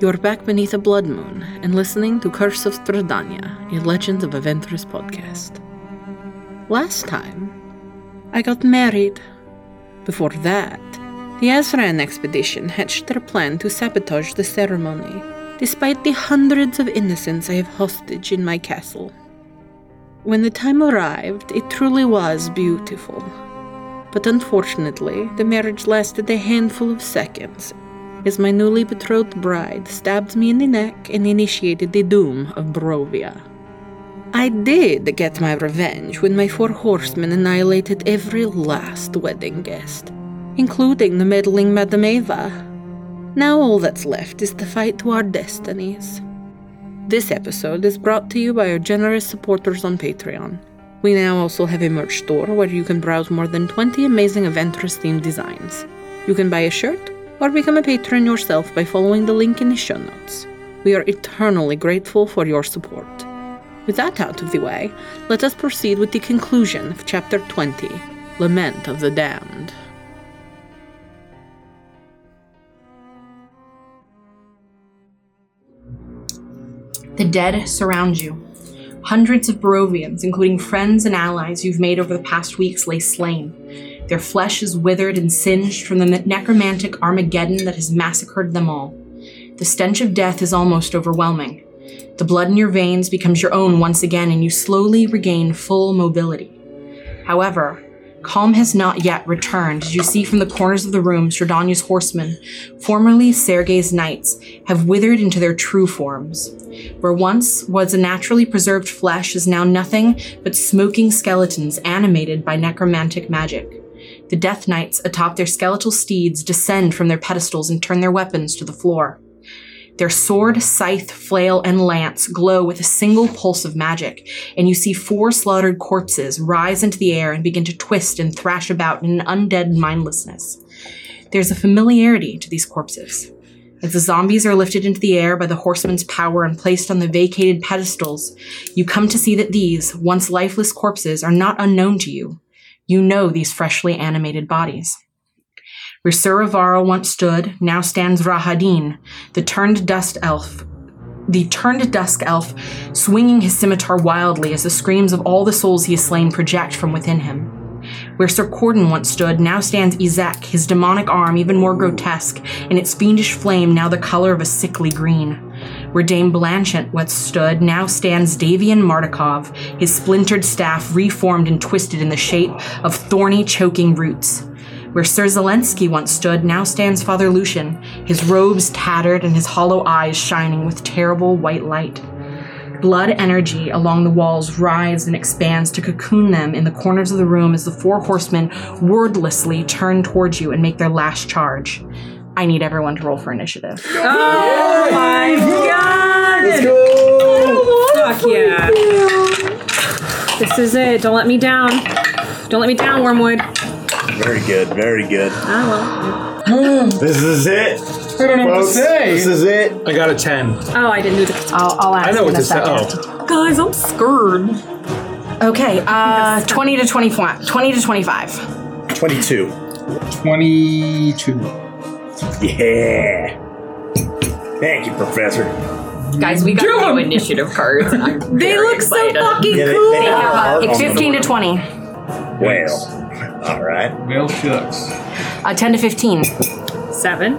You're back beneath a blood moon and listening to Curse of Stradania, a Legend of Aventris podcast. Last time, I got married. Before that, the Azran expedition hatched their plan to sabotage the ceremony, despite the hundreds of innocents I have hostage in my castle. When the time arrived, it truly was beautiful. But unfortunately, the marriage lasted a handful of seconds as my newly betrothed bride stabbed me in the neck and initiated the doom of Barovia. I did get my revenge when my four horsemen annihilated every last wedding guest, including the meddling Madame Eva. Now all that's left is the fight to our destinies. This episode is brought to you by our generous supporters on Patreon. We now also have a merch store where you can browse more than 20 amazing Adventurous themed designs. You can buy a shirt or become a patron yourself by following the link in the show notes. We are eternally grateful for your support. With that out of the way, let us proceed with the conclusion of Chapter 20 Lament of the Damned. The dead surround you. Hundreds of Barovians, including friends and allies you've made over the past weeks, lay slain. Their flesh is withered and singed from the necromantic Armageddon that has massacred them all. The stench of death is almost overwhelming. The blood in your veins becomes your own once again, and you slowly regain full mobility. However, calm has not yet returned, as you see from the corners of the room Stradanya's horsemen, formerly Sergei's knights, have withered into their true forms. Where once was a naturally preserved flesh is now nothing but smoking skeletons animated by necromantic magic. The Death Knights atop their skeletal steeds descend from their pedestals and turn their weapons to the floor. Their sword, scythe, flail, and lance glow with a single pulse of magic, and you see four slaughtered corpses rise into the air and begin to twist and thrash about in an undead mindlessness. There's a familiarity to these corpses. As the zombies are lifted into the air by the horseman's power and placed on the vacated pedestals, you come to see that these, once lifeless corpses, are not unknown to you. You know these freshly animated bodies. Where Suravara once stood, now stands Rahadin, the turned dust elf. The turned dusk elf, swinging his scimitar wildly as the screams of all the souls he has slain project from within him. Where Sir Cordon once stood, now stands Izak, his demonic arm even more grotesque, and its fiendish flame now the color of a sickly green. Where Dame Blanchett once stood, now stands Davian Mardikov, his splintered staff reformed and twisted in the shape of thorny, choking roots. Where Sir Zelensky once stood, now stands Father Lucian, his robes tattered and his hollow eyes shining with terrible white light. Blood energy along the walls writhes and expands to cocoon them in the corners of the room as the four horsemen wordlessly turn towards you and make their last charge. I need everyone to roll for initiative. Oh my god! Let's go! Fuck yeah. This is it. Don't let me down. Don't let me down, Wormwood. Very good, very good. Oh, Ah. This is it. I don't know what to folks. This say. is it. I got a 10. well. Oh, I didn't do the. I'll, I'll ask I know in what a to say. second. Oh. Guys, I'm scared. Okay, uh, 20 to 25. 20 to 25. 22. 22. Yeah. Thank you, Professor. Guys, we got new initiative cards. and I'm They very look so excited. fucking Yeah, they- they cool. have art on It's them. 15 to 20. Well, all right. Well, shucks. Uh, 10 to 15. Seven.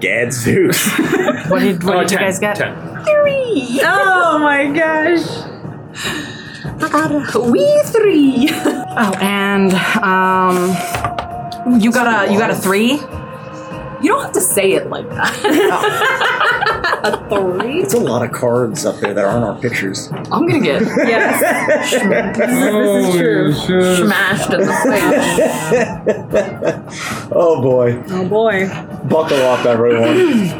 Gadzooks. What did, what did you guys get? 10. Oh my gosh. We three. Oh, and um, you got a you got a three. You don't have to say it like that. It's a lot of cards up there that aren't our pictures. I'm gonna get Yes. this is true. smashed in the face. Oh boy. Oh boy. Buckle up, everyone.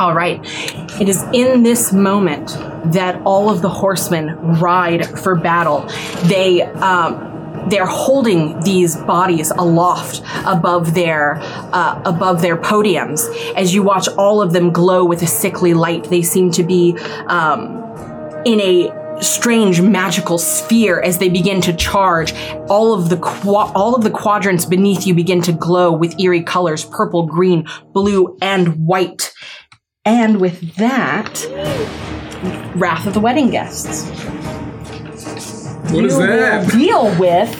All right. It is in this moment that all of the horsemen ride for battle. They um, they're holding these bodies aloft above their uh, above their podiums. As you watch all of them glow with a sickly light, they seem to be um, in a strange magical sphere as they begin to charge all of the qua- all of the quadrants beneath you begin to glow with eerie colors purple green blue and white And with that, Wrath of the Wedding Guests. What is You will that? Deal with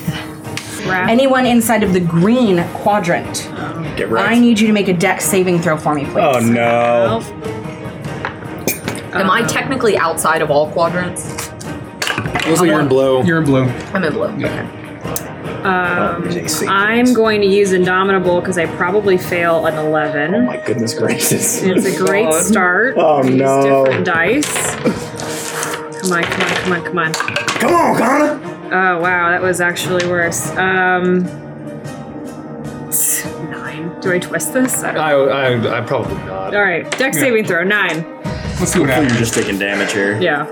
anyone inside of the green quadrant. Get I right. need you to make a deck saving throw for me, please. Oh no. Am Uh, I technically outside of all quadrants? Mostly you're in blue. You're in blue. I'm in blue. JC. Um, I'm going to use Indomitable because I probably fail an 11. Oh My goodness gracious. It's a great start. Oh, These no. different dice. Come on, come on, come on, come on. Come on, Connor. Oh wow, that was actually worse. Um, nine. Do I twist this? I don't. I, I, I probably not. All right, deck saving throw nine. Let's see what You're happens. just taking damage here. Yeah.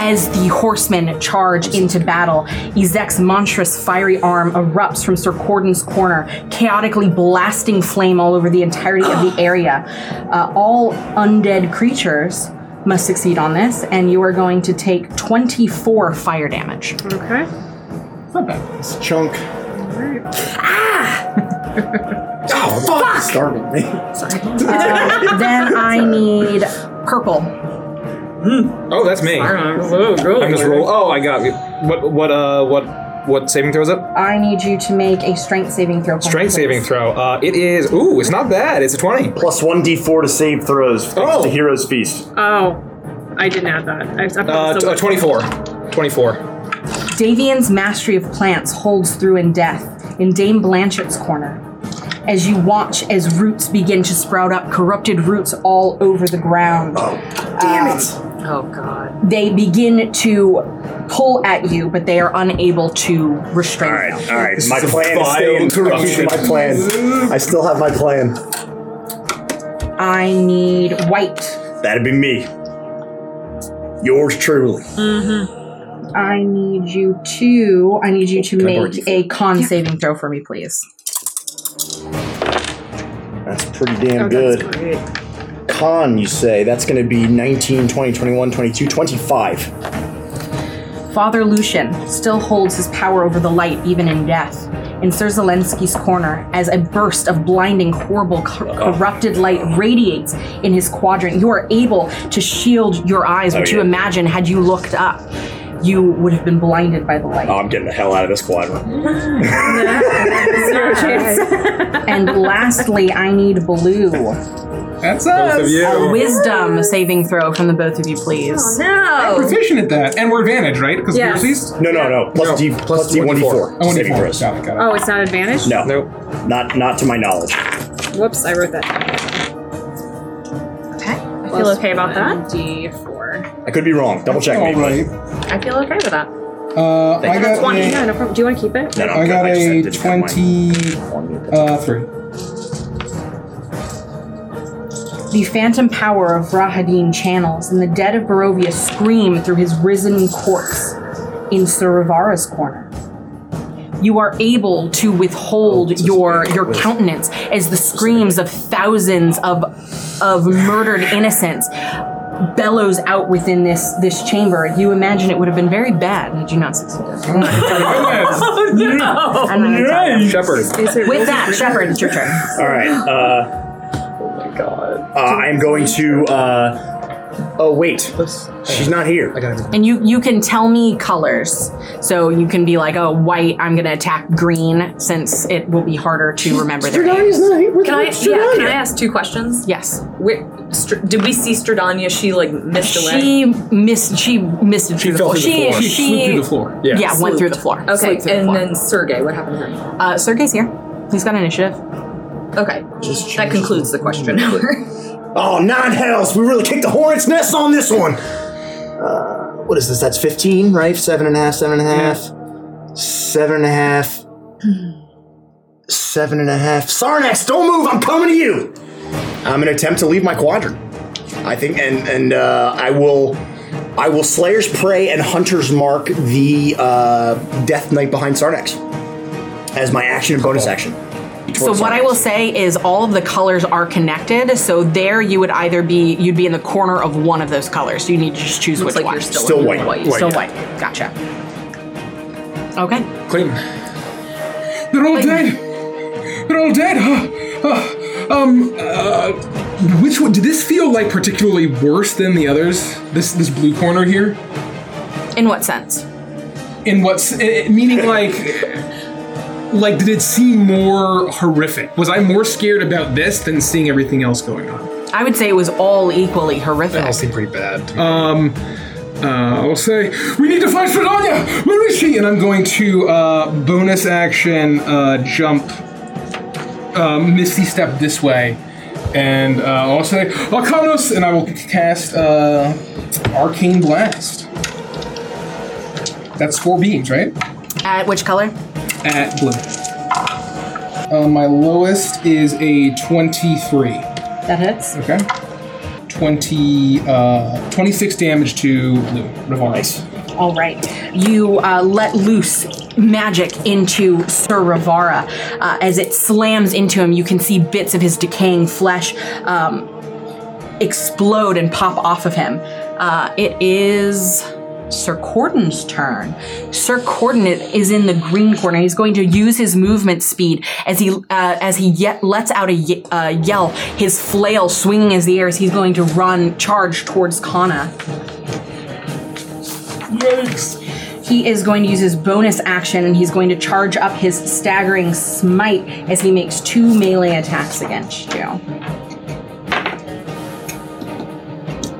As the horsemen charge into battle, Ezek's monstrous fiery arm erupts from Sir Corden's corner, chaotically blasting flame all over the entirety of the area. Uh, all undead creatures must succeed on this, and you are going to take 24 fire damage. Okay. It's not bad. It's a chunk. Oh, fuck! Startled me. Uh, then I need purple. Oh, that's me. I'm just roll. Oh, I got you. What? What? Uh, what? What saving throw is it? I need you to make a strength saving throw. for me, Strength please. saving throw. Uh, it is. Ooh, it's not bad. It's a twenty. Plus 1d4 to save throws thanks Oh. to Hero's Feast. Oh, I didn't add that. I, I thought Uh, it was t- the- uh, twenty-four. Twenty-four. Davian's mastery of plants holds through in death in Dame Blanchett's corner. As you watch as roots begin to sprout up, corrupted roots all over the ground. Oh, Uh, Damn it! Oh god. They begin to pull at you, but they are unable to restrain Alright, you. alright. This my is a plan is vile stay in Turkey. corruption. My plan. I still have my plan. I need white. That'd be me. Yours truly. Mm-hmm. I need you to. I need you to Can I borrow make a con saving throw for me, please. That's pretty damn Oh, that's good. great. Con, you say. That's going to be 19, 20, 21, 22, 25. Father Lucian still holds his power over the light even in death. In Sir Zelensky's corner, as a burst of blinding, horrible, Oh, cor- corrupted light radiates in his quadrant, you are able to shield your eyes, Oh, which you yeah. imagine had you looked up, you would have been blinded by the light. Oh, I'm getting the hell out of this quadrant. Zero chance. and lastly, I need blue. That's us. Both of A you. Oh, wisdom saving throw from the both of you, please. We're No. proficient at that, and we're advantage, right? Because Oh. Yes. we're least. No, no, no. Plus No, D, plus D, 1d4. I want saving D4. throws. Got it. Got it. Oh, it's not advantage. No, Nope. not not to my knowledge. Whoops, I wrote that. down. Okay. I feel okay about that. D four. I could be wrong. Double check me. All but- right. I feel okay with that. Uh, I got Twenty. a, Yeah, no problem. Do you want to keep it? No, no, I'm I good. got just a didn't have mine on me. twenty-three. uh, The phantom power of Rahadin channels, and the dead of Barovia scream through his risen corpse in Suravara's corner. You are able to withhold your your countenance as the screams of thousands of of murdered innocents bellows out within this this chamber. You imagine it would have been very bad had you not succeeded. I'm not gonna tell you. Shepherd. With that, Shepard, it's your turn. All right. Uh, oh my god. Uh, I'm going to. Uh, oh wait, she's not here. I got everything. And you you can tell me colors. So you can be like, oh, white, I'm gonna attack green since it will be harder to remember their names. Can I? Yeah. Can I ask two questions? Yes. Where, Str- did we see Stradania? She like missed away. She missed she missed it. She fell through the she, floor. she, through the floor. Yeah. Yeah, went through the floor. Okay, Slid through the and floor. then Sergey, what happened to him? uh Sergey's here. He's got initiative. Okay, that concludes the question. Oh nine hells! We really kicked the hornet's nest on this one. Uh, what is this? That's fifteen, right? Seven and a half, seven and a half, seven and a half, seven and a half. Sarnax, don't move! I'm coming to you. I'm gonna attempt to leave my quadrant. I think, and and uh, I will, I will Slayer's Prey and Hunter's Mark the uh, Death Knight behind Sarnax as my action and bonus action. So what I will say is all of the colors are connected. So there you would either be you'd be in the corner of one of those colors. So you need to just choose Looks which like one. you're still, Still in white. Still yeah. white. Gotcha. Okay. Clayton. They're all dead. They're all dead. Huh? Huh. um. Uh, Which one? Did this feel like particularly worse than the others? This this blue corner here. In what sense? In what's eh, eh, meaning like. Like, did it seem more horrific? Was I more scared about this than seeing everything else going on? I would say it was all equally horrific. seem pretty bad. Um, uh, I'll say we need to find Fredania. Where is she? And I'm going to uh, bonus action uh, jump, uh, misty step this way, and uh, I'll say Arcanos, and I will cast uh, Arcane Blast. That's four beams, right? At which color? At blue. Uh, my lowest is a 23. That hits. Okay. 20, uh, 26 damage to Blue. Revolver. All right. You uh, let loose magic into Sir Rivara. Uh, as it slams into him, you can see bits of his decaying flesh um, explode and pop off of him. Uh, it is Sir Corden's turn. Sir Corden i- is in the green corner. He's going to use his movement speed as he uh, as he ye- lets out a ye- uh, yell. His flail swinging as the air as he's going to run charge towards Kana. He is going to use his bonus action and he's going to charge up his staggering smite as he makes two melee attacks against you.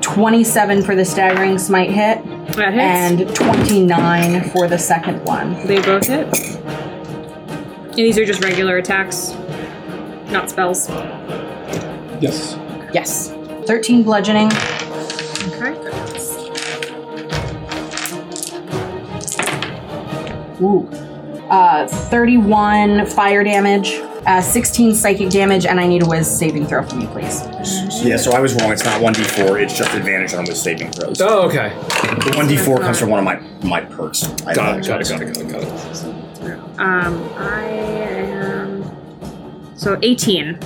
27 for the staggering smite hit That hits. and 29 for the second one. They both hit. And these are just regular attacks, not spells. Yes. Yes. 13 bludgeoning, Okay. ooh, uh, 31 fire damage, uh, 16 psychic damage, and I need a whiz saving throw from you, please. Yeah, so I was wrong. It's not 1d4. It's just advantage on those saving throws. Oh, okay. The 1d4 comes from one of my, my perks. I Got it, apologize. got it, got it, got it, got it. Um, I am. So 18.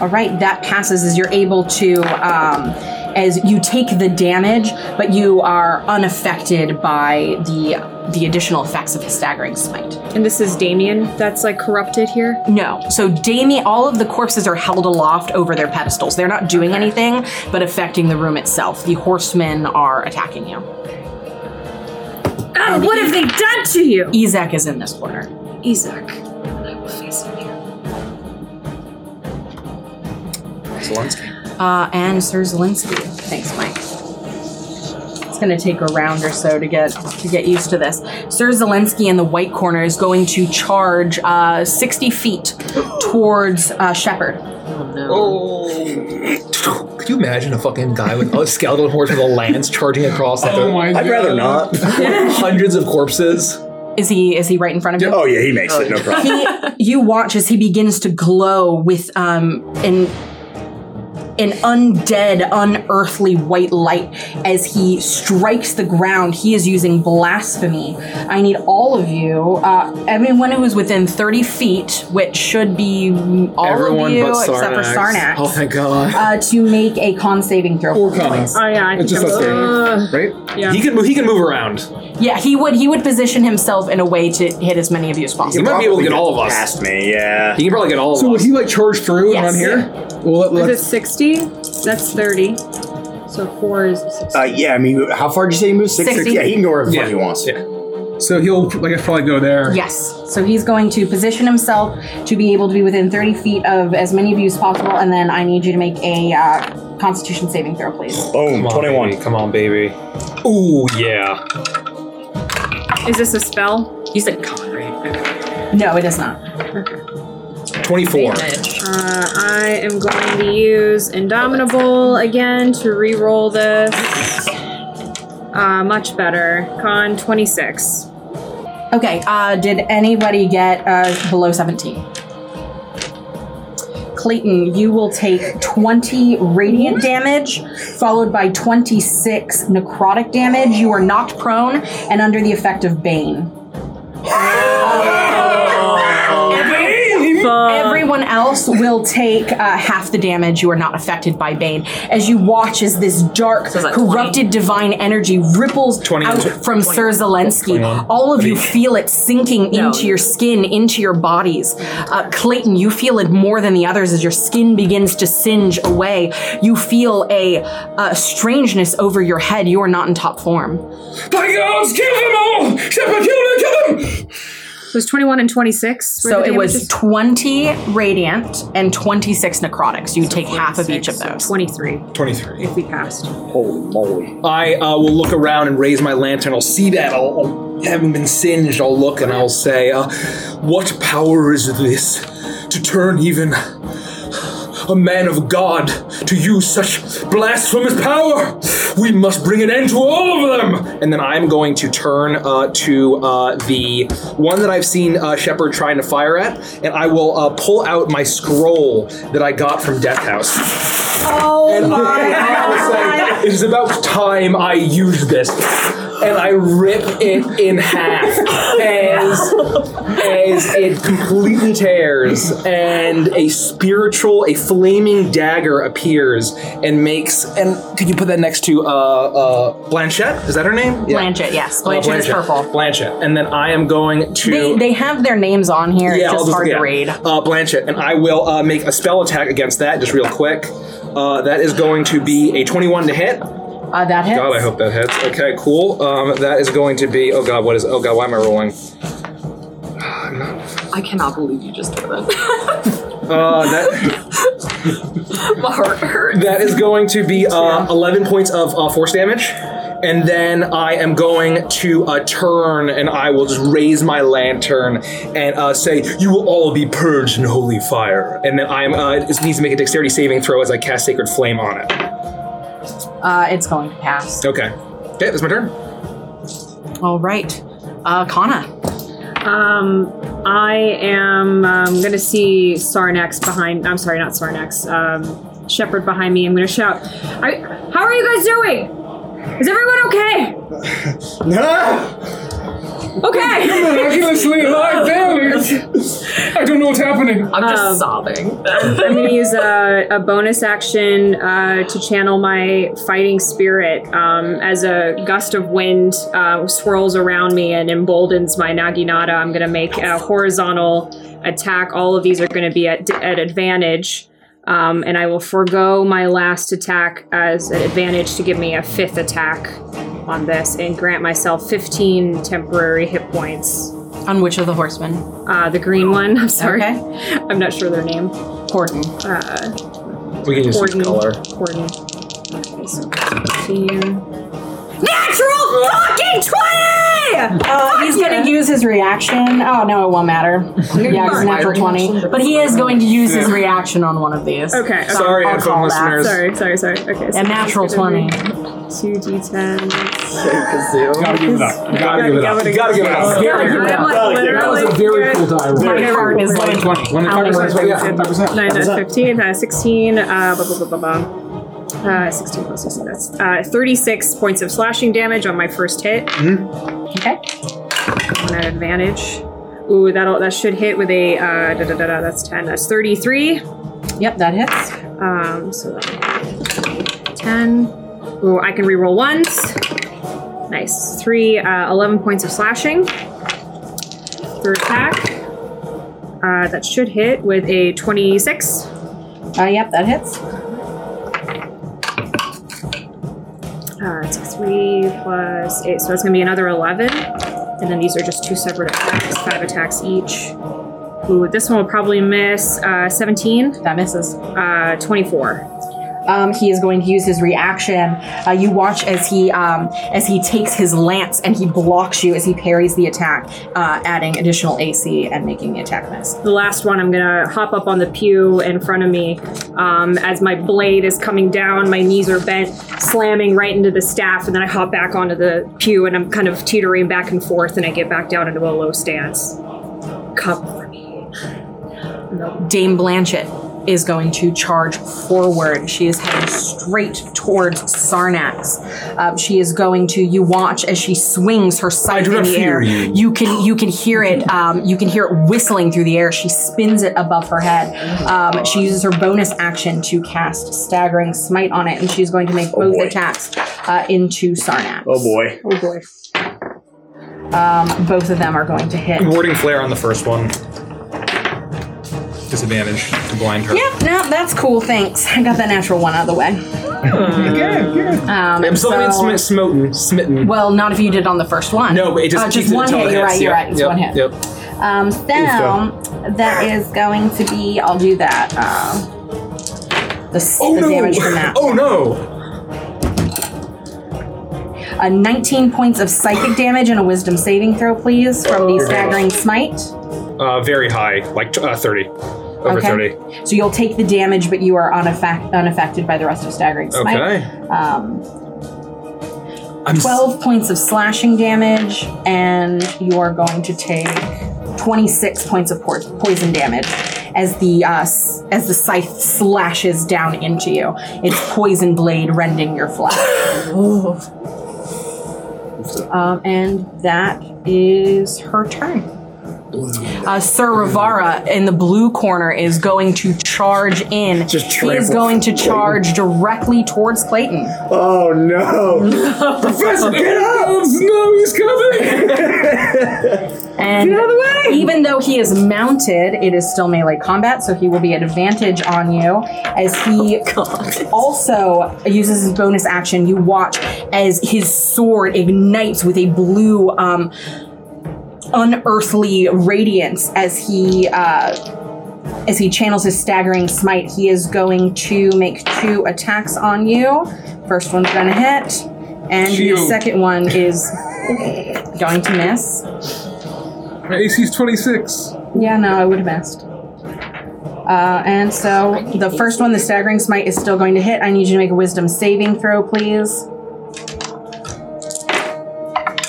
All right, that passes as you're able to, um, as you take the damage, but you are unaffected by the the additional effects of his staggering smite. And this is Damien that's like corrupted here. No, so Damien, all of the corpses are held aloft over their pedestals. They're not doing anything, but affecting the room itself. The horsemen are attacking you. Oh, what have they done to you? Ezek is in this corner. Isaac. And I will face him here. Uh, and Sir Zelinsky. Thanks, Mike. It's gonna take a round or so to get to get used to this. Sir Zelinsky in the white corner is going to charge uh, 60 feet towards uh, Shepard. Oh. Could you imagine a fucking guy with a skeleton horse with a lance charging across Oh that? I'd rather not. Hundreds of corpses. Is he is he right in front of you? Oh, yeah, he makes it. No problem. he, you watch as he begins to glow with um, an an undead, unearthly white light as he strikes the ground. He is using blasphemy. I need all of you, uh, everyone who is within thirty feet, which should be all Everyone of you but except for Sarnak, Sarnax. Oh, thank God. uh, to make a con saving throw. Four cons. Oh, yeah, I think It's just I'm- us Ugh. three, right? Yeah. He can move. He can move around. Yeah, he would he would position himself in a way to hit as many of you as He possible. might be able to Probably get all of us. Past me, yeah. He can probably get all of So will us. he like charge through Yes. and run here? Well, let, Is it let's, 60? That's 30. So 4 is 60. Uh, yeah, I mean, how far did you say he moves? Six, six? 60. Yeah, he can go wherever the fuck Yeah. he wants. Yeah. so he'll like I probably go there. Yes. So he's going to position himself to be able to be within 30 feet of as many of you as possible, and then I need you to make a uh, Constitution saving throw, please. Boom, 21. baby. Come on, baby. Ooh, yeah. Is this a spell? You said con, right? No, it is not. Twenty-four. Uh, I am going to use Indomitable again to re-roll this. Uh, much better. Con 26. Okay. Uh, did anybody get uh, below 17? Clayton, you will take 20 radiant damage, followed by 26 necrotic damage. You are knocked prone and under the effect of Bane. He Everyone else will take uh, half the damage. You are not affected by Bane. As you watch as this dark, like corrupted divine energy ripples 20 out from Sir Zelensky. All of you feel it sinking into your skin, into your bodies. Uh, Clayton, you feel it more than the others as your skin begins to singe away. You feel a, uh strangeness over your head. You are not in top form. By gods, kill them all! Shepard, kill them, kill them! It was 21 and 26. were So the it was damages? 20 radiant and 26 necrotics. You take half of each of those. 23 23. if we passed. Holy moly. I uh, will look around and raise my lantern. I'll see that. I'll, I'll haven't been singed. I'll look and I'll say, uh, "What power is this to turn even a man of God to use such blasphemous power? We must bring an end to all of them." And then I'm going to turn uh, to uh, the one that I've seen uh, Shepard trying to fire at, and I will uh, pull out my scroll that I got from Death House. And I was like, it is about time I used this. And I rip it in half as, as it completely tears, and a spiritual, a flaming dagger appears and makes. And could you put that next to uh, uh, Blanchette? Is that her name? Yeah. Blanchett, yes. Uh, Blanchett, is purple. Blanchette, and then I am going to. They, they have their names on here. it's I'll just hard yeah. to read. Uh, Blanchett, and I will uh, make a spell attack against that just real quick. Uh, that is going to be a 21 to hit. Uh, that hits. God, I hope that hits. Okay, cool. Um, that is going to be. Oh God, what is? Oh God, why am I rolling? I cannot believe you just did that. Uh, that My heart hurts. that is going to be uh, 11 points of uh, force damage, and then I am going to uh, turn, and I will just raise my lantern and uh, say, "You will all be purged in holy fire." And then I am. Uh, it needs to make a dexterity saving throw as I cast Sacred Flame on it. Uh, it's going to pass. Okay. Okay, that's my turn. All right. Uh, Kana. Um, I am um, going to see Sarnax behind. I'm sorry, not Sarnax. Um, Shepherd behind me. I'm going to shout, I, How are you guys doing? Is everyone okay? Okay. Miraculously alive damage! I don't know what's happening. I'm just Um, sobbing. I'm going to use a, a bonus action uh, to channel my fighting spirit um, as a gust of wind uh, swirls around me and emboldens my Naginata. I'm going to make a horizontal attack. All of these are going to be at, at advantage. Um, and I will forego my last attack as an advantage to give me a fifth attack on this and grant myself 15 temporary hit points. On which of the horsemen? Uh, the green one, I'm sorry. Okay. I'm not sure their name. Uh, Horton. We can use Corden. color. Corden. Okay, so 15. Uh. Natural fucking 20! he's going to use his reaction. Oh, no, it won't matter. yeah, it's natural 20. But he is going to use his reaction on one of these. Okay. So Sorry, I'll headphone call that. listeners. Sorry, sorry, sorry. Okay. A natural 20. 2d10. Gotta give it up. Gotta give it up. You gotta give it up. Yeah, I'm like literally. Very cool die roll. My heart is like 20. When it How comes many to- yeah, points? 100%. 9, that's 15, uh, 16, uh, blah, blah, blah, blah, blah. Uh, 16 plus 16, that's uh, 36 points of slashing damage on my first hit. Hmm? Okay. One at advantage. Ooh, that'll, that should hit with a, uh, da, da, da, da, that's 10, that's 33. Yep, that hits. Um, so that 10. Ooh, I can reroll ones. Nice. Three, uh, 11 points of slashing. Third attack. Uh, that should hit with a 26. Uh, yep, that hits. Uh, so 3 plus 8, so that's going to be another 11. And then these are just two separate attacks, five attacks each. Ooh, this one will probably miss uh, 17, That misses. uh, 24. Um, he is going to use his reaction. Uh, you watch as he um, as he takes his lance and he blocks you as he parries the attack, uh, adding additional AC and making the attack miss. The last one, I'm going to hop up on the pew in front of me um, as my blade is coming down. My knees are bent, slamming right into the staff, and then I hop back onto the pew and I'm kind of teetering back and forth, and I get back down into a low stance. Come for me. Dame Blanchett. is going to charge forward. She is heading straight towards Sarnax. Um, she is going to. You watch as she swings her scythe do in not the air. fear you. can you can hear it. Um, you can hear it whistling through the air. She spins it above her head. Um, she uses her bonus action to cast staggering smite on it, and she's going to make Oh, both boy. attacks uh, into Sarnax. Oh boy. Oh boy. Um, both of them are going to hit. Warding flare on the first one. Disadvantage to blind her. Yep, no, that's cool. Thanks. I got that natural one out of the way. Um, I'm still being so- smi- smoten, smitten. well, not if you did it on the first one. no, but it just uh, keeps just it one until hit. it You're hits. right. You're Yep, right. It's yep, one hit. Yep. Um, so that is going to be. I'll do that. Um, the, s- Oh the damage from no! that. Oh no! Uh, 19 points of psychic damage and a wisdom saving throw, please, from the staggering smite. Uh, very high, like uh, 30. Over 30. So you'll take the damage, but you are unaffect- unaffected by the rest of staggering smite. Okay. Um, I'm s- 12 points of slashing damage, and you are going to take 26 points of por- poison damage as the uh, s- as the scythe slashes down into you. Its poison blade rending your flesh. um, and that is her turn. Uh, Sir Rivara in the blue corner is going to charge in. Just he is trample going to charge directly towards Clayton. Oh no. Professor, get up! No, he's coming! And even though he is mounted, it is still melee combat, so he will be at advantage on you as he Oh, also uses his bonus action. You watch as his sword ignites with a blue, um, unearthly radiance as he. Uh, as he channels his staggering smite, he is going to make two attacks on you. First one's gonna hit, and the Shield. second one is going to miss. My AC's 26. Yeah, no, I would have missed. Uh, and so the first one, the staggering smite, is still going to hit. I need you to make a wisdom saving throw, please.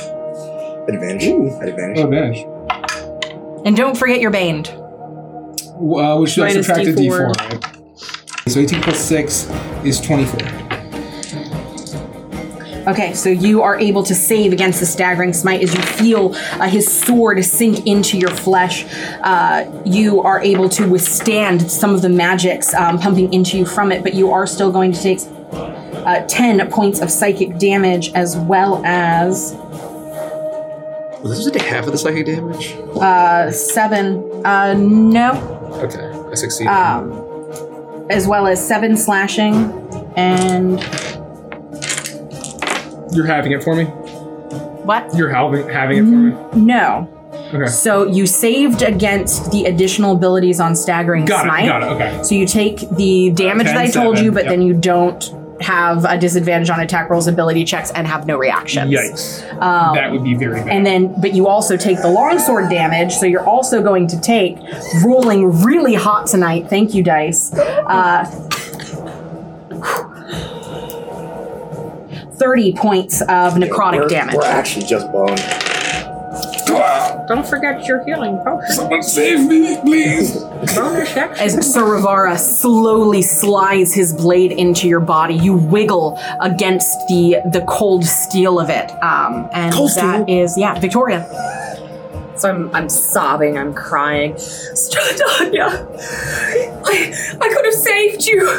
Advantage. Advantage. Oh, advantage. And don't forget you're baned. Uh, which I Minus subtracted D4. D4, right? So 18 plus 6 is 24. Okay, so you are able to save against the staggering smite as you feel uh, his sword sink into your flesh. Uh, you are able to withstand some of the magics um, pumping into you from it, but you are still going to take uh, 10 points of psychic damage as well as Was this just half of the psychic damage? seven. Uh, no, um, Okay, I succeed. Uh, as well as seven slashing, and You're having it for me? what? You're having, having it for me? No. Okay. So you saved against the additional abilities on staggering Got smite. it, got it, okay. So you take the damage Ten, that I told seven, you, but yep. then you don't have a disadvantage on attack rolls, ability checks, and have no reactions. Yikes. Um, that would be very bad. And then, but you also take the longsword damage, so you're also going to take rolling really hot tonight. Thank you, dice. Uh, Thirty points of necrotic we're, damage. We're actually just blown. Don't forget your healing potion. Someone save me, please! Bonus action. As Sir Rivara slowly slides his blade into your body, you wiggle against the the cold steel of it, um, and that is yeah, Victoria. So I'm, I'm sobbing, I'm crying. Stradania, I, I could have saved you.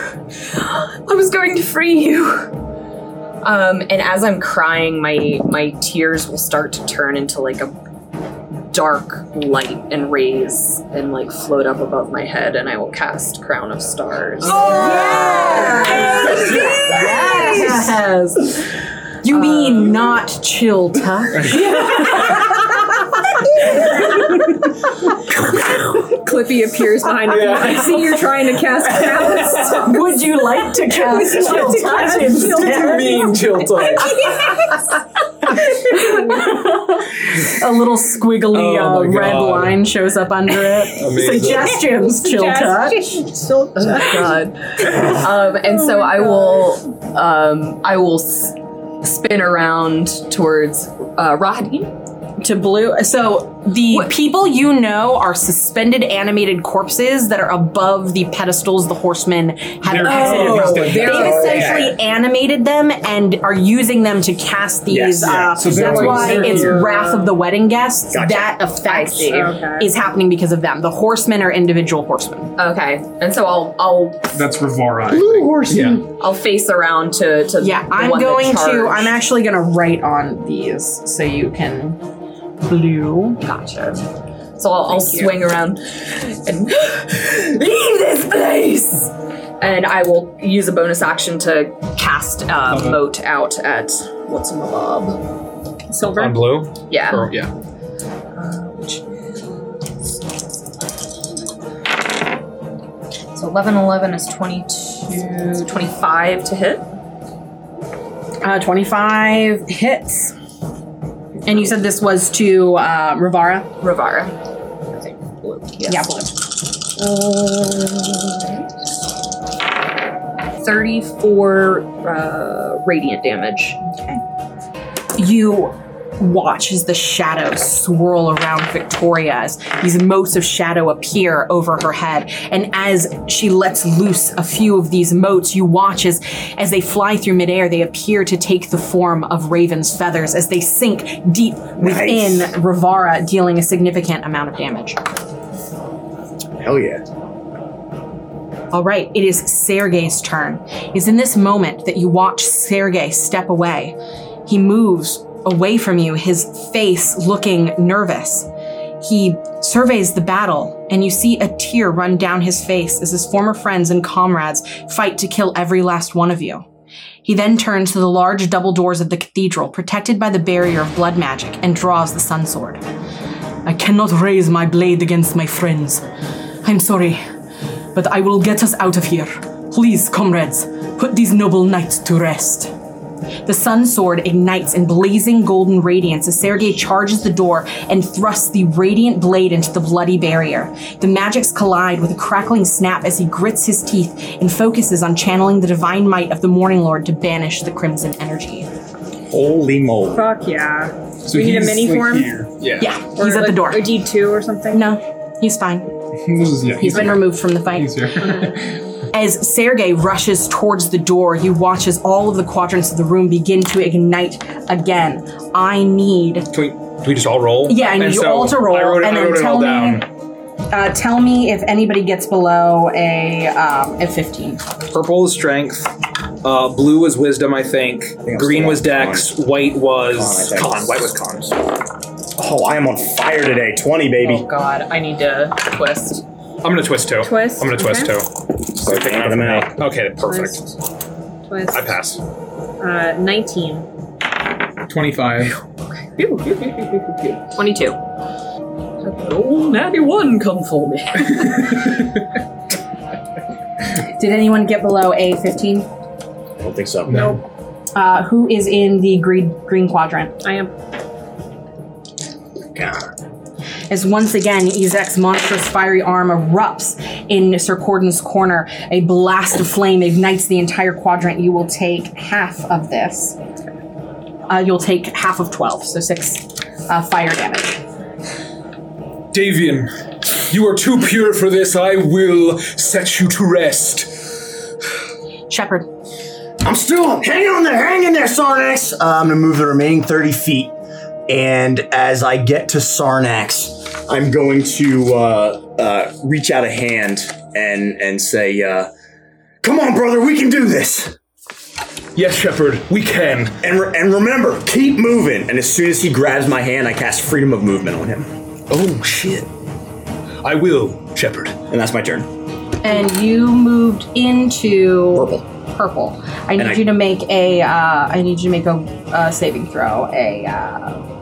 I was going to free you. Um, and as I'm crying, my my tears will start to turn into like a dark light and rays and like float up above my head, and I will cast Crown of Stars. Oh, Yes. Uh, You mean not chill touch? Clippy appears behind you. I see you're trying to cast cast. Would you like to cast chill touch instead? mean chill touch. A little squiggly Oh uh, my red God. line shows up under it. Amazing. Suggestions, chill touch. God. Um, and Oh so I will, um, I will s- spin around towards uh, Rodney. to blue. So The people you know are suspended animated corpses that are above the pedestals the horsemen had They're- exited oh, from. they're- They've oh, yeah. essentially animated them and are using them to cast these. Yes, yeah. uh, So they're that's like- why it's Yeah. Wrath of the Wedding Guests. Gotcha. That effect see. Okay. is happening because of them. The horsemen are individual horsemen. Okay, and so I'll I'll That's Rivara. I Blue think. horse. Yeah. I'll face around to to Yeah, the I'm one that going to. charged. I'm actually going to write on these so you can blue. Gotcha. So I'll, I'll swing around and leave this place. And I will use a bonus action to cast uh, Uh-huh. moat out at what's in the bob. On Silver. blue? Yeah. Or, yeah. So 11, 11 is 22, 25 to hit. Uh, 25 hits. And you said this was to uh, Rivara? Rivara. I think blue. Yes. Yeah, blue. 34 uh, radiant damage. You watch as the shadows swirl around Victoria as these motes of shadow appear over her head. And as she lets loose a few of these motes, you watch as, as they fly through midair, they appear to take the form of raven's feathers as they sink deep within Rivara, dealing a significant amount of damage. Hell yeah. All right, it is Sergei's turn. It's in this moment that you watch Sergei step away. He moves away from you, his face looking nervous. He surveys the battle, and you see a tear run down his face as his former friends and comrades fight to kill every last one of you. He then turns to the large double doors of the cathedral, protected by the barrier of blood magic, and draws the sun sword. I cannot raise my blade against my friends. I'm sorry, but I will get us out of here. Please, comrades, put these noble knights to rest. The sun sword ignites in blazing golden radiance as Sergei charges the door and thrusts the radiant blade into the bloody barrier. The magics collide with a crackling snap as he grits his teeth and focuses on channeling the divine might of the Morning Lord to banish the crimson energy. Holy moly. Fuck yeah. So We need a he's, mini like, form? here. Yeah. Yeah, he's Or at the like door. A D2 or something? No, he's fine. This is- yeah, He's been removed from the fight. He's here. As Sergei rushes towards the door, you watch as all of the quadrants of the room begin to ignite again. I need Do we, do we just all roll? Yeah, I need And you so all to roll, I wrote it, and I then wrote it all tell me- down. uh, tell me if anybody gets below a um, a fifteen. Purple is strength. Uh, blue was wisdom, I think. I'm Green still was on con. dex. White was Con, I think. con. White was con. Oh, I am on fire today. 20, baby. Oh god, I need to twist. I'm gonna twist two. Twist, I'm gonna twist okay. two. so taking them out. Okay, perfect. Twist. Twist. I pass. Uh, 19. 25. 22. Oh, natty one come for me. Did anyone get below a fifteen? I don't think so. No. Uh, who is in the green green quadrant? I am. God. As once again, Ezek's monstrous fiery arm erupts in Sir Corden's corner. A blast of flame ignites the entire quadrant. You will take half of this. Uh, you'll take half of twelve, so six uh, fire damage. Davian, you are too pure for this. I will set you to rest. Shepard. I'm still on. Hang on there. Hang in there, Sarnax. Uh, I'm going to move the remaining 30 feet. And as I get to Sarnax, I'm going to uh, uh, reach out a hand and, and say, uh, Come on, brother. We can do this. Yes, Shepard, we can. And, re- and remember, keep moving. And as soon as he grabs my hand, I cast freedom of movement on him. Oh, shit. I will, Shepard. And that's my turn. And you moved into Purple. Purple. I need I- you to make a. Uh, I need you to make a uh, saving throw. A. Uh,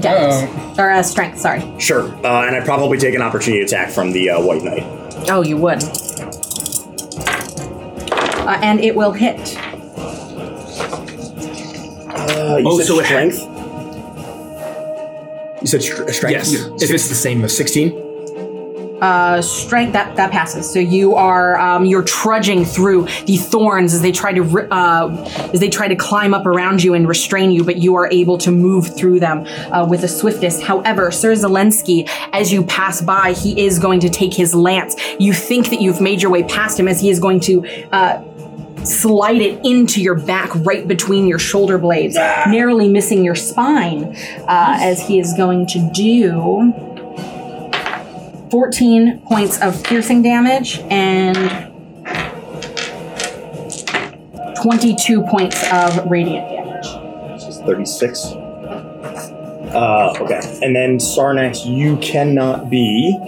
dex or a strength. Sorry. Sure. Uh, and I probably take an opportunity attack from the uh, White Knight. Oh, you would. Uh, and it will hit. Uh, you Oh, said so it- strength? You said str- uh, strength? Yes. If it's the same as 16? Uh, strength that that passes. So you are um, you're trudging through the thorns as they try to ri- uh, as they try to climb up around you and restrain you, but you are able to move through them uh, with a swiftness. However, Sir Zelensky, as you pass by, he is going to take his lance. You think that you've made your way past him as he is going to. Uh, slide it into your back, right between your shoulder blades, narrowly missing your spine, uh, as he is going to do 14 points of piercing damage and 22 points of radiant damage. This is 36. Uh, okay. And then Sarnax, you cannot be.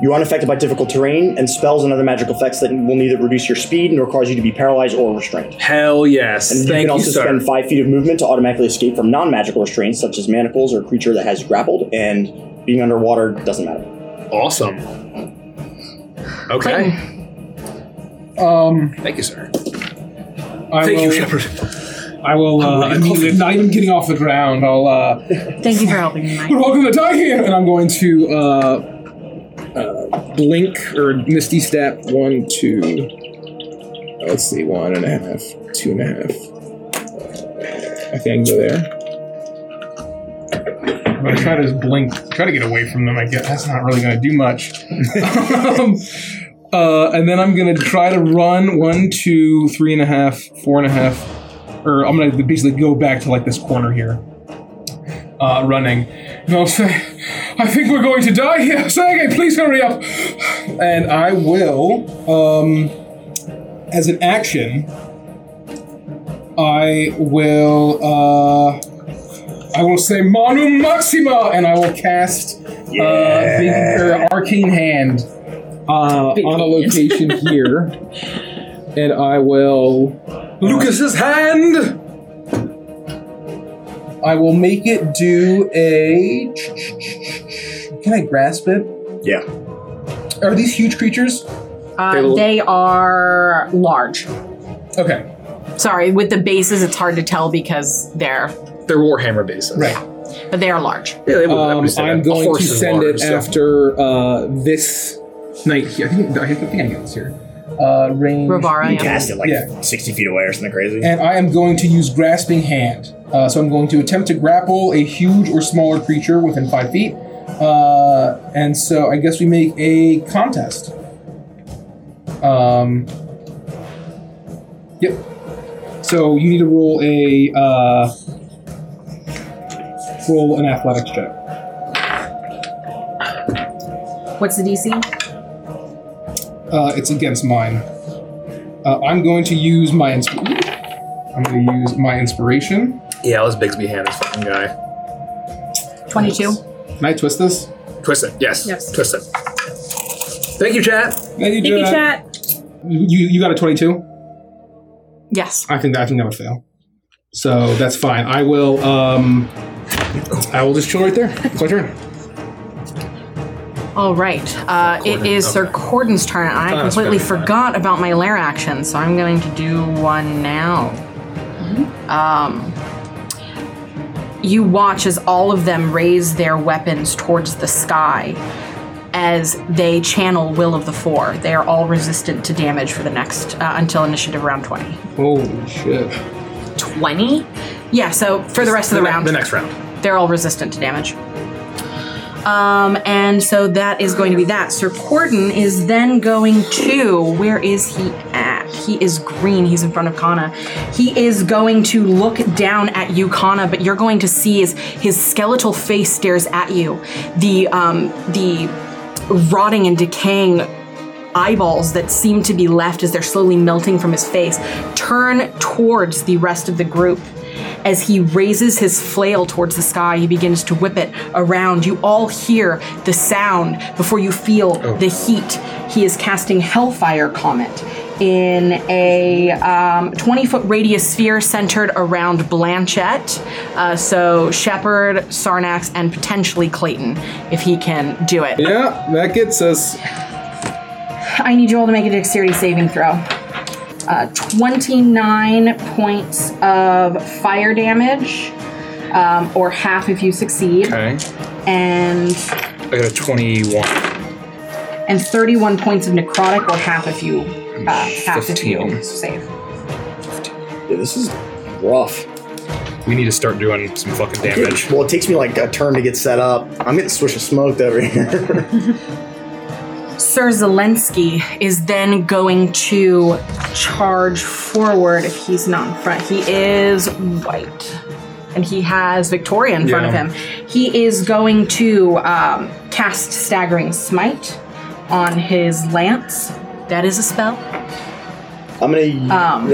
You aren't affected by difficult terrain and spells and other magical effects that will neither reduce your speed nor cause you to be paralyzed or restrained. Hell yes. And you Thank can you, also sir. spend five feet of movement to automatically escape from non-magical restraints, such as manacles or a creature that has you grappled, and being underwater doesn't matter. Awesome. okay. Um, Thank you, sir. I Thank will, you, Shepard. I will. Uh, immediately, not even getting off the ground. I'll. Uh, Thank you for helping me, Mike. We're all gonna die here, and I'm going to uh, uh, blink or misty step one, two. uh, Let's see, one and a half, two and a half. Uh, I think I can go there. I'm gonna try to just blink, try to get away from them. I guess that's not really gonna do much. um, uh, and then I'm gonna try to run one, two, three and a half, four and a half, or I'm gonna basically go back to like this corner here, uh, running. And I'll say, I think we're going to die here. Sergei, please hurry up. And I will, um, as an action, I will, uh, I will say Manu Maxima, and I will cast uh, big, er, arcane hand uh, on a location here, and I will Lucas's hand! I will make it do a. Can I grasp it? Yeah. Are these huge creatures? Uh, they are large. Okay, Sorry, with the bases, it's hard to tell because they're, They're Warhammer bases. right. but they are large. Yeah, they would, I Um, would say I'm that. A going to horse is send large, it so- after uh, this night. Here. I think I think I get this here. Uh, range. Rivara, yeah. Cast it like Yeah. 60 feet away or something crazy. and I am going to use grasping hand. Uh, so I'm going to attempt to grapple a huge or smaller creature within five feet. Uh, and so I guess we make a contest. Um, yep. So you need to roll a uh, roll an athletics check. What's the DC? Uh, it's against mine. Uh, I'm going to use my insp- I'm going to use my inspiration. Yeah, let's Bigsby hand this fucking guy. 22. Can I twist this? Twist it. Yes. Yes. Twist it. Thank you, chat. Thank you, Thank you, Jack. chat. You you got a twenty-two. Yes. I think that I think that would fail. So that's fine. I will. um I will just chill right there. It's my turn. All right. Uh, it is Sir Corden's turn. I completely forgot about my lair action, so I'm going to do one now. Um, you watch as all of them raise their weapons towards the sky as they channel Will of the Four. They are all resistant to damage for the next uh, until initiative round 20. Holy shit! 20? Yeah, so for the rest of the, round, The next round. they're all resistant to damage. Um, and so that is going to be that. Sir Corden is then going to. Where is he at? He is green. He's in front of Kana. He is going to look down at you, Kana. But you're going to see is his skeletal face stares at you. The um, the rotting and decaying eyeballs that seem to be left as they're slowly melting from his face turn towards the rest of the group. As he raises his flail towards the sky, he begins to whip it around. You all hear the sound before you feel the heat. He is casting Hellfire Comet in a um, 20 foot radius sphere centered around Blanchette. Uh, so, Shepard, Sarnax, and potentially Clayton, if he can do it. Yeah, that gets us. I need you all to make a dexterity saving throw. Uh, 29 points of fire damage, um, or half if you succeed. Okay. And I got a 21. and 31 points of necrotic, or half if you uh, half if you save. Yeah, this is rough. We need to start doing some fucking damage. Well, it takes me like a turn to get set up. I'm getting swish of smoked over here. Sir Zelensky is then going to charge forward if he's not in front. He is white. And he has Victoria in front Yeah. of him. He is going to um, cast Staggering Smite on his lance. That is a spell. I'm gonna. Um, uh,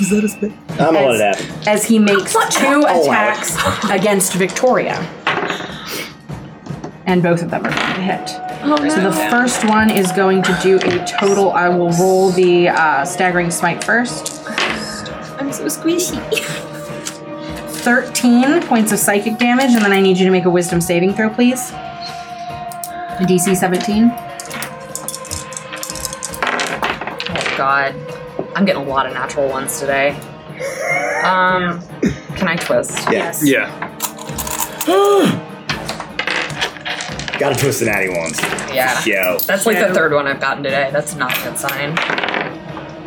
is that a spell? I'm gonna let it happen. As he makes two Oh, wow. attacks against Victoria. And both of them are going to hit. Oh, So the first one is going to do a total. I will roll the uh, staggering smite first. I'm so squishy. 13 points of psychic damage, and then I need you to make a wisdom saving throw, please. A DC 17. Oh god. I'm getting a lot of natural ones today. Um can I twist? Yes. Yeah. Gotta twist the natty ones. Uh, Yeah. Yo. That's like Yeah. the third one I've gotten today. That's not a good sign.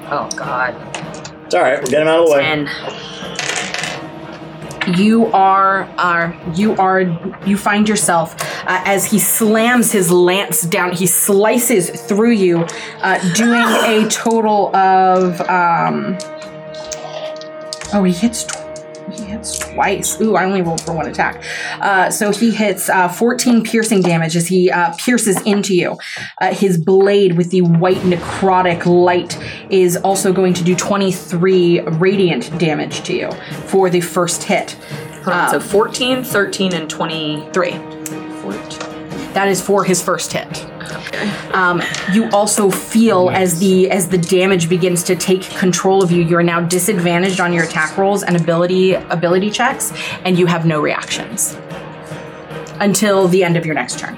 Oh god. It's alright, we're getting out of the way. Ten. you are are you are you find yourself uh, as he slams his lance down he slices through you uh, doing a total of um oh he hits tw- he hits twice ooh i only rolled for one attack uh, so he hits uh, 14 piercing damage as he uh, pierces into you uh, his blade with the white necrotic light is also going to do 23 radiant damage to you for the first hit Um, Hold on, so 14, 13, and 23. three. That is for his first hit. Um, you also feel as the as the damage begins to take control of you. You are now disadvantaged on your attack rolls and ability ability checks, and you have no reactions until the end of your next turn.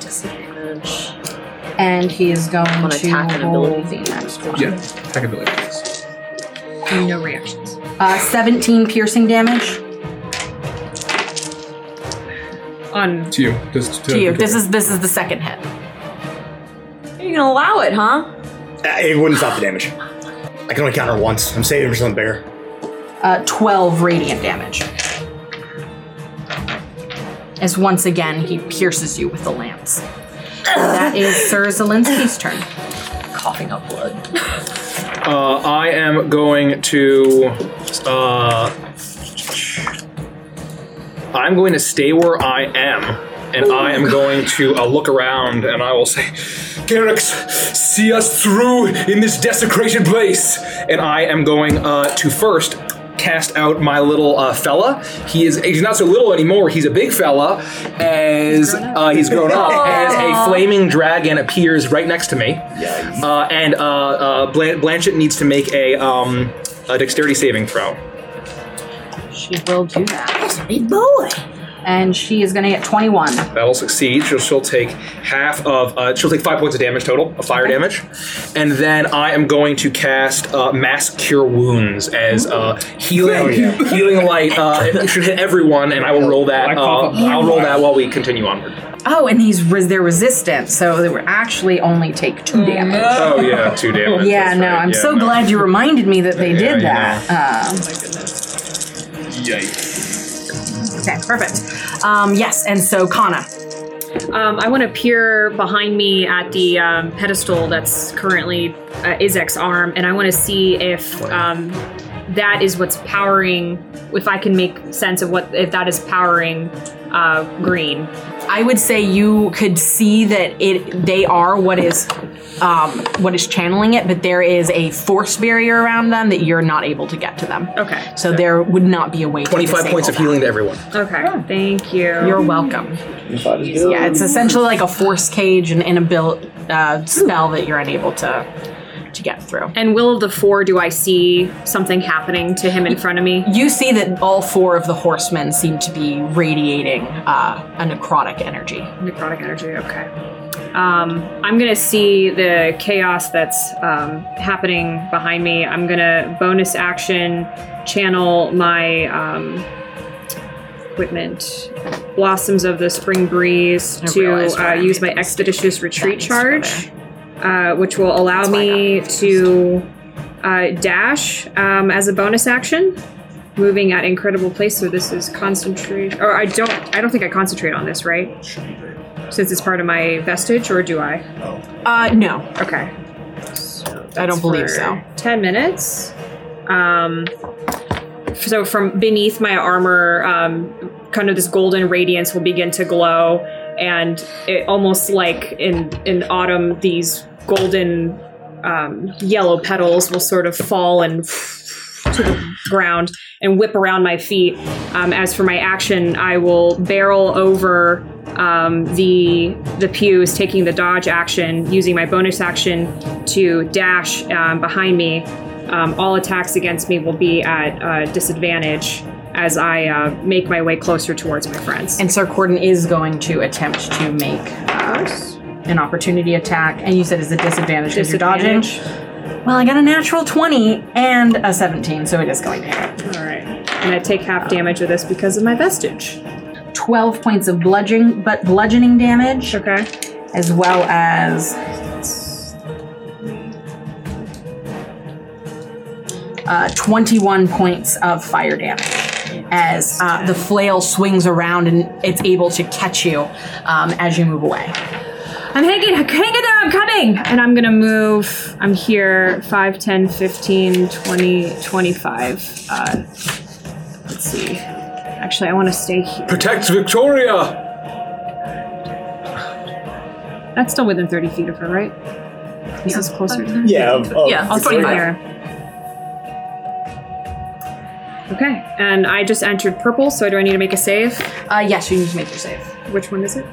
Disadvantage. And he is going One to attack and roll ability. the next one. Yeah. Attack ability. No reactions. Uh, Seventeen piercing damage On To you. Just to, to you. This is this is the second hit. You're gonna allow it, huh? Uh, It wouldn't stop the damage. I can only counter once. I'm saving for something bigger. uh, 12 radiant damage. As once again, he pierces you with the lance. that is Sir Zelensky's turn. Coughing up blood. Uh, I am going to. Uh, I'm going to stay where I am, and I am going to uh, look around, and I will say, "Garrix, see us through in this desecrated place." And I am going uh, to first cast out my little uh, fella. He is—he's not so little anymore. He's a big fella, as uh, he's grown up. as a flaming dragon appears right next to me. Uh, and uh, uh, Blan- Blanchett needs to make a, um, a dexterity saving throw. She will do that. Big boy. And she is going to get 21. That'll succeed. She'll, she'll take half of. Uh, she'll take five points of damage total, of fire damage, and then I am going to cast uh, mass cure wounds as uh, healing healing light. Uh, it should hit everyone, and I will roll that. Uh, I'll roll that while we continue onward. Oh, and he's res- they're resistant, so they were actually only take two damage. Oh yeah, two damage. Yeah, That's no, right. I'm Yeah, so no. glad you reminded me that they did you that. Um, Yikes. okay, perfect. Um, yes, and so Kana. Um, I want to peer behind me at the um, pedestal that's currently uh, Izek's arm, and I want to see if um, that is what's powering. If I can make sense of what if that is powering uh, green. I would say you could see that it they are what is um, what is channeling it, but there is a force barrier around them that you're not able to get to them. Okay. So there would not be a way. Twenty-five to points of disable healing to everyone. Okay. Thank you. that. You're welcome. Yeah, it's essentially like a force cage and inability uh, spell that you're unable to to get through. and will of the four, do I see something happening to him in front of me? You see that all four of the horsemen seem to be radiating uh, a necrotic energy. Necrotic energy. Okay. Um, I'm gonna see the chaos that's um, happening behind me. I'm gonna bonus action channel my um, equipment, Blossoms of the Spring Breeze, I to realized why uh, I use my made Expeditious Retreat needs to go charge, uh, which will allow me to uh, dash um, as a bonus action. Moving at incredible pace, so this is concentration. Or I don't, I don't think I concentrate on this, right? Since it's part of my vestige, or do I? Uh, no. Okay. I don't believe for so. 10 minutes. Um, so, from beneath my armor, um, kind of this golden radiance will begin to glow. And it almost like in, in autumn, these golden um, yellow petals will sort of fall and to the ground and whip around my feet. Um, as for my action, I will barrel over um, the the pews, taking the dodge action, using my bonus action to dash um, behind me. Um, all attacks against me will be at uh, disadvantage as I uh, make my way closer towards my friends. And Sir Corden is going to attempt to make uh, an opportunity attack. And you said it's a disadvantage because you're dodging. Well, I got a natural 20 and a 17, so it is going to hit. All right, and I take half damage of this because of my vestige. 12 points of bludgeoning, but bludgeoning damage. Okay. As well as. Uh, 21 points of fire damage as uh, the flail swings around and it's able to catch you um, as you move away. I'm hanging, hanging there, I'm coming! And I'm gonna move, I'm here 5, 10, 15, 20, 25. Uh, let's see. Actually, I wanna stay here. Protect Victoria! That's still within 30 feet of her, right? This is closer to Yeah, of- of yeah, I'll stay Victoria. here. Okay, and I just entered purple, so do I need to make a save? Uh, yes, you need to make your save. Which one is it?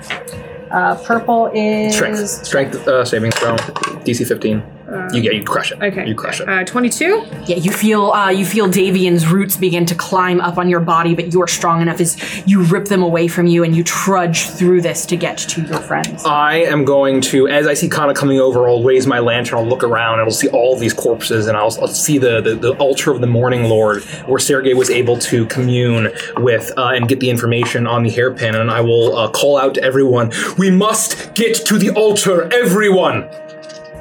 Uh, purple is Strength, strength uh, saving throw, DC 15. Uh, you get, you crush it. Okay. you crush it. Uh, 22? Yeah, you feel uh, you feel Davian's roots begin to climb up on your body, but you are strong enough as you rip them away from you and you trudge through this to get to your friends. I am going to, as I see Kana coming over, I'll raise my lantern, I'll look around, and I'll see all these corpses, and I'll, I'll see the, the, the altar of the Morning Lord, where Sergei was able to commune with uh, and get the information on the hairpin, and I will uh, call out to everyone, We must get to the altar, everyone!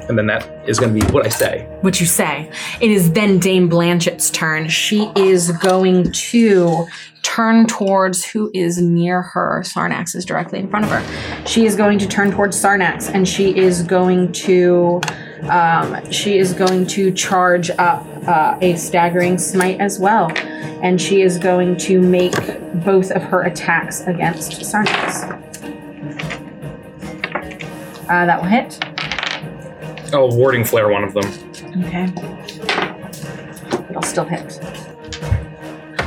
And then that is going to be what I say. What you say? It is then Dame Blanchett's turn. She is going to turn towards who is near her. Sarnax is directly in front of her. She is going to turn towards Sarnax, and she is going to um, she is going to charge up uh, a staggering smite as well, and she is going to make both of her attacks against Sarnax. Uh, that will hit. Oh, Warding Flare, one of them. Okay. It'll still hit.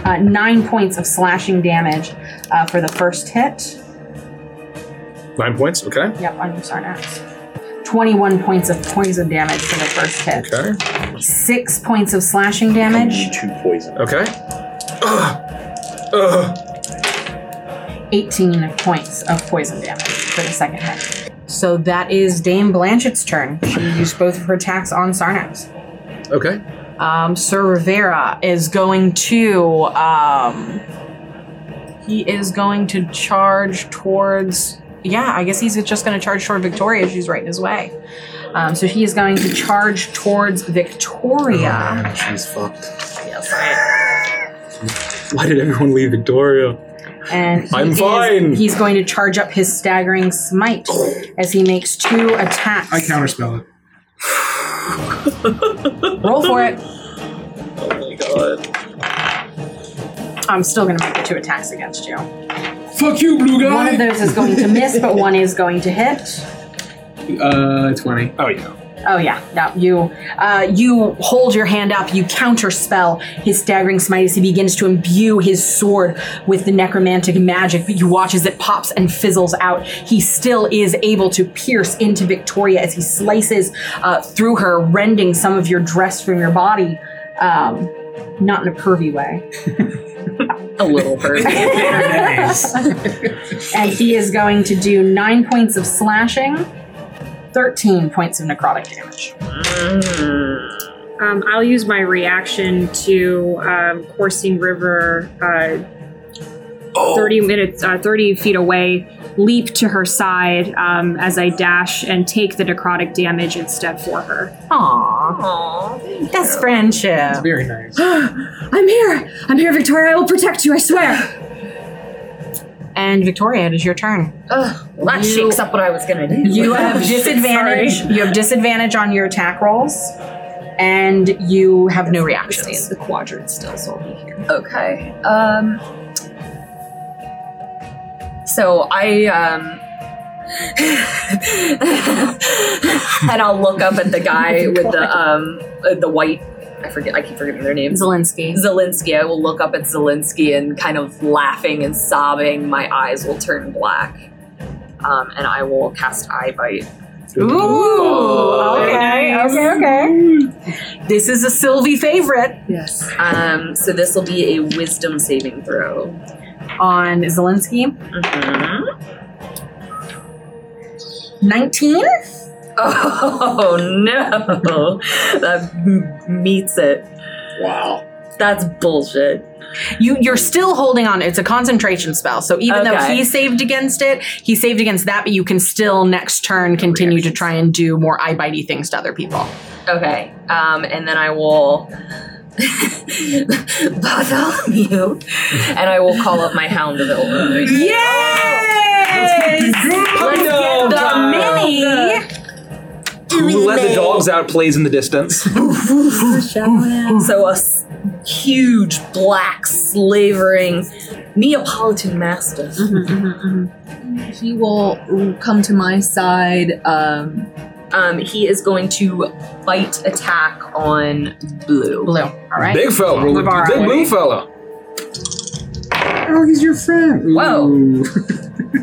Uh, nine points of slashing damage uh, for the first hit. Nine points, okay. Yep, on your Sarnax. 21 points of poison damage for the first hit. Okay. Six points of slashing damage, Two poison. Okay. 18 points of poison damage for the second hit. So that is Dame Blanchett's turn. She used both of her attacks on Sarnax. Okay. Um, Sir Rivera is going to. Um, he is going to charge towards. Yeah, I guess he's just going to charge toward Victoria. She's right in his way. Um, so he is going to charge towards Oh, Victoria. Man, she's fucked. Yes, right. Why did everyone leave Victoria? And he I'm is- fine. He's going to charge up his staggering smite as he makes two attacks. I counterspell it. Roll for it. Oh my god. I'm still going to make the two attacks against you. Fuck you, blue guy! One of those is going to miss, but one is going to hit. Uh, 20. Oh yeah. Oh yeah, no, you uh, you hold your hand up, you counterspell his staggering smite as he begins to imbue his sword with the necromantic magic. But you watch as it pops and fizzles out. He still is able to pierce into Victoria as he slices uh, through her, rending some of your dress from your body. Um, not in a pervy way. A little hurt. And he is going to do nine points of slashing, 13 points of necrotic damage. Um, I'll use my reaction to um, Coursing River uh, Oh. thirty minutes, uh, thirty feet away, leap to her side um, as I dash and take the necrotic damage instead for her. Aww. That's friendship. Very nice. I'm here. I'm here, Victoria. I will protect you. I swear. And Victoria, it is your turn. Ugh, well, that shakes up what I was gonna do. You have disadvantage. You have disadvantage on your attack rolls, and you have no reactions. the quadrant still, so I'll be here. Okay. Um. So I um. and I'll look up at the guy with the um uh, the white. I forget. I keep forgetting their names. Zelensky. Zelensky. I will look up at Zelensky and kind of laughing and sobbing. My eyes will turn black, um, and I will cast eye bite. Oh, Ooh. Okay. Okay. Okay. This is a Sylvie favorite Yes. Um, so this will be a wisdom saving throw. on Zelensky. Mhm. Nineteen. Oh no, that m- meets it. Wow. That's bullshit. You you're still holding on. It's a concentration spell. So even though Okay. he saved against it, he saved against that, but you can still next turn continue to try and do more eye bitey things to other people. Okay, um, and then I will Bartholomew, and I will call up my hound of Ilver. Yes! Let's go, The dog. mini Who let the dogs out plays in the distance. So a s- huge black slavering Neapolitan mastiff. Mm-hmm, He will come to my side. Um, um, he is going to bite attack on blue. blue. All right. Big fella. Navarro. Big blue fella. Oh, he's your friend. Ooh. Whoa.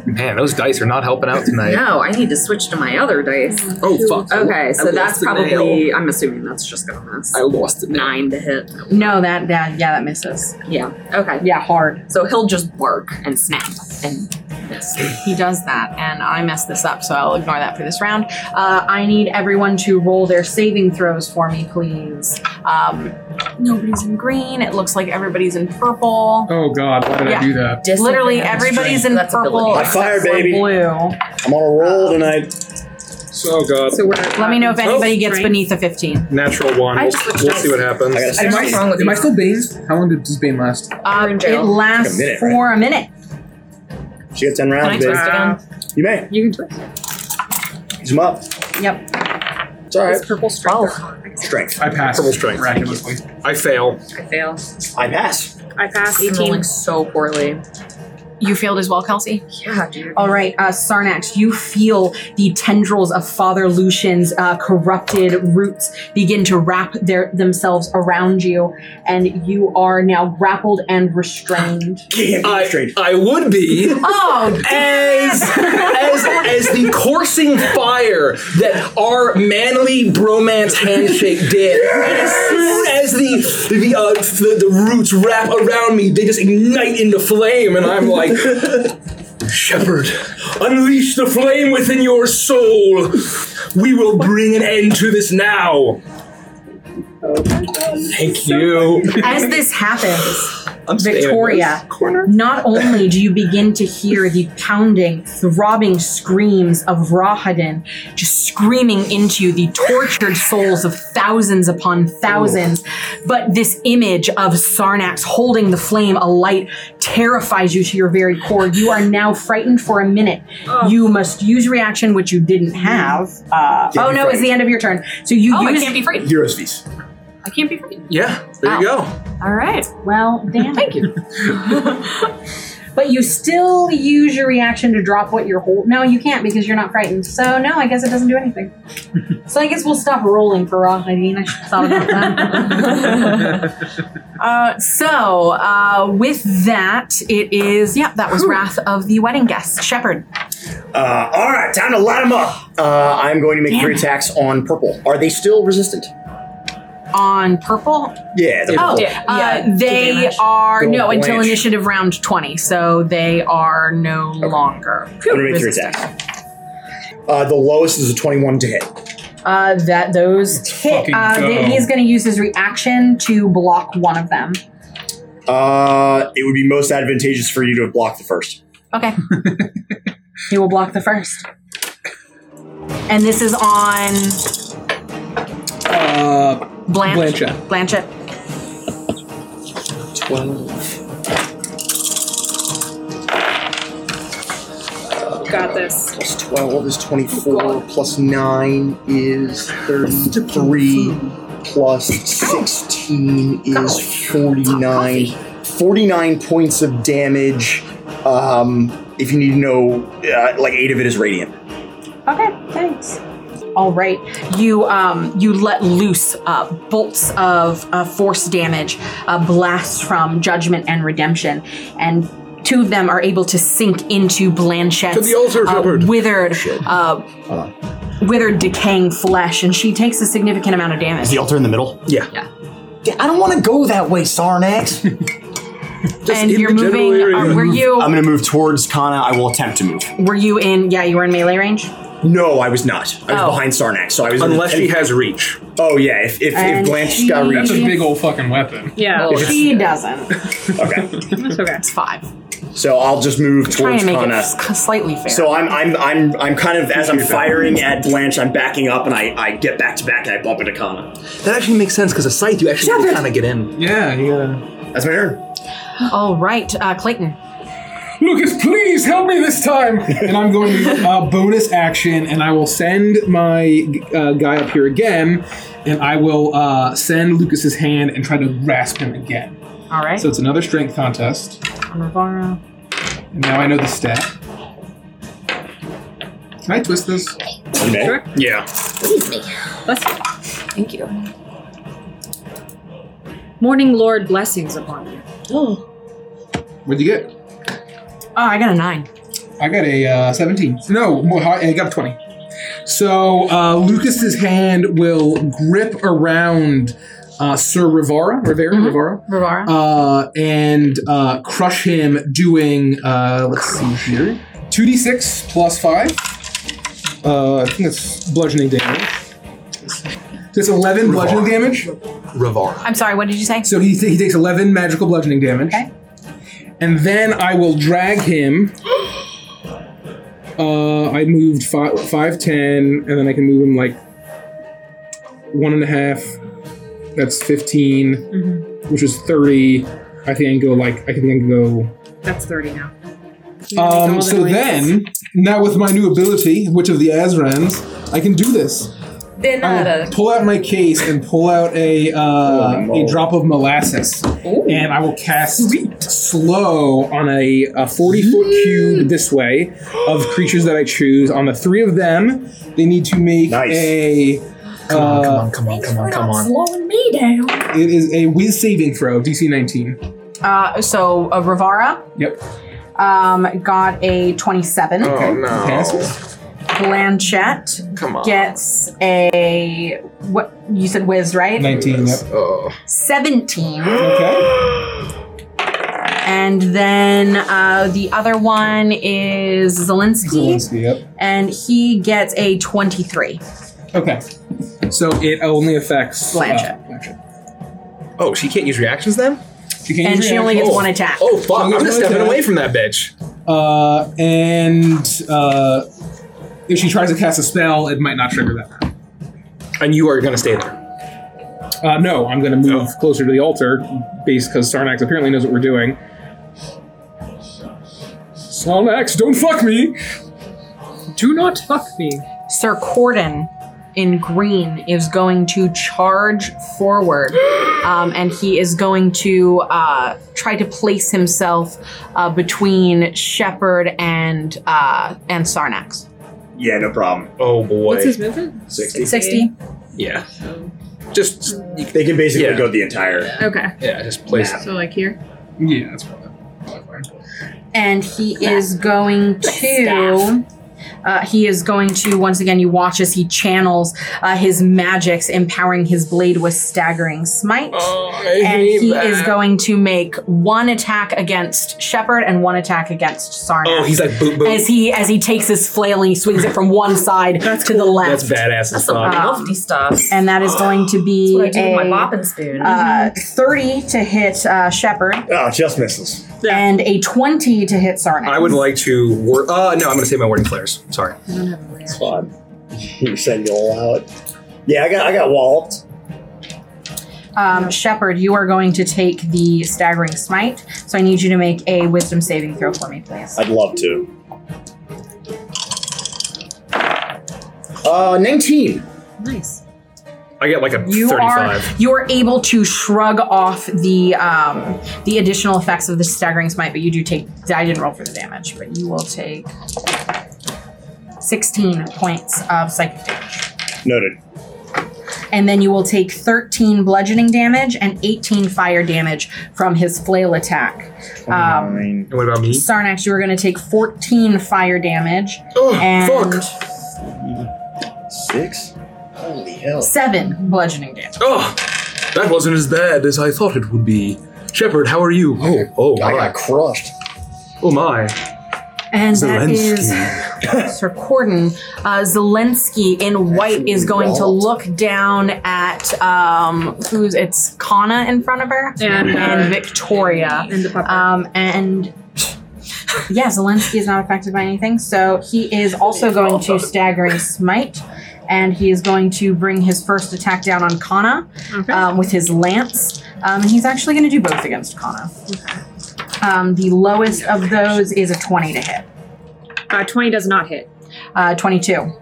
Man, those dice are not helping out tonight. No, I need to switch to my other dice. Oh, fuck. Okay, so I that's lost the nail. probably. I'm assuming that's just gonna miss. I lost it. Nine to hit. No, that that yeah, that misses. Yeah. Okay. Yeah, hard. So he'll just bark and snap and miss. He does that, and I messed this up, so I'll ignore that for this round. Uh, I need everyone to roll their saving throws for me, please. Um, nobody's in green. It looks like everybody's in purple. Oh god, why did Yeah. I do that? Literally everybody's in That's purple ability. My except fire, for baby. blue. I'm on a roll tonight. Oh, God. Oh. So we're, Let me know if anybody gets strength. beneath a 15. Natural one. I We'll, just switched we'll dice. see what happens. I got a Am I, 16. wrong with am you? I still Bane? How long did does Bane last? Uh, in it jail. lasts Like a minute, for a minute. She got 10 rounds, Can I baby. You may. You can twist. Use them up. Yep. It's all right. Purple strength. Strength. I passed. Purple strength. Miraculously. I fail. I fail. I pass. I pass I'm eighteen. rolling so poorly. You failed as well, Kelsey? Yeah, dude. All right, uh, Sarnax, you feel the tendrils of Father Lucian's uh, corrupted roots begin to wrap their, themselves around you, and you are now grappled and restrained. Can't be I, straight. I would be. oh, as as as the coursing fire that our manly bromance handshake did. And as soon as the the, uh, the the roots wrap around me, they just ignite into flame, and I'm like. Shepherd, unleash the flame within your soul. We will bring an end to this now. Thank you. as this happens, I'm staying in this Victoria, corner. not only do you begin to hear the pounding, throbbing screams of Rahadin just screaming into the tortured souls of thousands upon thousands, Oh. but this image of Sarnax holding the flame alight terrifies you to your very core. You are now frightened for a minute. Oh. You must use reaction, which you didn't have. Uh, Can't oh be no, it's frightened. the end of your turn. So you Oh, I use. can't be frightened. Hero's feast. I can't be frightened. Yeah, there you go. All right. Well, damn. Thank you. but you still use your reaction to drop what you're holding. No, you can't because you're not frightened. So no, I guess it doesn't do anything. so I guess we'll stop rolling for raw. I mean, I should have thought about that. uh, so uh, with that, it is. Yep, that was Wrath of the Wedding Guest. Shepherd. Uh, all right, time to light them up. Uh, I'm going to make three attacks on purple. Are they still resistant? On purple, Yeah. they're oh, purple. yeah, uh, they damage. are Go no blanch. until initiative round twenty, so they are no longer. I'm going to make three resistant. attacks. Uh, the lowest is a 21 to hit. Uh, that those hit. fucking Uh, th- go. he's going to use his reaction to block one of them. Uh, it would be most advantageous for you to block the first. Okay. you will block the first. And this is on Uh, Blanche. Blanchett. Blanchett. 12. Got this. Plus 12 is 24, plus 9 is 33, plus 16 is 49. 49 points of damage. Um, if you need to know, uh, like 8 of it is radiant. Okay, thanks. All right, you um, you let loose uh, bolts of uh, force damage, uh, blasts from Judgment and Redemption, and two of them are able to sink into Blanchette's To the altar, uh, Shepard. withered, Shit. uh, Hold on. withered, decaying flesh, and she takes a significant amount of damage. Is the altar in the middle? Yeah. Yeah, I don't want to go that way, Sarnax. and in you're the general moving. area. Uh, were you I'm going to move towards Kana. I will attempt to move. were you in? Yeah, you were in melee range. No, I was not. I was Oh. behind Sarnax, so I was. Unless she has reach. Oh yeah, if if, if And Blanche got she- reached. That's a big old fucking weapon. Yeah. She doesn't. Okay, That's okay. It's five. so I'll just move Trying towards to make it Kana. s- slightly fair. So I'm I'm I'm I'm kind of as I'm firing at Blanche, I'm backing up and I I get back to back and I bump into Kana. That actually makes sense because a scythe you actually kind of get in. Yeah, you gotta. That's my turn. All right, uh, Clayton. Lucas, please help me this time! and I'm going to uh, bonus action, and I will send my uh, guy up here again, and I will uh, send Lucas's hand and try to grasp him again. All right. So it's another strength contest. Navarro. And now I know the stat. Can I twist this? Okay. Yeah. Thank you. Morning Lord blessings upon you. What'd you get? Oh, I got a nine. I got a uh, 17. No, more high- I got a 20. So uh, Lucas's hand will grip around uh, Sir Rivara, Rivera, Rivara, Mm-hmm. Rivara. uh, and uh, crush him, doing, uh, let's see here, 2d6 plus 5. Uh, I think that's bludgeoning damage. That's 11 bludgeoning damage. Ravar. I'm sorry, what did you say? So he, he takes 11 magical bludgeoning damage. Okay. And then I will drag him. Uh, I moved fi- 5, 10, and then I can move him like one and a half. That's 15, which is 30. I think I can go like, I think I can go That's 30 now. um, so then, now with my new ability, which of the Azrans, I can do this. I Oh. will pull out my case and pull out a uh, a drop of molasses, and I will cast slow on a, a forty foot cube this way of creatures that I choose. On the three of them, they need to make Nice. a. Come on, come uh, on, come on, come on, come on. Slowing me down. It is a whiz saving throw, DC 19. Uh, so uh, Rivara Yep. um, got a 27. Oh no. Passes. Blanchette Come on. gets a what you said whiz right 19, yep. 17 Okay. and then uh, the other one is Zelensky, Zelensky, yep. and he gets a 23 Okay. So it only affects Blanchett. Uh, Blanchett. Oh, she can't use reactions then? She can't and use she her only gets action. one attack Oh fuck, I'm Well, just it's stepping okay. away from that bitch. Uh, and uh, if she tries to cast a spell, it might not trigger that. And you are gonna stay there. Uh, no, I'm going to move closer to the altar, based because Sarnax apparently knows what we're doing. Sarnax, don't fuck me. Do not fuck me. Sir Corden in green is going to charge forward, um, and he is going to uh, try to place himself uh, between Shepard and uh, and Sarnax. Yeah, no problem. Oh boy. What's his movement? 60. Sixty. yeah. Just, just- They can basically Yeah. go the entire. Okay. yeah, just place So like here. Yeah, that's probably. and he is going to Uh, he is going to, once again, you watch as he channels uh, his magics, empowering his blade with staggering smite. Oh, and he is going to make one attack against Shepard and one attack against Sarna. Oh, he's like boop boop. as he as he takes his flail and he swings it from one side to the That's left. badass as That's some fuck. lofty stuff. and that is going to be What I do with my a, mop and spoon. uh, 30 to hit uh, Shepard Oh, just misses. and a 20 to hit Sarna. I would like to. Wor- uh, no, I'm going to save my wording flares. Sorry. It's fine. You said you'll allow it. Yeah, I got I got walloped. Um, Shepard, you are going to take the staggering smite, so I need you to make a wisdom saving throw for me, please. I'd love to. Uh, nineteen. Nice. I get like a You 35. are you are able to shrug off the um, the additional effects of the staggering smite, but you do take. I didn't roll for the damage, but you will take sixteen points of psychic damage, Noted. and then you will take thirteen bludgeoning damage and eighteen fire damage from his flail attack. Um, And what Hmm? about me? Sarnax, you are going to take 14 fire damage and Six. Holy hell! seven bludgeoning damage. Oh, that wasn't as bad as I thought it would be. Shepard, how are you? Oh, oh, I my. got crushed. Oh, my. And Zelensky. that is Sir Corden. Uh, Zelensky in white is going to look down at um, who's it's Kana in front of her And, uh, and Victoria. And the puppet. Um, and yeah, Zelensky is not affected by anything, so he is also going to staggering smite, and he is going to bring his first attack down on Kana Okay. um, with his lance. Um, and he's actually going to do both against Kana. Um, the lowest of those is a twenty to hit, uh, 20 does not hit, uh, twenty-two.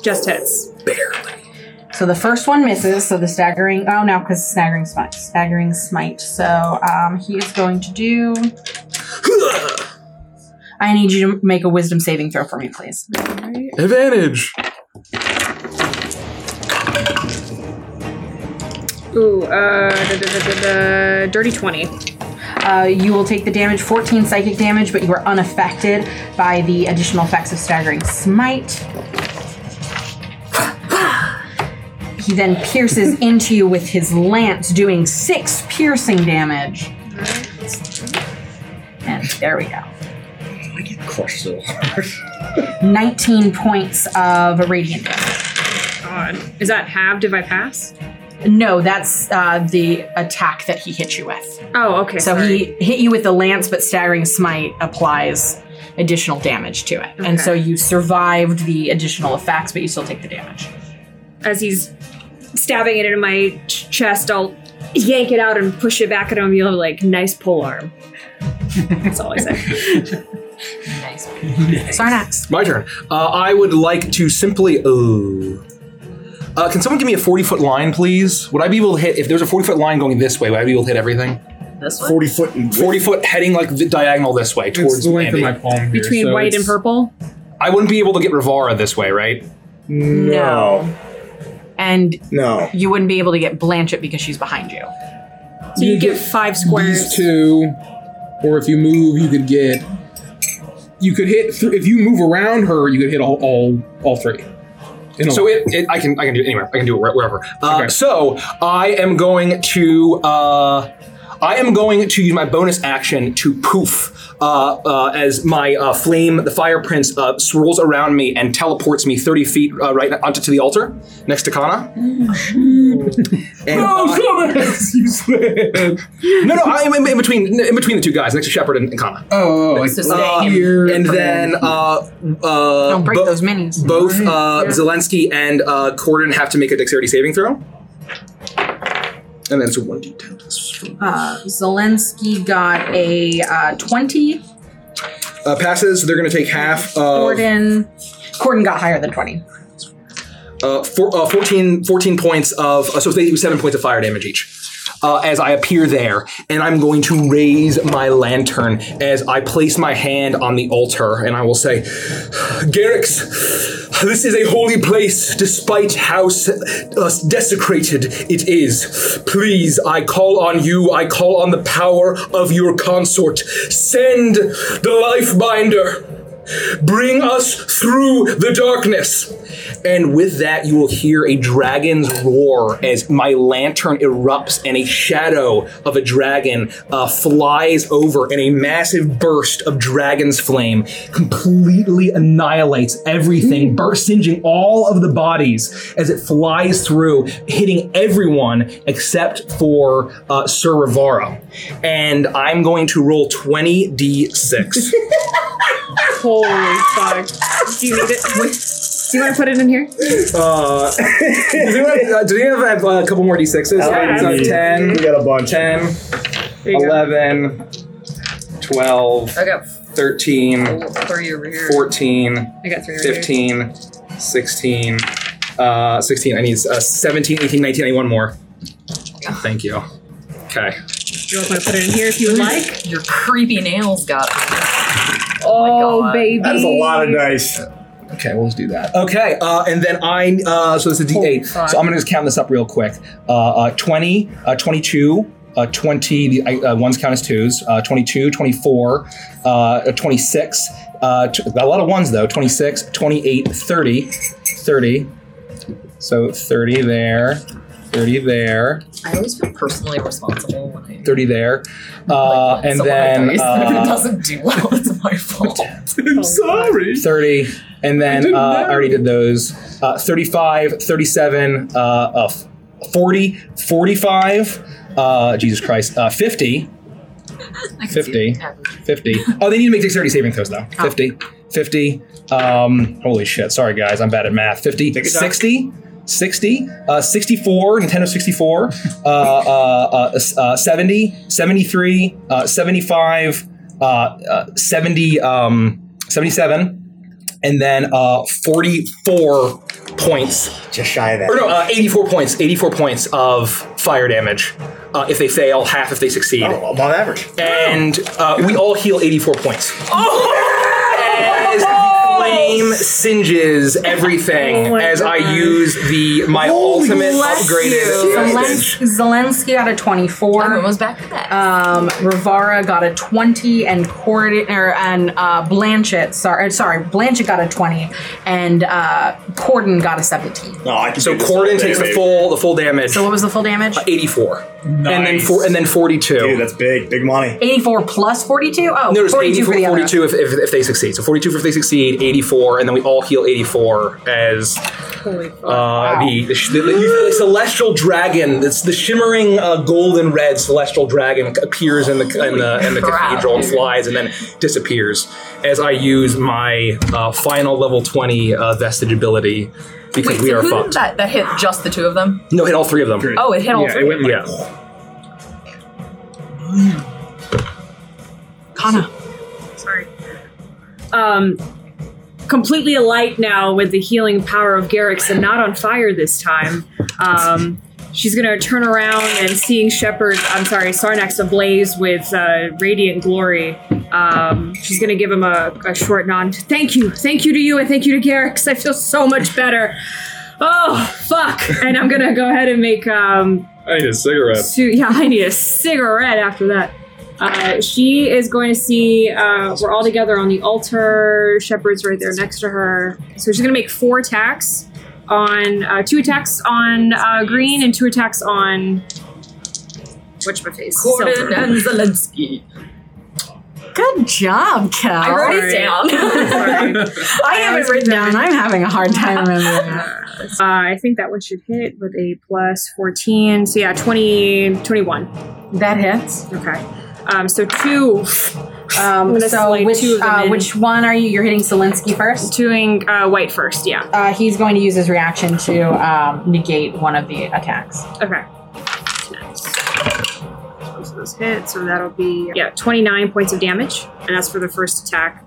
just hits. So the first one misses. So the staggering. Oh no, because staggering smite. Staggering smite. So um, he is going to do. I need you to make a wisdom saving throw for me, please. Advantage. Ooh, uh, da, da, da, da, da, dirty 20. Uh, you will take the damage, 14 psychic damage, but you are unaffected by the additional effects of staggering smite. He then pierces into you with his lance, doing six piercing damage. And there we go. I get crushed so hard. 19 points of radiant damage. God. Is that halved if I pass? No, that's uh, the attack that he hit you with. Oh, okay. So he hit you with the lance, but staggering smite applies additional damage to it. And Okay. so you survived the additional effects, but you still take the damage. as he's stabbing it into my ch- chest, I'll yank it out and push it back at him. You'll have like nice pole arm. That's all I say. Sarnax. My turn. Uh, I would like to simply. Oh. Uh, can someone give me a 40 foot line, please? Would I be able to hit. If there's a 40 foot line going this way, would I be able to hit everything? this one? Forty foot and 40 foot heading like the diagonal this way It's towards the length Andy. of my palm here, Between so white and it's- purple. I wouldn't be able to get Rivara this way, right? No. And No. you wouldn't be able to get Blanchett because she's behind you. So you, get five These squares. two, or if you move, you could get. You could hit th- if you move around her. You could hit all all, all three. In a So line. it, it, I can I can do it anywhere. I can do it where- wherever. Uh, Okay. So I am going to uh, I am going to use my bonus action to poof uh, uh, as my uh, flame, the fire prince, uh, swirls around me and teleports me thirty feet uh, right onto to the altar next to Kana. And I- no, no, I am in, in between in between the two guys next to Shepard and, and Kana. oh, like It's just Uh, saying. and then uh, uh, Don't break bo- those minis. both uh, Zelensky and uh, Corden have to make a dexterity saving throw. And then it's a 1d10. This is from- Uh, Zelensky got a uh, 20. Uh, passes, they're going to take half of Corden. Corden got higher than 20. uh, four, uh, 14, 14 points of, uh, so they do 7 points of fire damage each. Uh, as I appear there, and I'm going to raise my lantern as I place my hand on the altar, and I will say, Garrix, this is a holy place, despite how se- uh, desecrated it is. Please, I call on you, I call on the power of your consort. Send the life binder. Bring us through the darkness. And with that, you will hear a dragon's roar as my lantern erupts and a shadow of a dragon uh, flies over, and a massive burst of dragon's flame completely annihilates everything, burst singeing all of the bodies as it flies through, hitting everyone except for uh, Sir Rivara. And I'm going to roll 20d6. Holy fuck. Do you need it? Do you want to put it in here? Uh, does anyone, uh, do anyone have uh, a couple more d6s? Yeah. It's, uh, 10, We got a bunch. 10, There you go. 11, 12, I got 13, three over here. 14, I got three over 15, 16, uh, 16. I need uh, 17, 18, 19. I need one more. Thank you. Okay. You want to put it in here if you would like? Your creepy nails got Oh, God. baby. That is a lot of dice. Okay, we'll just do that. Okay, uh, and then I, uh, so it's a Holy D8. fuck. So I'm gonna just count this up real quick. Uh, uh, 20, uh, 22, uh, 20, the I, uh, ones count as twos, uh, 22, 24, uh, uh, 26, uh, t- a lot of ones though, 26, 28, 30, 30. So 30 there, 30 there, I always feel personally responsible when I 30 there. Uh, and someone I then dice and if it uh, doesn't do well, it's my fault. I'm sorry. 30 and then didn't uh, I know. already did those uh, 35 37 uh, uh, f- 40 45 uh, Jesus Christ uh, 50 I can see Oh. 50. the average. 50 oh they need to make dexterity saving throws though 50 50 um, holy shit sorry guys I'm bad at math 50 your time. 60 60 uh, 64 Nintendo 64 uh, uh, uh, s- uh, 70 73 uh, 75 uh, uh, 70 um, 77 and then uh, 44 points Just shy of that. or no uh, 84 points 84 points of fire damage uh, if they fail half if they succeed Oh, above average. and uh, we all heal 84 points Oh! as the flame singes Oh everything as i use the my ultimate upgraded Zelens- Zelensky got a I'm 24. almost back to that. Um, Rivara got a 20, and Corden er, and uh, Blanchett, sorry, sorry, Blanchett got a 20, and uh, Corden got a 17. No, I can so do this Corden all day, takes the baby. full the full damage So what was the full damage? 84 and then four and then 42 Dude, that's big, big money. 84 plus 42? Oh, No, it's 42 84, for the other. 42 if, if, if they succeed. So 42 if they succeed, 84, and then we all heal 84 as uh, the, the, sh- the, the, the celestial dragon, that's the shimmering uh, gold and red celestial dragon appears in the in the, in the crap, cathedral and dude. flies and then disappears as I use my uh, final level 20 uh, vestige ability because Wait, we so are who fucked. did that, that hit just the two of them? No, hit all three of them. Oh, it hit all Yeah, three. it went like Yeah. Kana. Sorry. Um, completely alight now with the healing power of Garrix and not on fire this time. Um, she's going to turn around and seeing Shepard, I'm sorry, Sarnax ablaze with uh, radiant glory. Um, she's going to give him a, a short nod. Thank you. Thank you to you and thank you to Garrix. I feel so much better. Oh, fuck. And I'm going to go ahead and make um, I need a cigarette. Su- yeah, I need a cigarette after that. Uh, she is going to see. Uh, we're all together on the altar. Shepherd's right there next to her. So she's going to make four attacks on uh, two attacks on uh, green and two attacks on which my face. Gordon and Zelensky. Good job, Cal. I wrote it down. I have it written down. I'm having a hard time remembering it. Uh, I think that one should hit with a plus 14. So yeah, 20, 21. That hits. Okay. Um, so two Um, gonna so slide which two of them uh, in. which one are you? You're hitting Zelensky first. doing uh, white first. Yeah. Uh, he's going to use his reaction to um, negate one of the attacks. Okay. Nice. Those are those hits, so that'll be yeah, 29 points of damage, and that's for the first attack.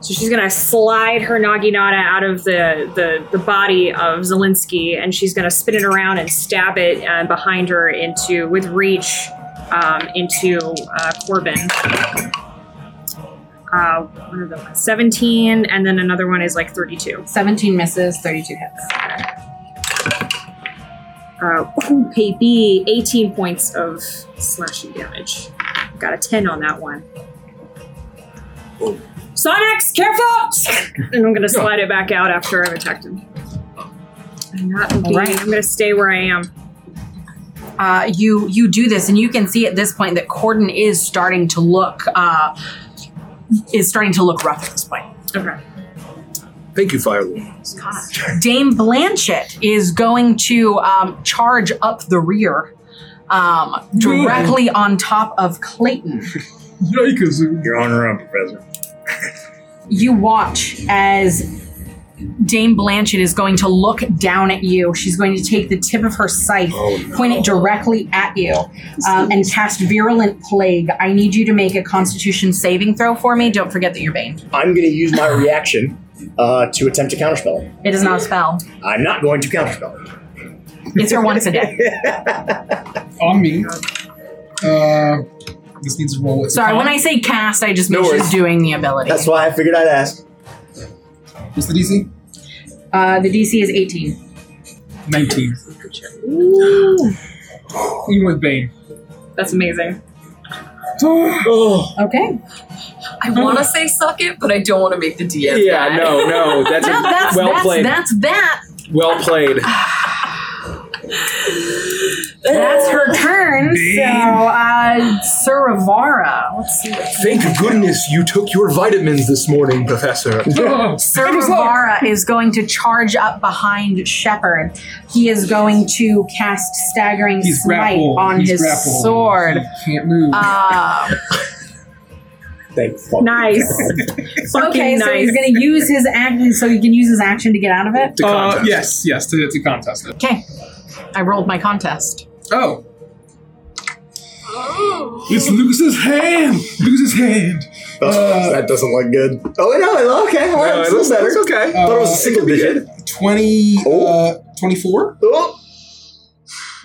So she's gonna slide her naginata out of the the, the body of Zelinsky, and she's gonna spin it around and stab it uh, behind her into with reach um, into uh, Corbin. Uh, one of them, 17, and then another one is like 32. 17 misses, 32 hits. Uh, ooh, baby, 18 points of slashing damage. Got a 10 on that one. Sonic's careful! And I'm gonna slide it back out after I've attacked him. And that will be, Alright. I'm gonna stay where I am. uh, you you do this, and you can see at this point that Corden is starting to look uh, is starting to look rough at this point. Okay. Thank you, Fire Lord. Dame Blanchett is going to um, charge up the rear, um, directly on top of Clayton. Yikes. You're on your own, Professor. you watch as Dame Blanchett is going to look down at you. She's going to take the tip of her scythe, point it directly at you, um, and cast Virulent Plague. I need you to make a Constitution saving throw for me. Don't forget that you're Bane. I'm going to use my reaction uh, to attempt to counterspell. It is not a spell. I'm not going to counterspell. It's her once a day. On me. Uh, this needs to roll with. Sorry, when I say cast, I just mean No she's worries. doing the ability. That's why I figured I'd ask. What's the DC? Uh, the DC is 18. 19. Even with Bane. That's amazing. Okay. I want to say suck it, but I don't want to make the DM. Yeah, mad. no, no, that's, a- Well, that's, well that's, played. that's that. well played. That's her turn. So, uh, Suravara. Let's see. Thank goodness you took your vitamins this morning, Professor. Servavara is going to charge up behind Shepard. He is going to cast Staggering He's Smite grappled. on He's his grappled. sword. He can't move. Uh, Thank fuck. Nice. Fucking okay, so nice. he's going to use his action, so he can use his action to get out of it. The uh, contest. yes, yes, to, to contest it. Okay, I rolled my contest. Oh. It's Lucas's hand! Lucas's hand! Uh, That's- that doesn't look good. Oh, no, okay. All right, No, it's it a little looks- better. it's okay. thought Uh, it was a single digit. 20, uh, Oh. 24? Oh,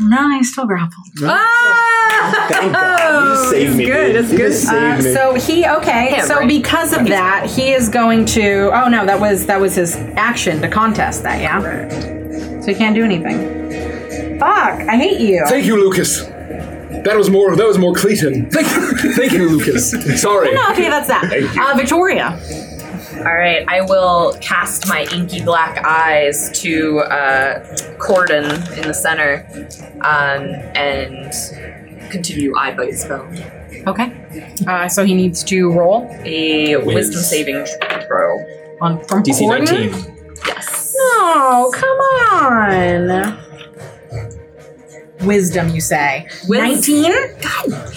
No, I still grappled. Ah! thank God. You saved me. good, dude. that's You good. saved Uh, me. so he okay. so because of that, he is going to. Oh no, that was that was his action to contest that. Yeah. So he can't do anything. Fuck! I hate you. Thank you, Lucas. That was more. That was more Clayton. Thank you, thank you, Lucas. Sorry. Okay, that's that. Uh, Victoria. All right, I will cast my inky black eyes to uh, Corden in the center, um, and continue eye bite spell. Okay. Uh, so he needs to roll A wisdom saving throw. on from DC Corden? 19. Yes. No, come on. Wisdom, you say? Nineteen. God.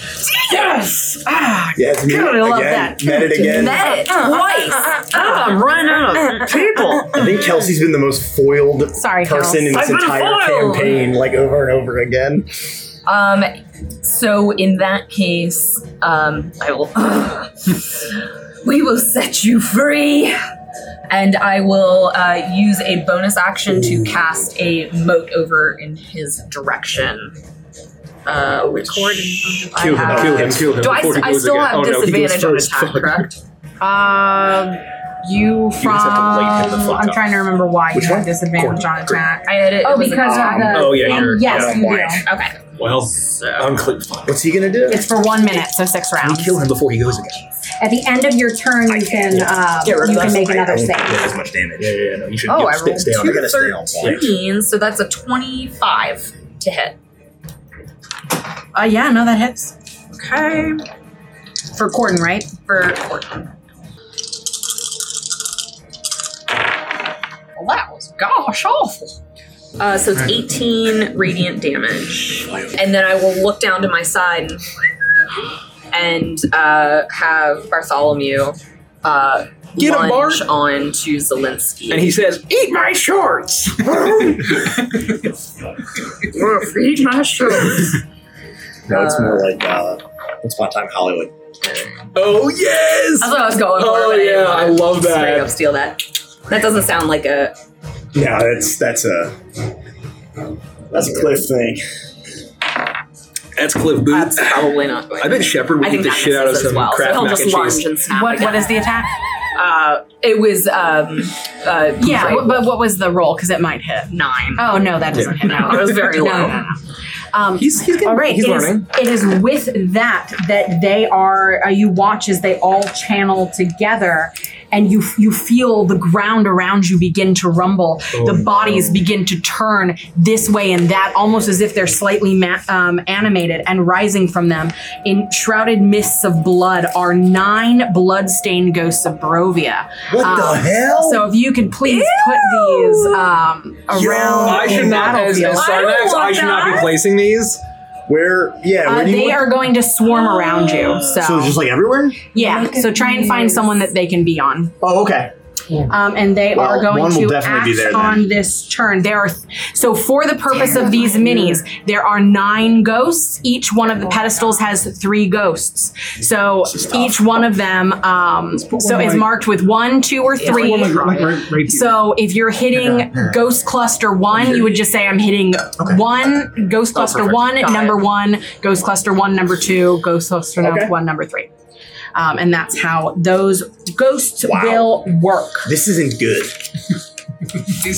Yes. Ah, Yeah, it's me. God, I love again. that. Met it again. Met it twice. I'm running out Ah. of people. I think Kelsey's been the most foiled Sorry, person in this I've been entire foiled. campaign, like over and over again. Um, so in that case, um, I will. we will set you free, and I will uh, use a bonus action to cast a moat over in his direction. Uh, which I Kill him, have- kill him, kill him. Do I, before he I goes still again. have oh, no, he goes disadvantage on first. attack, Fuck. correct? Um, you from? have to light him the fuck I'm up. trying to remember why you Which had one? disadvantage on attack. I had it. it Um, was a, of oh, yeah, you're- yes, yeah. you do. Okay. Well, I'm Clayton. What's he gonna do? It's for one minute, so six rounds. Kill him before he goes again. At the end of your turn, you can um, Get rid of you can that. make another save. Not as much damage. Yeah, yeah, yeah. No, you should Oh, you I stay, rolled stay on I it. gotta stay on point. 13, so that's a 25 to hit. Uh, yeah, no, that hits Okay. for Corden, right? For Corden. Well, that was gosh awful. Uh, so it's 18 radiant damage. And then I will look down to my side and, and uh, have Bartholomew uh, Get him, lunge on to Zelinsky. And he says, "Eat my shorts." Oh, Read my shows. No, it's more like uh, what's my time Hollywood? oh yes. That's what I was going for. Oh, but didn't yeah, wanna I love that. Straight up steal that. That doesn't sound like a. Yeah, that's that's a That's a cliff thing. That's Cliff That's Booth. probably not. Going I bet Shepard would I eat think the that shit out of misses as some well. Kraft so he'll mac and just lunge cheese. and snap. What again. what is the attack? Uh, it was. Um, uh, Yeah, right. but what was the roll? Because it might hit nine. Oh no, that doesn't hit. No, it was very No, no, low. no. Um, He's- he's getting- all right. he's it is- learning. it is with that that they are. Uh, you watch as they all channel together, and you you feel the ground around you begin to rumble. Oh, the bodies begin to turn this way and that, almost as if they're slightly ma- um, animated. And rising from them, in shrouded mists of blood, are nine blood-stained ghosts of Barovia. What the Um, hell? So if you could please put these um, around. Yo. I should the not, as, battlefield. as Sarnax, I should not be placing these. Where? Yeah. Uh, where do you they want- are going to swarm around you. So, So it's just like everywhere. yeah. So try and find someone that they can be on. Oh, okay. Um, and they Well, are going one will to act definitely be there then. on this turn. There are so for the purpose of these minis, there are nine ghosts. Each one of the pedestals has three ghosts. So each one of them, um, so is marked with one, two, or three. So if you're hitting Ghost Cluster one, you would just say I'm hitting one Ghost Cluster perfect. one, number one, Ghost Cluster one, number two, Ghost Cluster number one, number three. Um, and that's how those ghosts Wow. will work. This isn't good.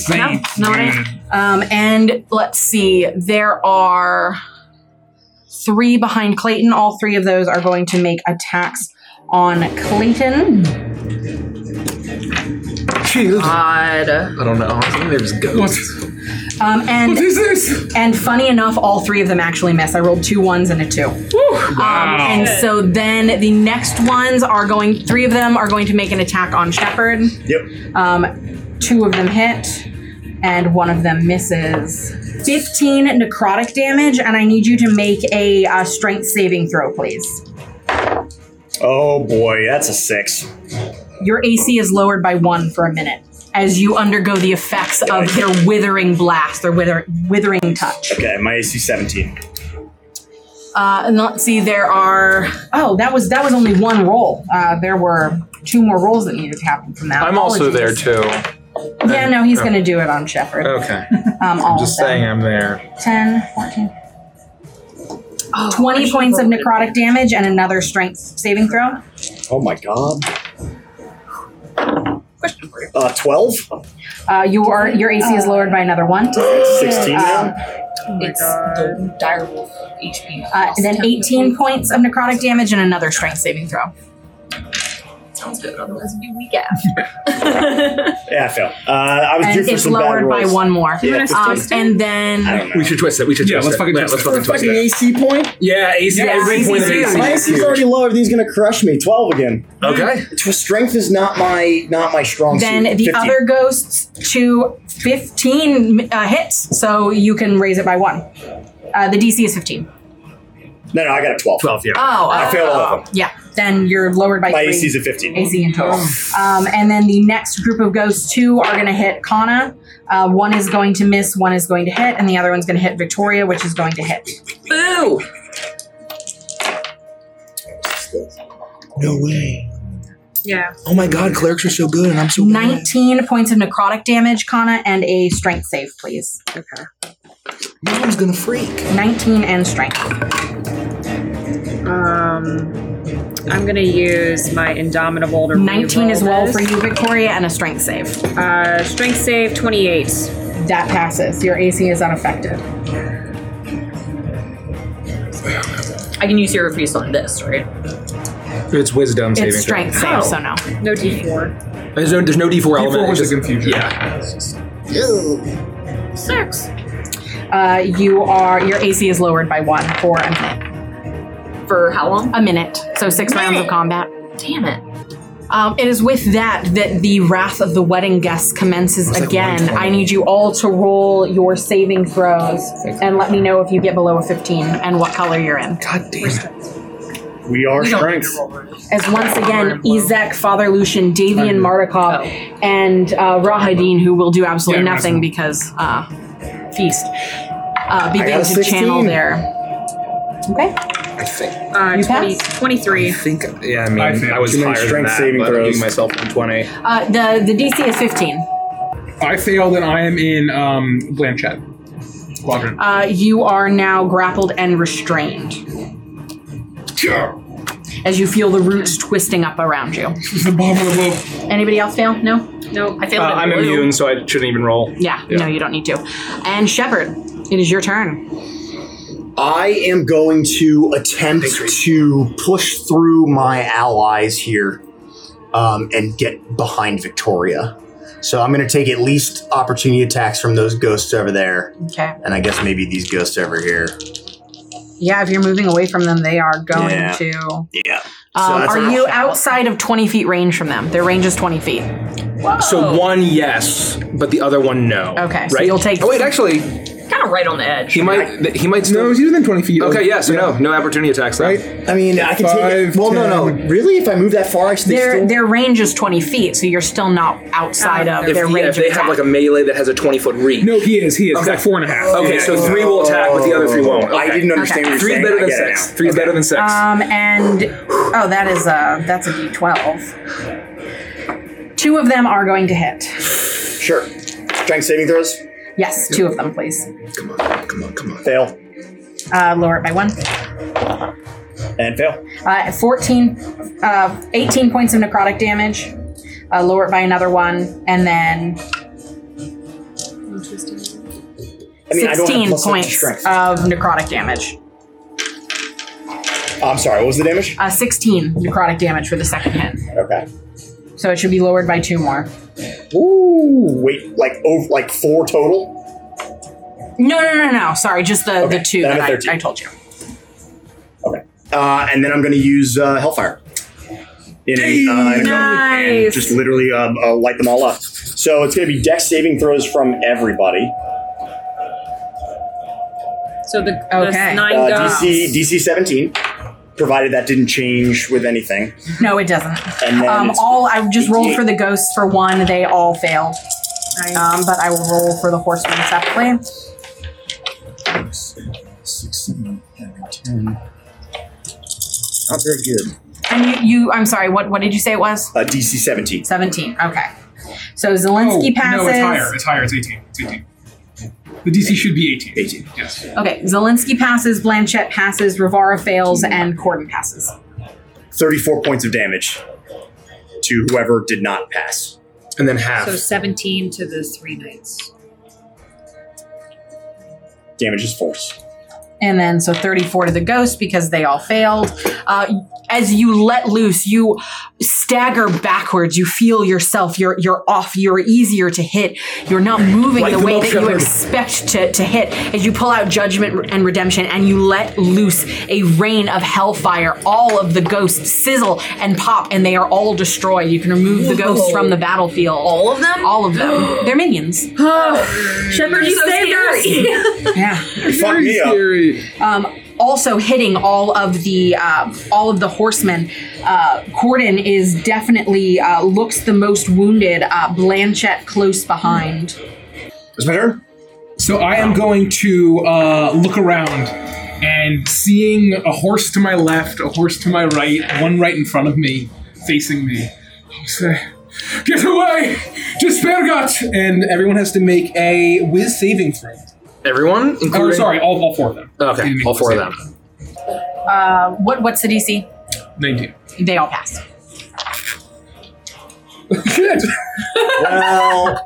No, not it. Um, and let's see, there are three behind Clayton. All three of those are going to make attacks on Clayton. God. I don't know. They're just ghosts. Um, and What is this? And funny enough, all three of them actually miss. I rolled two ones and a two. Um, and so then the next ones are going, three of them are going to make an attack on Shepard. Yep. Um, two of them hit, and one of them misses. 15 necrotic damage, and I need you to make a uh, strength saving throw, please. Oh boy, that's a six. Your AC is lowered by one for a minute as you undergo the effects of their withering blast, their wither- withering touch. Okay, my AC seventeen. Uh, and let's see, there are. Oh, that was that was only one roll. Uh, there were two more rolls that needed to happen from that. I'm also there Apologies. too. Yeah, no, he's going to do it on Shepard. Okay. Um, all I'm just of saying them. I'm there. 10, 14. 20 points of necrotic damage and another strength saving throw. Oh my god. Uh, twelve. Uh, you are, your AC is lowered by another one. Um, Sixteen now. It's the dire wolf HP. Uh, and then 18 points of necrotic damage and another strength saving throw. Sounds good. Otherwise, it'd be weak ass. Yeah, I failed. Uh, I was due And for it's some bad lowered by rolls. one more. Yeah, Um, 15. and then. I don't know. We should twist it. We should Yeah, twist let's it. fucking twist let's it. fucking twist Fucking it. AC point. Yeah, AC. Yeah, every point of AC. AC. My is AC's huge. already low. Everything's gonna crush me. Twelve again. Okay. Tw- Strength is not my not my strong then suit. the 15. other ghosts to 15 uh, hits so you can raise it by one uh, the dc is 15 No, no, I got a twelve. Twelve. Yeah. oh I failed all of them. yeah then you're lowered by My three AC's a fifteen. AC in Oh. Oh. total um, and then the next group of ghosts two are going to hit kana uh, one is going to miss one is going to hit and the other one's going to hit victoria which is going to hit Boo! No way. Yeah. Oh my god, clerics are so good and I'm so bad. 19 points of necrotic damage kana and a strength save please okay Mom's gonna freak. 19 and strength Um, I'm gonna use my indomitable to. 19 reroll as well this. for you victoria and a strength save Uh, strength save 28. That passes. Your AC is unaffected. I can use your refuse on this, right? Oh. It's wisdom saving. It's strength throw. save, so no. No D4. There's no, there's no D4 element. was it's the just- confusion. Yeah. Six. Uh, you are your AC is lowered by one for a minute. For how long? A minute. So six rounds of combat. Damn it. Um, it is with that that the wrath of the wedding guests commences again. I need you all to roll your saving throws and let me know if you get below a 15 and what color you're in. God damn it. We are We don't need strength. to roll this. As once again, Orange blue. Izek, Father Lucian, Davian Mardikov, Oh. and uh, Rahadin, who will do absolutely Yeah, nothing because uh, feast, uh, begin got a to channel 16. their. Okay. I think. Uh, You 20, pass? 23. I think. Yeah. I mean, I I, think- was Too many higher than strength that, saving but I'm throws. giving myself 120. Uh, the the DC is 15. I failed and I am in um, Blam Chat. Quadrant. Uh, you are now grappled and restrained as you feel the roots twisting up around you. It's abominable. Anybody else fail? No. Nope. I Uh, failed at I'm blue. immune, so I shouldn't even roll. Yeah, No, you don't need to. And Shepard, it is your turn. I am going to attempt to push through my allies here um, and get behind Victoria. So I'm going to take at least opportunity attacks from those ghosts over there, Okay. and I guess maybe these ghosts over here. Yeah, if you're moving away from them, they are going Yeah. to. Yeah. So Um, that's are an you outside of 20 feet range from them? Their range is 20 feet. So one yes, but the other one no. Oh. Okay, so right? you'll take- Oh wait, actually, Kind of right on the edge. he might. th- He might still. No, he's within 20 feet. okay. Yeah. So yeah. no. No opportunity attacks. Then. Right? I mean, I can take Five, it. Well, no, no. ten. Really? If I move that far, I should Their still. Um, their range is 20 feet, so you're still not outside of If, their yeah, range. if they of have like a attack. melee that has a twenty foot reach. No, he is. He is. He's Okay. at four and a half. Okay. So three will attack, but the other three won't. Okay. Oh. I didn't understand what you were Three's saying. better I than get it six. now. Three's Okay. better than six. um and oh that is a that's a d12. Two of them are going to hit. Sure. Strength saving throws. Yes, two of them, please. come on. Come on. Come on. Fail. Uh, lower it by one. And fail. Uh, 14, uh, 18 points of necrotic damage. Uh, lower it by another one, and then I mean, I don't have 16 plus one to points strength. of necrotic damage. I'm sorry. What was the damage? Uh, 16 necrotic damage for the second hit. Okay. So it should be lowered by two more. Ooh. Wait, like over, like four total. No, no, no, no. Sorry, just the, Okay, the two then that I'm at I, 13. I told you. Okay. Uh, and then I'm going to use uh, hellfire. In a, uh, in a- and Nice. just literally um, uh, light them all up. So it's going to be dex saving throws from everybody. So the, Okay. the nine Uh, gods. DC DC 17, provided that didn't change with anything. No, it doesn't. And then Um, it's- all I just rolled 88. for the ghosts for one. They all failed. Um, but I will roll for the horsemen separately. Not very good. And you, you, I'm sorry. What what did you say it was? Uh, DC 17. 17. Okay. So Oh, Zelensky passes. Oh, No, it's higher. It's higher. It's 18. It's 18. The DC should be 18. 18. Yes. Okay, Zelensky passes, Blanchette passes, Rivara fails, and Corden passes. 34 points of damage to whoever did not pass. And then half. So 17 to the three knights. Damage is force. And then so 34 to the ghost because they all failed. Uh, as you let loose, you stagger backwards. You feel yourself. You're you're off. You're easier to hit. You're not moving Light the them way up, that you Shepard. expect to, to hit. As you pull out judgment and redemption, and you let loose a rain of hellfire. All of the ghosts sizzle and pop, and they are all destroyed. You can remove the ghosts from the battlefield. All of them? All of them. They're minions. Shepard, you saved us. Yeah. Fuck me up. Scary. um, also hitting all of the uh, all of the horsemen. Uh, Corden is definitely uh, looks the most wounded. Uh, Blanchette close behind. It's my turn. So I am going to uh, look around and seeing a horse to my left, a horse to my right, one right in front of me, facing me. I'll say, "Get away, Dispergat!" And everyone has to make a whiz saving throw. Everyone, Oh, including. sorry, all, all four of them. Okay. All four of them. Uh, what what's the DC? Nineteen. They all pass. Shit. Well, Um,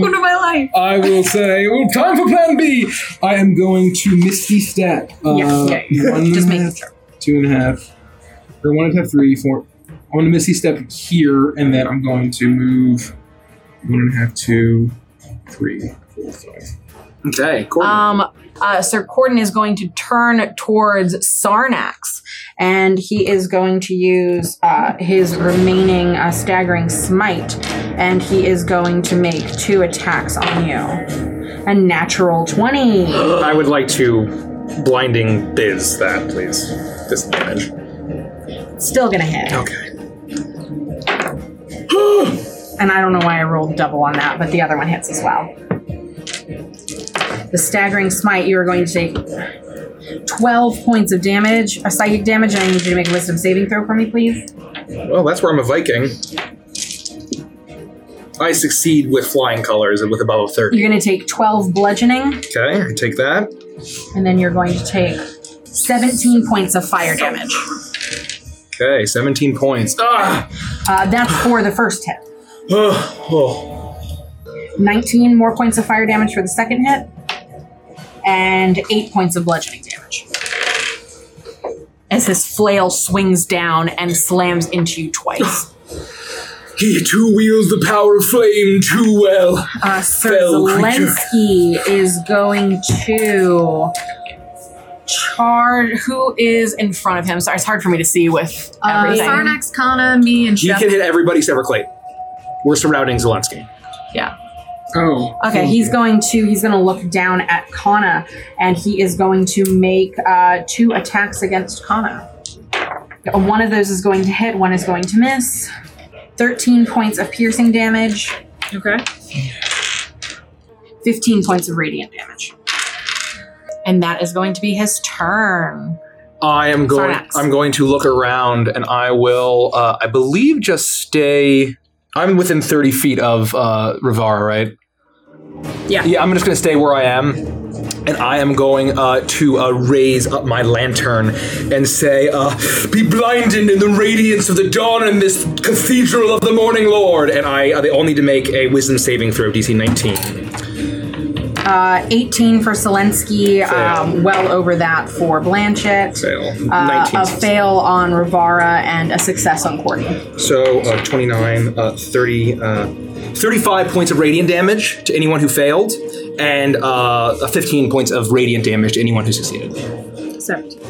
Welcome to my life. I will say, well, time for Plan B. I am going to Misty Step. Uh, Yeah, yeah, one and Just a making half, sure. Two and a half. Or one and a half, three, four. I'm going to Misty Step here, and then I'm going to move one and a half, two, three, four, five. Okay. Cool. Um, uh, Sir Corden is going to turn towards Sarnax, and he is going to use uh, his remaining uh, staggering smite, and he is going to make two attacks on you. A natural twenty. I would like to blinding biz that, please. Disadvantage. Still gonna hit. Okay. And I don't know why I rolled double on that, but the other one hits as well. The staggering smite, you are going to take 12 points of damage, a psychic damage, and I need you to make a wisdom saving throw for me, please. Well, that's where I'm a Viking. I succeed with flying colors and with above a 30. You're going to take 12 bludgeoning, Okay, I take that. and then you're going to take 17 points of fire damage. Okay, 17 points. Oh, Ah! Uh, that's for the first hit. Oh, oh. 19 more points of fire damage for the second hit. and eight points of bludgeoning damage. As this flail swings down and slams into you twice. He too wields the power of flame too Oh, well. Uh, Sir Fell creature. Zelensky is going to charge. Who is in front of him? Sorry, it's hard for me to see with Uh, everything. Sarnax, Kana, me, and You Shep. can hit everybody except for Clay. We're surrounding Zelensky. yeah. Oh. Okay, he's going to he's going to look down at Kana, and he is going to make uh, two attacks against Kana. Uh, One of those is going to hit. One is going to miss. Thirteen points of piercing damage. Okay. 15 points of radiant damage. And that is going to be his turn. I am going. Sarnax. I'm going to look around, and I will. Uh, I believe just stay. I'm within 30 feet of uh, Rivara, right? Yeah. Yeah, I'm just going to stay where I am, and I am going uh, to uh, raise up my lantern and say, uh, "Be blinded in the radiance of the dawn in this cathedral of the Morning Lord." And I, uh, they all need to make a Wisdom saving throw, DC 19. Uh, 18 for Selensky, um, well over that for Blanchett. Fail. Uh, 19. a fail on Rivara and a success on Courtney. So uh, 29, uh, 30, uh, 35 points of radiant damage to anyone who failed, and uh, 15 points of radiant damage to anyone who succeeded. Seventeen.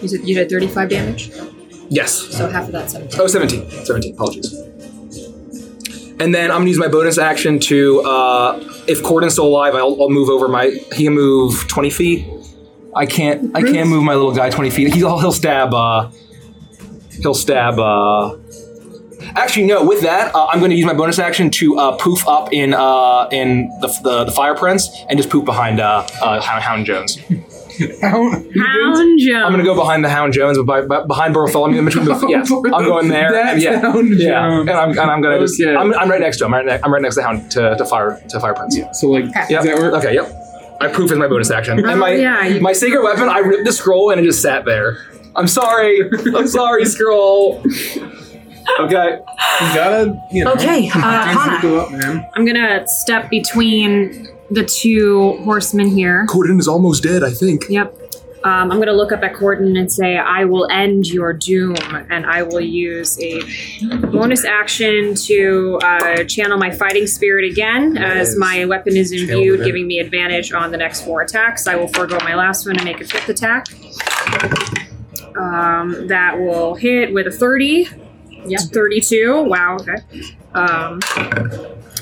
You said you did 35 damage, Yes. so half of that 17. Oh, 17. 17. Apologies. And then I'm going to use my bonus action to, uh, if Corden's still alive, I'll, I'll move over my. He can move 20 feet. I can't. I can't move my little guy 20 feet. He'll, he'll stab. Uh, he'll stab. Uh, actually, no. With that, uh, I'm going to use my bonus action to uh, poof up in uh, in the, the the fire prince and just poop behind uh, uh, Hound, Hound Jones. Hound Jones. I'm gonna go behind the Hound Jones, but by, by, behind Bartholomew. Between the, yeah, I'm going there. That and yeah, Hound yeah, Jones. and I'm, and I'm gonna just. Okay. I'm, I'm right next to him. I'm right, ne- I'm right next to Hound to, to fire to fire prince. Yeah. So like, Yep. does that work? Okay. Yep. I proof is my bonus action. and my yeah, you- my sacred weapon. I ripped the scroll and it just sat there. I'm sorry. I'm sorry, scroll. Okay. You gotta, you know. Okay, uh, times Kana. go up, man. I'm gonna step between the two horsemen here. Corden is almost dead, I think. Yep. Um, I'm gonna look up at Corden and say, "I will end your doom," and I will use a bonus action to uh, channel my fighting spirit again, as my weapon is imbued, giving me advantage on the next four attacks. I will forego my last one and make a fifth attack. Um, that will hit with a 30. Yep. 32. Wow. Okay. Um,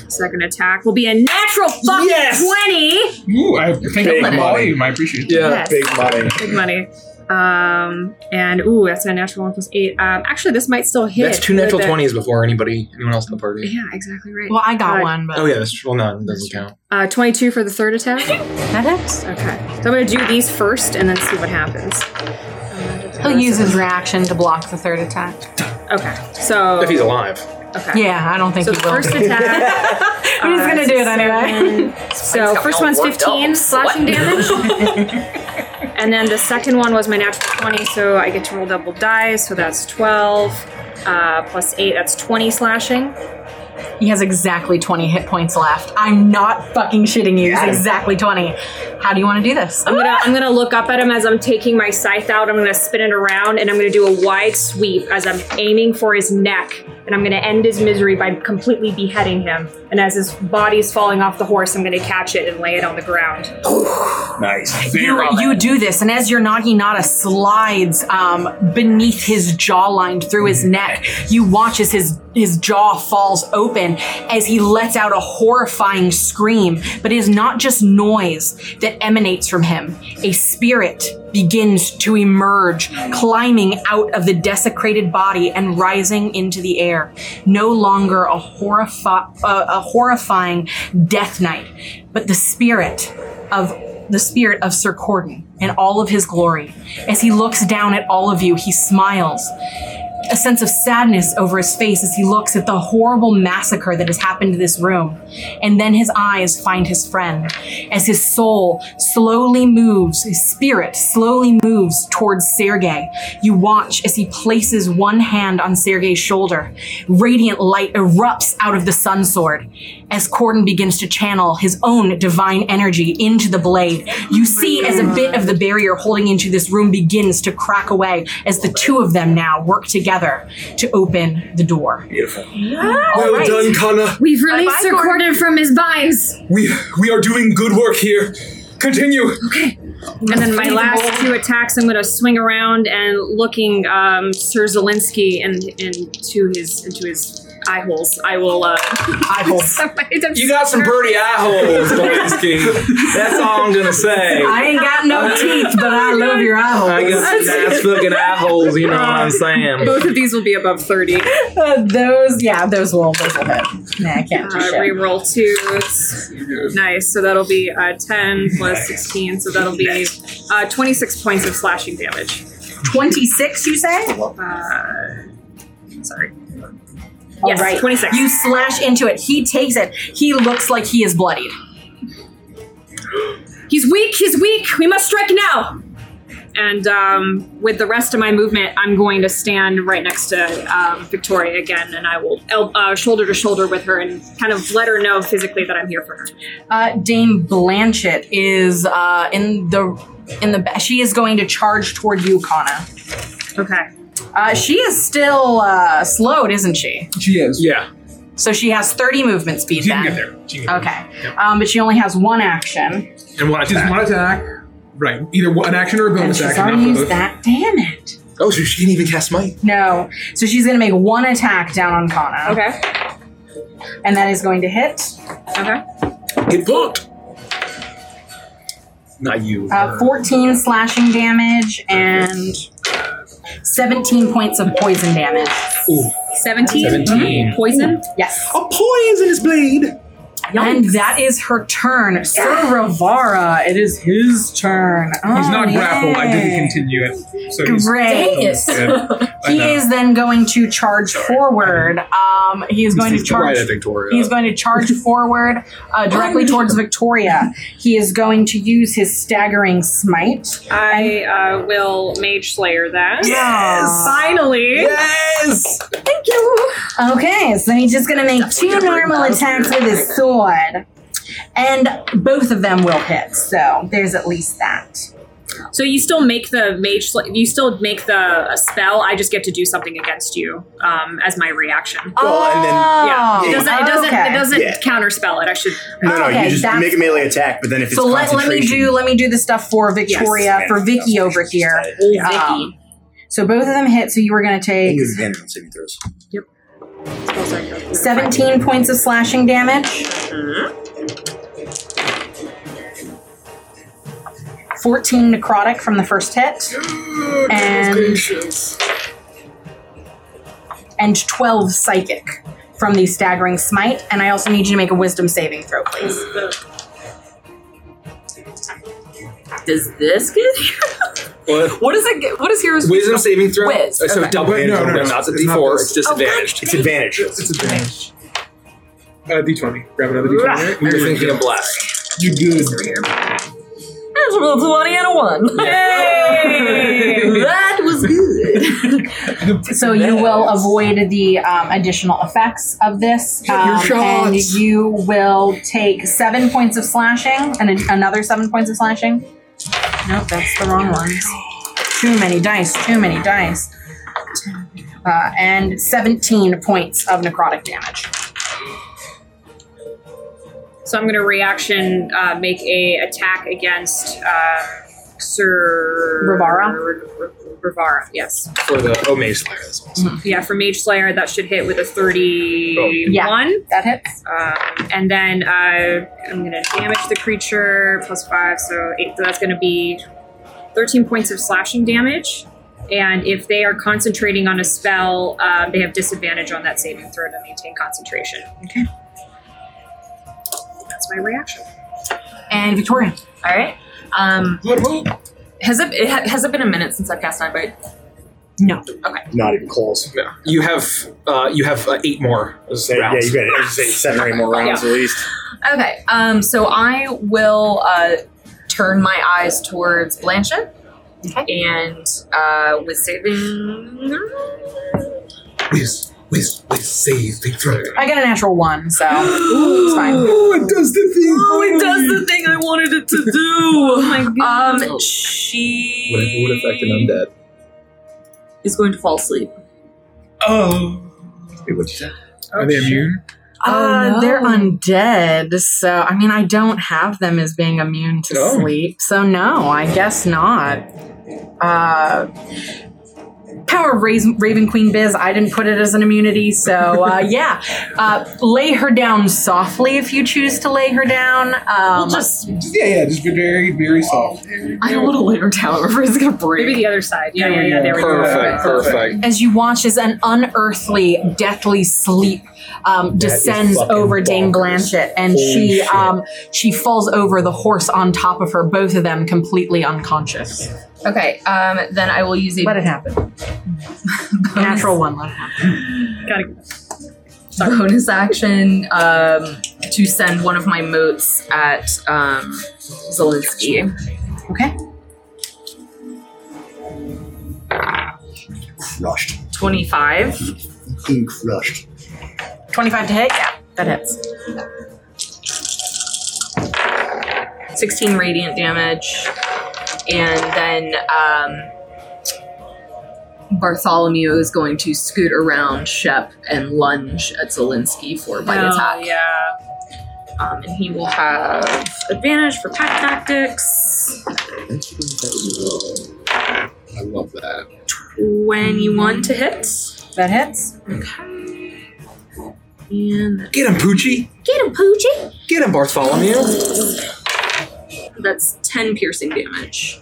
second attack will be a natural fucking Yes! 20. Ooh, I think Big I'm money. oh, volume. I appreciate that. Yeah. Yes. Big money. Big money. Um, and ooh, that's a natural one plus eight. Um, actually, this might still hit. That's two natural with a- twenties before anybody anyone else in the party. Yeah, exactly right. Well, I got Uh, one, but Oh yeah, that's well no, it doesn't count. Uh, 22 for the third attack. Okay. that hits. So I'm going to do these first and then see what happens. He'll use his reaction to block the third attack. Okay. So, If he's alive. okay. Yeah, I don't think So he will. first attack. But he's gonna do it anyway. uh, So first one's 15 slashing damage. and then the second one was my natural 20, so I get to roll double dice, so that's 12. Uh, plus 8, that's 20 slashing. He has exactly 20 hit points left. I'm not fucking shitting you. He's exactly 20. How do you want to do this? I'm gonna I'm gonna look up at him as I'm taking my scythe out. I'm gonna spin it around and I'm gonna do a wide sweep as I'm aiming for his neck. And I'm gonna end his misery by completely beheading him. And as his body's falling off the horse, I'm gonna catch it and lay it on the ground. Nice. You, you do this, and as your Nagi Nada slides um, beneath his jawline through his neck, you watch as his, his jaw falls open as he lets out a horrifying scream. But it is not just noise that emanates from him, a spirit begins to emerge, climbing out of the desecrated body and rising into the air. No longer a, horrifi- uh, a horrifying death knight, but the spirit of the spirit of Sir Cordon in all of his glory. As he looks down at all of you, he smiles. a sense of sadness over his face as he looks at the horrible massacre that has happened to this room. And then his eyes find his friend as his soul slowly moves, his spirit slowly moves towards Sergei. You watch as he places one hand on Sergei's shoulder. Radiant light erupts out of the sun sword as Corden begins to channel his own divine energy into the blade. Oh You see as a bit of the barrier holding into this room begins to crack away as the two of them now work together to open the door. Beautiful. Well done, Kana. We've released Sir Corden from his binds. We we are doing good work here. Continue. Okay. And then my last two attacks, I'm going to swing around and looking um, Sir Zelinsky and into his into his eye holes. I will uh, eye holes. You got some pretty eye holes, Zelinsky. That's all I'm gonna say. I ain't got no teeth, but I love your eye holes. I guess that's looking eye holes. You know what I'm saying? Both of these will be above 30. Uh, those, yeah, those will, those will hit. Nah, I can't do Uh, shit. reroll two. It's nice. So that'll be uh, 10 plus 16. So that'll be uh, 26 points of slashing damage. 26, you say? Uh, sorry. All Yes, right. 26. You slash into it. He takes it. He looks like he is bloodied. He's weak. He's weak. We must strike now. And um, with the rest of my movement, I'm going to stand right next to um, Victoria again, and I will el- uh, shoulder to shoulder with her and kind of let her know physically that I'm here for her. Uh, Dame Blanchett is uh, in the in the. ba- She is going to charge toward you, Kana. Okay. Uh, she is still uh, slowed, isn't she? She is. Yeah. So she has 30 movement speed. She then. can get there. She can get Okay, um, but she only has one action. And one Just one attack. Right. Either one- an action or a And bonus she's action. already not used both. that. Damn it. Oh, so she didn't even cast might. No. So she's going to make one attack down on Kana. Okay. And that is going to hit Okay. Get booked. Not you. uh, 14 slashing damage and 17 points of poison damage. Ooh. 17? 17. Mm-hmm. Poison? Yes. A poisonous blade. And that is her turn. Sir Ravara, it is his turn. He's Oh, not grappled. I didn't yay. continue it. So he's Great. Yeah, I He know. is then going to charge forward. Um, he is going to He's right charge. at Victoria. He's going to charge forward uh, directly towards Victoria. He is going to use his staggering smite. I uh, will Mage Slayer that. Yes! Finally. Yes. Thank you. Okay, so he's just going to make two normal attacks with his sword, and both of them will hit. So there's at least that. So you still make the Mage Slayer. You still make the uh, spell. I just get to do something against you um, as my reaction. Well, and then Yeah. It yeah. doesn't. It doesn't. Oh. Okay. It doesn't Yeah. counterspell it. I should. no, no, Okay, you just that's- make a melee attack, but then if it's So let, let me concentration- do let me do the stuff for Victoria Yes. for Vicky over here. Old Um, so both of them hit. So you were going to And take you have advantage on saving throws. 17 points of slashing damage. 14 necrotic from the first hit. And, and 12 psychic from the staggering smite. And I also need you to make a wisdom saving throw, please. Does this get What? What does it get? What is heroes? Wisdom saving throw. Whiz, Uh, So okay. double. Wait, No, no, no. it's Not the not D4. this. It's disadvantaged. It's advantage. It's advantage. Uh, D20. Grab another D20. Right? You're thinking of blast. You good. That's a roll 20 and a 1. Yay! that was good. So you will avoid the um, additional effects of this. Um, and you will take 7 points of slashing and an- another 7 points of slashing. Nope, that's the wrong ones. Too many dice, too many dice. Uh, and 17 points of necrotic damage. So I'm going to reaction uh, make a attack against uh, Sir Rivara? R- R- Rivara, yes. For the oh, Mage Slayer. That's awesome. Yeah, for Mage Slayer, that should hit with a 31. That hits? Um, and then uh, I'm going to damage the creature plus five, so eight. So that's going to be 13 points of slashing damage. And if they are concentrating on a spell, um, they have disadvantage on that saving throw to maintain concentration. Okay. That's my reaction. And Victoria. All right. Um, has it, it ha- has it been a minute since I've cast Night Bite? No. Okay. Not even close. Yeah. You have uh, you have uh, eight more rounds. yeah, you got it. I was saying seven or eight more rounds Yeah. at least. Okay. Um. So I will uh, turn my eyes towards Blanchett, and uh, with saving. Please, please, please save the dragon. I got a natural one, so it's fine. Oh, it does the thing. Oh, it does the thing I wanted it to do. oh my god. Um, she Would, would affect an undead. is going to fall asleep. Oh. what'd you say? Are they immune? uh, no. They're undead, so I mean, I don't have them as being immune to Oh. sleep, so no, I guess not. Uh, power of Raz- Raven Queen Biz, I didn't put it as an immunity, so uh, yeah. Uh, lay her down softly if you choose to lay her down. Um, Just, yeah, yeah, just be very, very soft. I don't want to lay her down, or it's gonna break. Maybe the other side. Yeah, yeah, yeah. There we go. Perfect, perfect. as you watch as an unearthly, deathly sleep um, is descends fucking over Dame bonkers. Blanchett, and Holy she shit. um, she falls over the horse on top of her, both of them completely unconscious. Okay. Um. Then I will use a Let it happen. Natural one, let it happen. bonus action um, to send one of my motes at um, Zelensky. Okay. Crushed. Twenty-five. Fucking crushed. Twenty-five to hit. Yeah, that hits. 16 radiant damage, and then um, Bartholomew is going to scoot around Shep and lunge at Zelinsky for bite Oh, attack. yeah. Um, and he will have advantage for pack tactics. I love that. 21 to hit. That hits. Okay. And Get him, Poochie. get him, Poochie! Get him, Bartholomew. That's 10 piercing damage.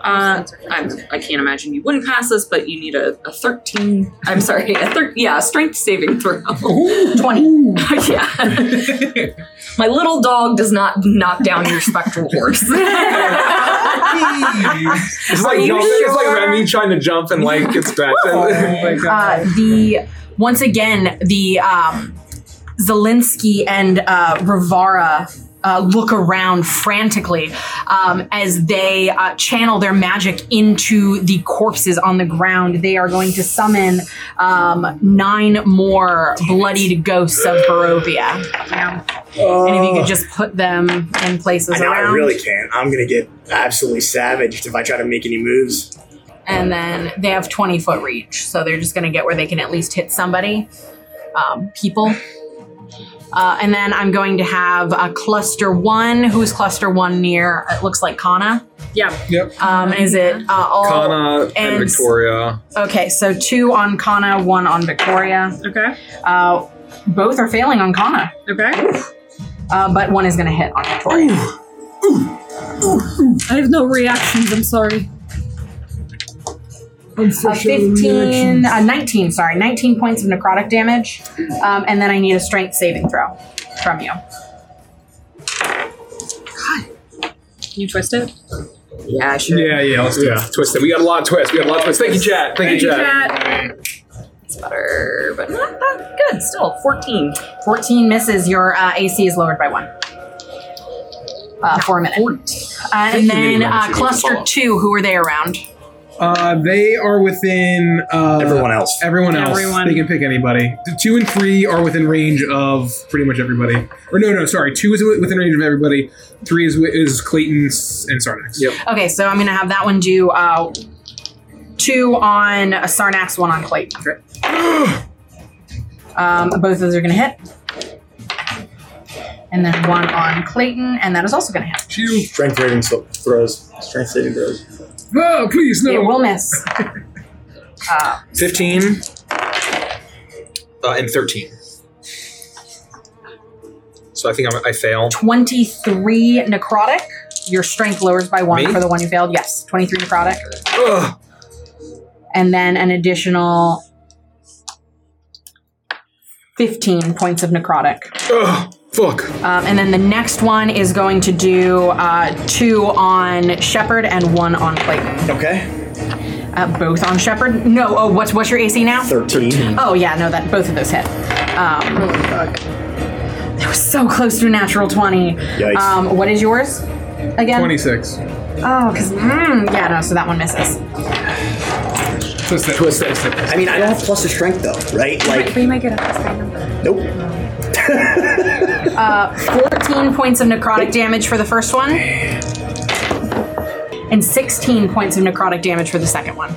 Uh, I'm, I can't imagine you wouldn't pass this, but you need a, a 13. I'm sorry, a thir- yeah, a strength saving throw. Twenty. yeah. My little dog does not knock down your spectral horse. It's like, you jumping- it's like sure? Remy trying to jump and like gets back. Uh, the once again the um, Zelensky and uh, Rivara. Uh, look around frantically um, as they uh, channel their magic into the corpses on the ground. They are going to summon um, nine more bloodied ghosts of Barovia. And if you could just put them in places I know around, I really can't. I'm gonna get absolutely savaged if I try to make any moves. and then they have twenty foot reach, so they're just going to get where they can at least hit somebody. um, people. Uh, and then I'm going to have a cluster one. Who's cluster one near? It looks like Kana. Yeah. Yep. Um, is it uh, all? Kana and, and- Victoria. Okay, so two on Kana, one on Victoria. Okay. Uh, both are failing on Kana, Okay. uh, but one is going to hit on Victoria. I have no reactions. I'm sorry. Uh, 15, uh, 19, sorry, 19 points of necrotic damage. Um, and then I need a strength saving throw from you. You twist it. yeah, sure. Yeah, yeah, let's do it. Twist it. We got a lot of twists. We got a lot of twists. Thank you, chat. Thank, you, chat. It's better, but not that good. Still, 14. 14 misses, your uh, AC is lowered by one. Uh, for a minute. Uh, and then uh, cluster two, who are they around? Uh, they are within uh, Everyone else. Everyone else. Everyone. They can pick anybody. The two and three are within range of pretty much everybody. Or no, no, sorry. Two is wi- within range of everybody. Three is wi- is Clayton s- and Sarnax. Yep. Okay, so I'm going to have that one do uh, two on uh, Sarnax, one on Clayton. um, both of those are going to hit. And then one on Clayton, and that is also going to hit. Two. Strength rating so- throws. Strength saving throws. Oh, please It no. will miss. Uh, 15 uh, and 13. So I think I'm, I fail. 23 necrotic. Your strength lowers by one Me? for the one you failed. Yes, 23 necrotic. Ugh. and then an additional 15 points of necrotic. Ugh. Fuck. Um, and then the next one is going to do uh, two on Shepard and one on Clayton. Okay. Uh, both on Shepard. No. Oh, what's what's your AC now? 13. Oh yeah, no, that both of those hit. Um, That was so close to a natural twenty. Yikes. Um, what is yours? Again. 26. Oh, because yeah, no. So that one misses. Twist it. Twist it. I mean, I don't have plus to strength though, right? Like, but you might get a high number. nope. Uh, 14 points of necrotic damage for the first one, and 16 points of necrotic damage for the second one.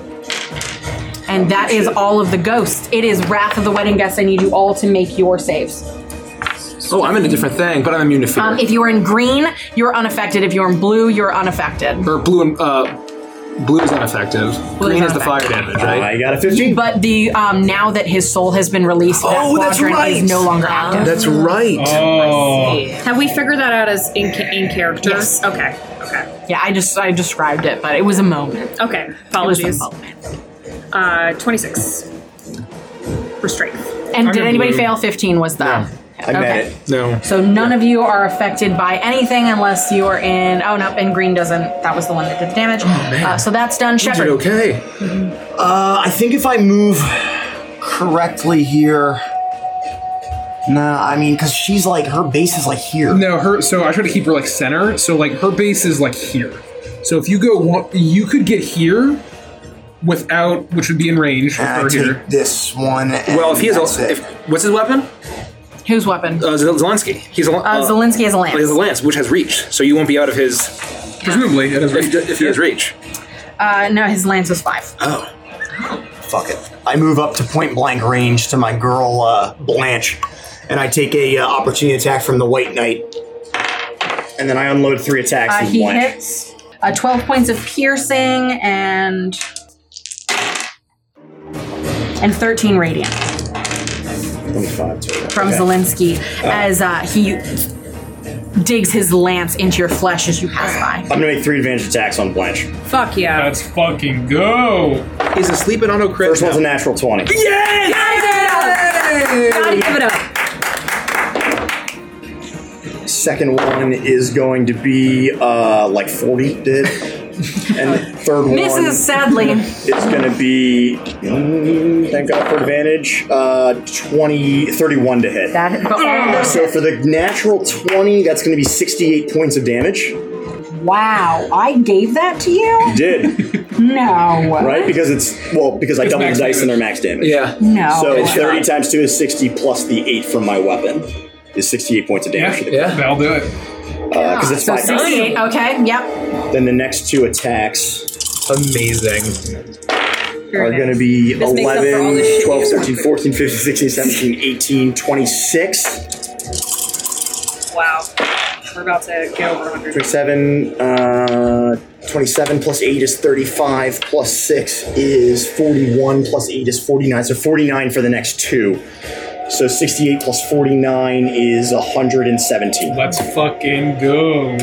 And that is all of the ghosts. It is Wrath of the Wedding Guest. I need you all to make your saves. Oh, I'm in a different thing, but I'm immune to fear. Um, if you are in green, you're unaffected. If you're in blue, you're unaffected. or blue and uh, blue is ineffective. Blue Green is is the fire damage, right? Uh, I got a But the um, now that his soul has been released, Oh, that that's quadrant right. is no longer active. That's right. Oh. Have we figured that out as in, in character? Okay. Okay. Yeah, I just I described it, but it was a moment. Okay. It was Apologies. a moment. Uh, 26 for strength. And I'm did in anybody blue. fail? 15 was the. I met it. No. So none of you are affected by anything unless you are in. Oh no, and green doesn't. That was the one that did the damage. Oh, Uh, so that's done. Shepard. okay? Uh, I think if I move correctly here. Nah, I mean, because she's like, her base is like here. No, her. So I try to keep her like center. So like her base is like here. So if you go, one, you could get here without, which would be in range. And I with her take here. this one. and Well, if he has that's a, it. if, what's his weapon? Whose weapon? Uh, Zel- Zelensky. He's a uh, Uh, Zelensky has a He has lance. a lance, which has reach, so you won't be out of his. Presumably, it has reach. If, if he has reach. Uh, no, his lance was five. Oh. Fuck it. I move up to point blank range to my girl uh, Blanche, and I take a uh, opportunity attack from the White Knight, and then I unload three attacks. Uh, with he Blanche. hits uh, 12 points of piercing and. And 13 radiant Twenty-five total. from Okay. Oh. Zelensky as uh, he digs his lance into your flesh as you pass by. I'm gonna make three advantage attacks on Blanche. Fuck yeah. Let's fucking go. He's asleep and on a crit. First one's a natural twenty. Gotta give it up. Second one is going to be uh, like forty. Did. And the third one Misses, sadly. It's going to be, mm, thank God for advantage, uh, 20, 31 to hit. That, but all of those So for the natural 20, that's going to be 68 points of damage. You Wow, I gave that to you? did, No. right? Because it's, well, because I doubled the max dice and damage. their max damage. Yeah. No. So it's 30 times 2 is 60 plus the 8 from my weapon is 68 points of damage. Because Yeah. That'll do it. it's Ah, So 5 dice. 68, okay, yep. Then the next two attacks Amazing. are going to be This makes up for all the 11, shit 12, you 13, 14, 15, 16, 17, 18, 26. Wow. We're about to get over 100. 27, uh, 27 plus 8 is 35, plus 6 is 41, plus 8 is 49. So 49 for the next two. So 68 plus 49 is 117. Let's fucking go.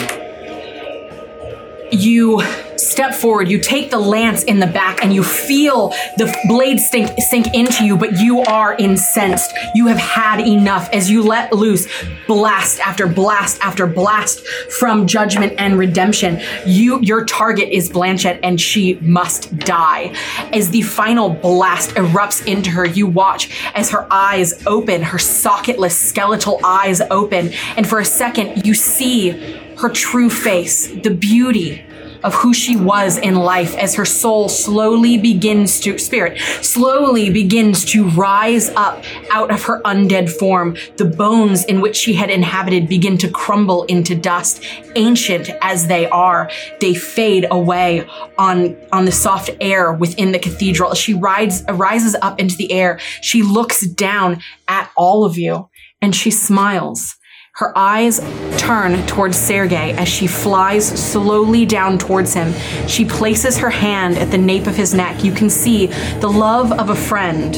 You step forward, you take the lance in the back, and you feel the blade sink, sink into you, but you are incensed. You have had enough as you let loose blast after blast after blast from judgment and redemption. You your target is Blanchette, and she must die. As the final blast erupts into her, you watch as her eyes open, her socketless skeletal eyes open, and for a second you see her true face, the beauty of who she was in life as her soul slowly begins to spirit slowly begins to rise up out of her undead form the bones in which she had inhabited begin to crumble into dust ancient as they are they fade away on on the soft air within the cathedral as she rides rises up into the air she looks down at all of you and she smiles her eyes turn towards Sergei as she flies slowly down towards him. She places her hand at the nape of his neck. You can see the love of a friend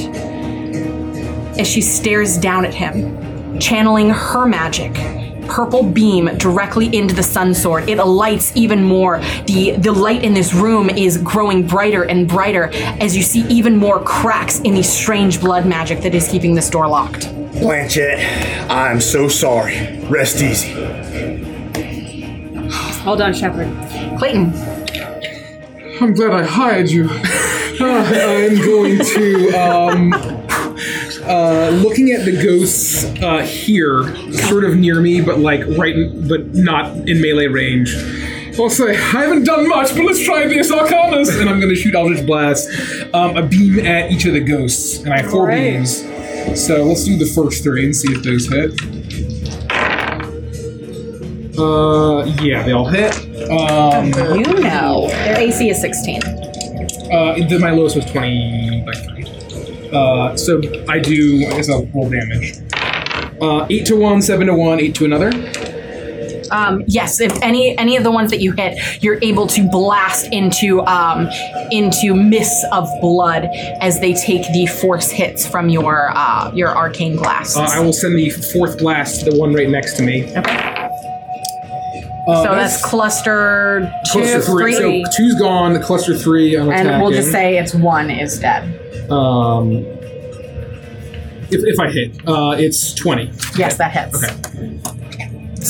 as she stares down at him, channeling her magic. Purple beam directly into the sun sword. It alights even more. The the light in this room is growing brighter and brighter as you see even more cracks in the strange blood magic that is keeping this door locked. Blanchett, I'm so sorry. Rest easy. Well done, Shepard. Clayton, I'm glad I hired you. I'm going to, um, uh, looking at the ghosts uh, here, sort of near me, but like right, in, but not in melee range. I'll say, I haven't done much, but let's try this Arcanas, and I'm going to shoot Eldritch Blast, um, a beam at each of the ghosts, and I have four Alright. beams. So let's do the first three and see if those hit. Uh, yeah, they all hit. Um, you know. Their AC is 16. uh, the, my lowest was 20 by 3. Uh, so I do, I guess I'll roll damage. Uh, 8 to 1, 7 to 1, 8 to another. Uh, Um, yes, if any any of the ones that you hit, you're able to blast into um, into mists of blood as they take the force hits from your uh, your arcane glass. Uh, I will send the fourth blast to the one right next to me. Uh, so that's, cluster two, cluster three, So two's gone, the cluster three I'm And we'll just attacking. say it's one is dead. Um, if, if I hit, uh, it's 20. Yes, that hits.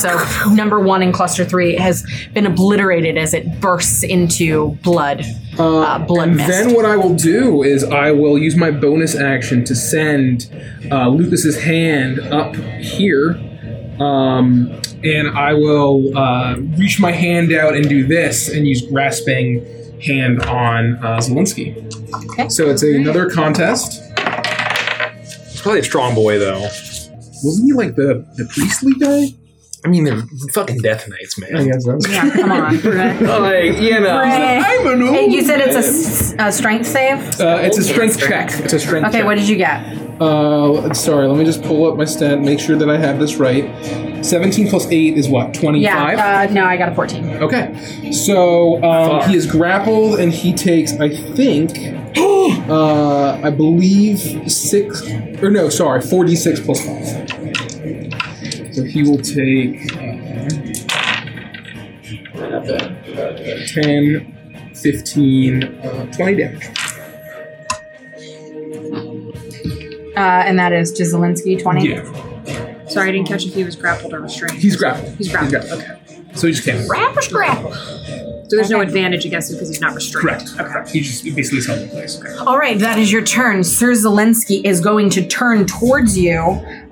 So number one in cluster three has been obliterated as it bursts into blood. Uh, blood And mist. Then what I will do is I will use my bonus action to send uh, Lucas's hand up here, um, and I will uh, reach my hand out and do this and use grasping hand on uh, Zelensky. Okay. So it's another contest. It's probably a strong boy though. Wasn't he like the the priestly guy? I mean, they're fucking death knights, man. I guess so. Yeah, come on. like you know, I'm an and you said it's a s- a, strength save. Uh, it's a strength check. It's a strength. Okay, check. what did you get? Uh, sorry, let me just pull up my stat and make sure that I have this right. 17 plus 8 is what, 25? Yeah. Uh, no, I got a fourteen. Okay. So um, he is grappled and he takes, I think, uh, I believe 6, or no, sorry, 4d6 plus 5. So he will take uh, 10, 15, uh, 20 damage. Uh, and that is Jazelinski, 20. Yeah. Sorry, I didn't catch if he was grappled or restrained. He's grappled. He's grappled. Okay. So he just can't. Grapple, grapple. So there's no advantage against him because he's not restrained. Correct. Correct. He just basically is held in place. All right, that is your turn. Sir Zelensky is going to turn towards you,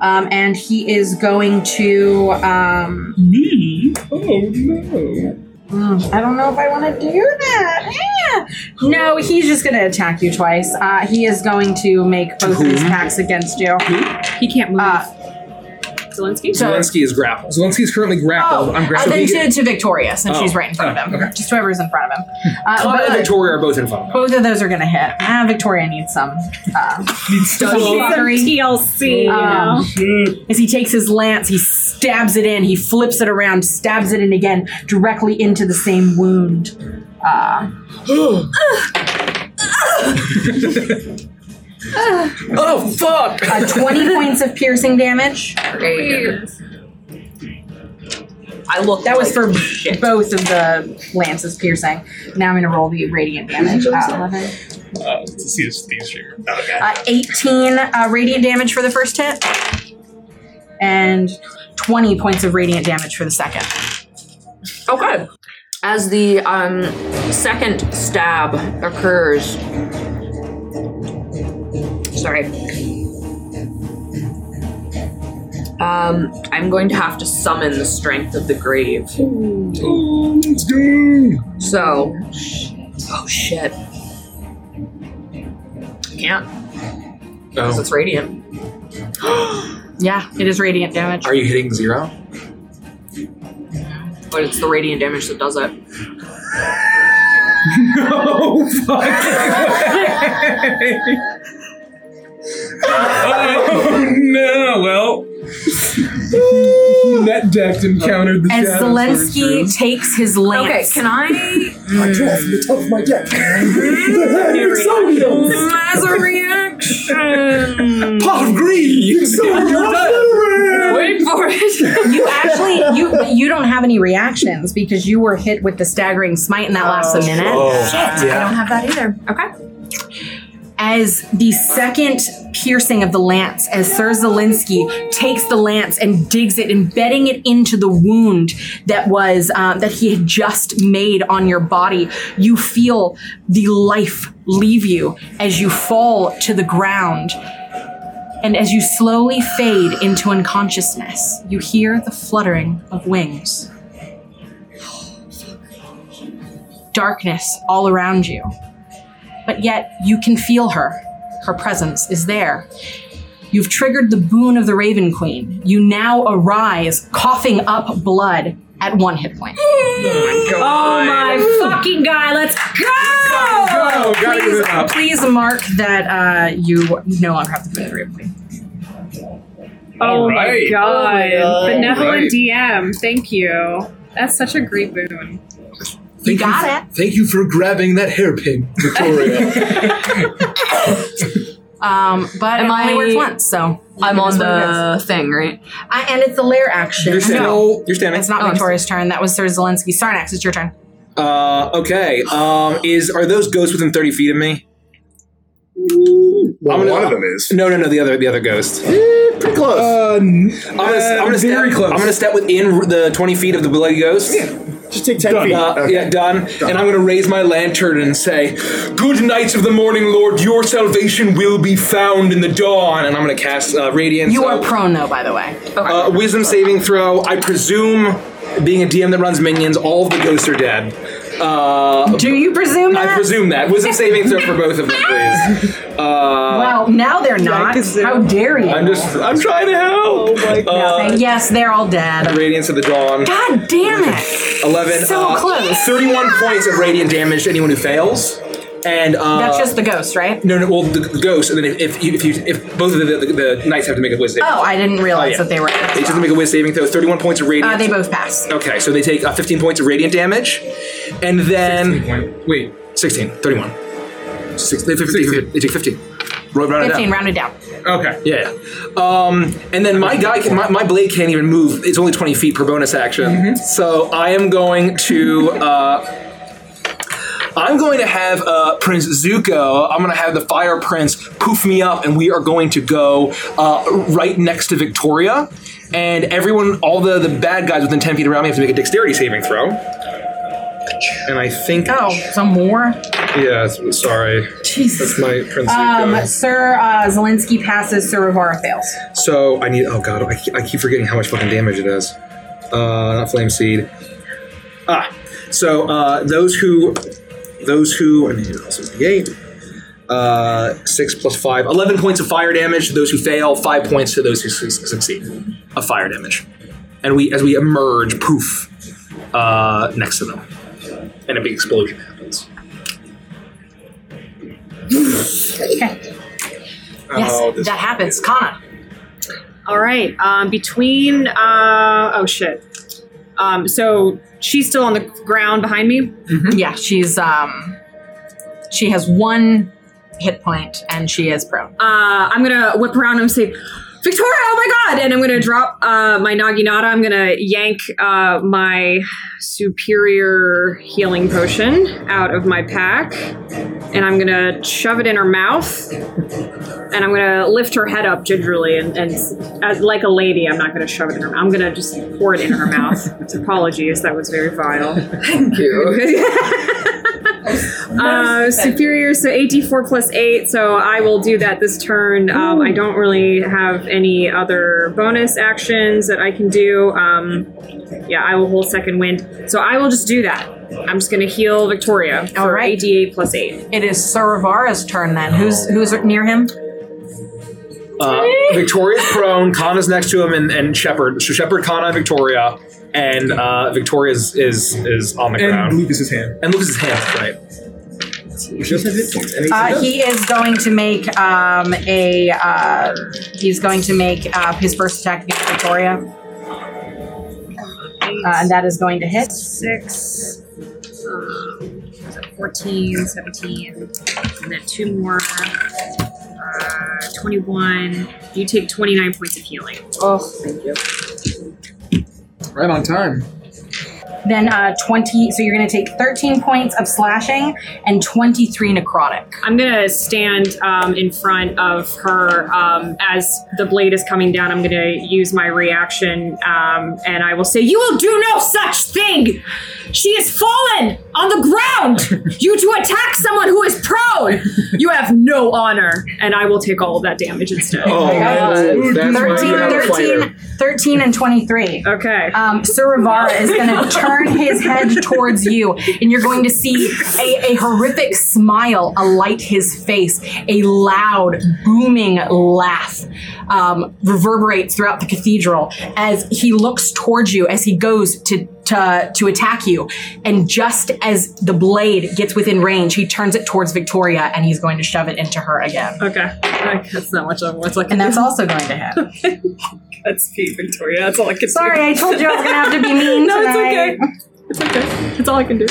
um, and he is going to. Um, Hmm, Me? Oh no! I don't know if I want to do that. Ah! No, he's just going to attack you twice. Uh, he is going to make both of his attacks against you. Uh, He can't move. Zelensky. Zelensky is grappled. Zelensky is currently grappled. I'm Uh, grappled. then to, to Victoria, since Oh. Hmm. she's right in front of him. Just whoever's in front of him. Uh, Clara and but- Victoria are both in front of him. both of those are going to hit. Ah, Victoria needs some. Uh, TLC. Um, as he takes his lance, he stabs it in, he flips it around, stabs it in again, directly into the same wound. Uh, oh, fuck! Uh, 20 points of piercing damage. I look. That was for both of the lances piercing. Now I'm going to roll the radiant damage. Uh, 11. Uh, let's see this these here. Uh, 18 uh, radiant damage for the first hit, and 20 points of radiant damage for the second. Okay. As the um, second stab occurs, sorry. Um, I'm going to have to summon the strength of the grave. Let's go. So, oh shit. Can't because it's radiant. Yeah, it is radiant damage. Are you hitting zero? But it's the radiant damage that does it. Oh, no fucking way. oh no! Well, net decked encountered the As shadow Zelensky takes his lance. Okay, can I? I draw from the top of my deck. As a reaction, Pot of green. Wait for it. You actually you you don't have any reactions because you were hit with the staggering smite and that lasts a minute. Oh, shit. I Yeah. don't have that either. Okay. As the second piercing of the lance as Sir Zelinsky takes the lance and digs it, embedding it into the wound that was um, that he had just made on your body. You feel the life leave you as you fall to the ground. And as you slowly fade into unconsciousness, you hear the fluttering of wings. Darkness all around you. But yet, you can feel her. Her presence is there. You've triggered the boon of the Raven Queen. You now arise, coughing up blood at one hit point. Oh my fucking god, let's go! Please, please mark that uh, you no longer have the boon of the Raven Queen. Oh my Alright. god. Alright. Benevolent Alright. DM, thank you. That's such a great boon. Thank you got it. Thank you for grabbing that hairpin, Victoria. Um, but it Am only I- works once, so I'm it on is what it the is. I, and it's the lair action. You're standing. No, You're standing. It's not Oh, I'm Victoria's turn. That was Sir Zelensky. Sarnax, it's your turn. Uh, okay. Um, is are those ghosts within thirty feet of me? Well, I'm gonna- one of them is. Eh, No, no, no. The other, the other ghost. pretty close. Uh, I'm gonna, I'm gonna very step, close. I'm gonna step within r- the twenty feet of the bloody ghost. Yeah, just take ten feet. Uh, Okay. Yeah, done. And I'm gonna raise my lantern and say, "Good knights of the morning, Lord. Your salvation will be found in the dawn." And I'm gonna cast uh, radiance. You uh, are prone, though, by the way. Uh, wisdom saving throw. I presume, being a DM that runs minions, all of the ghosts are dead. Uh, Do you presume I presume that. Wisdom saving throw for both of them, please. Uh, well, now they're not. How dare you? I'm just, I'm trying to help. Oh my And yes, they're all dead. Radiance of the Dawn. God damn it! 11. So uh, close. 31 points of radiant damage to anyone who fails. And, uh, That's just the ghost, right? No, no, well, the, the ghost, and then if, if, you, if, you, if both of the, the, the knights have to make a wisdom. Oh, I didn't realize that they were. They just have to make a wisdom saving throw. 31 points of radiant. Uh, they both pass. Okay, so they take uh, 15 points of radiant damage, and then wait, 16, 31. Six, they, 15, they take 15. Roll- round it up. Fifteen, rounded down. Okay. Yeah. Um, and then my guy, can, my, my blade can't even move. It's only 20 feet per bonus action. So I am going to. Uh, I'm going to have uh, Prince Zuko. I'm going to have the Fire Prince poof me up, and we are going to go uh, right next to Victoria. And everyone, all the, the bad guys within 10 feet around me have to make a dexterity saving throw. And I think. Oh, some more? Yeah, s- sorry. That's my Prince Zuko. Um, Sir uh, Zelensky passes. Sir Rivara fails. So I need. Oh god, I, I keep forgetting how much fucking damage it is. Uh, not flame seed. Ah, so uh, those who, those who. I need to also the eight. Uh, six plus five. Eleven points of fire damage to those who fail. Five points to those who su- succeed. Of fire damage, and we as we emerge, poof, uh, next to them, and a big explosion happens. Okay. Yes, Oh, this- that happens. Kana. All right. Um, between uh, oh shit. Um, so she's still on the ground behind me. Mm-hmm. Yeah, she's um, she has one hit point and she is prone. Uh, I'm gonna whip around and say, Victoria, oh my god! And I'm gonna drop uh, my naginata. I'm gonna yank uh, my superior healing potion out of my pack, and I'm gonna shove it in her mouth. And I'm gonna lift her head up gingerly, and, and as, like a lady, I'm not gonna shove it in her mouth. I'm gonna just pour it in her mouth. Apologies, that was very vile. Thank you. Uh, superior, so 84 plus 8, so I will do that this turn. Um, I don't really have any other bonus actions that I can do. Um, yeah, I will hold second wind. So I will just do that. I'm just going to heal Victoria for 88 plus 8. It is Sir Rivara's turn then. Who's who's near him? Uh, Victoria's prone, Kana's next to him, and, and Shepard. So Shepard, Kana, Victoria, and uh, Victoria is, is is on the And ground. Lucas's hand. And Lucas's hand, right? Just hit points. And he Uh, does. he is going to make um, a uh, he's going to make uh, his first attack against Victoria, uh, and that is going to hit. Six. Um, was that 14, 17, and then two more. Uh, 21. You take 29 points of healing. Oh, thank you. Right on time. then uh, 20. So you're going to take 13 points of slashing and 23 necrotic. I'm gonna stand um, in front of her um, as the blade is coming down. I'm gonna use my reaction, um, and I will say, "You will do no such thing. She is fallen on the ground. you to attack someone who is prone. You have no honor." And I will take all of that damage instead. Oh, man, that's why you have a 13, 13 and 23. Okay. Um, Sir Rivara is going to turn his head towards you, and you're going to see a, a horrific smile alight his face. A loud, booming laugh um, reverberates throughout the cathedral as he looks towards you as he goes to. To, to attack you. And just as the blade gets within range, he turns it towards Victoria and he's going to shove it into her again. Okay. That's not much of what's like. And that's also going to happen. That's Pete Victoria. That's all I can Sorry, do. I told you I was gonna have to be mean no, tonight. Um, it's okay. It's okay. It's all I can do.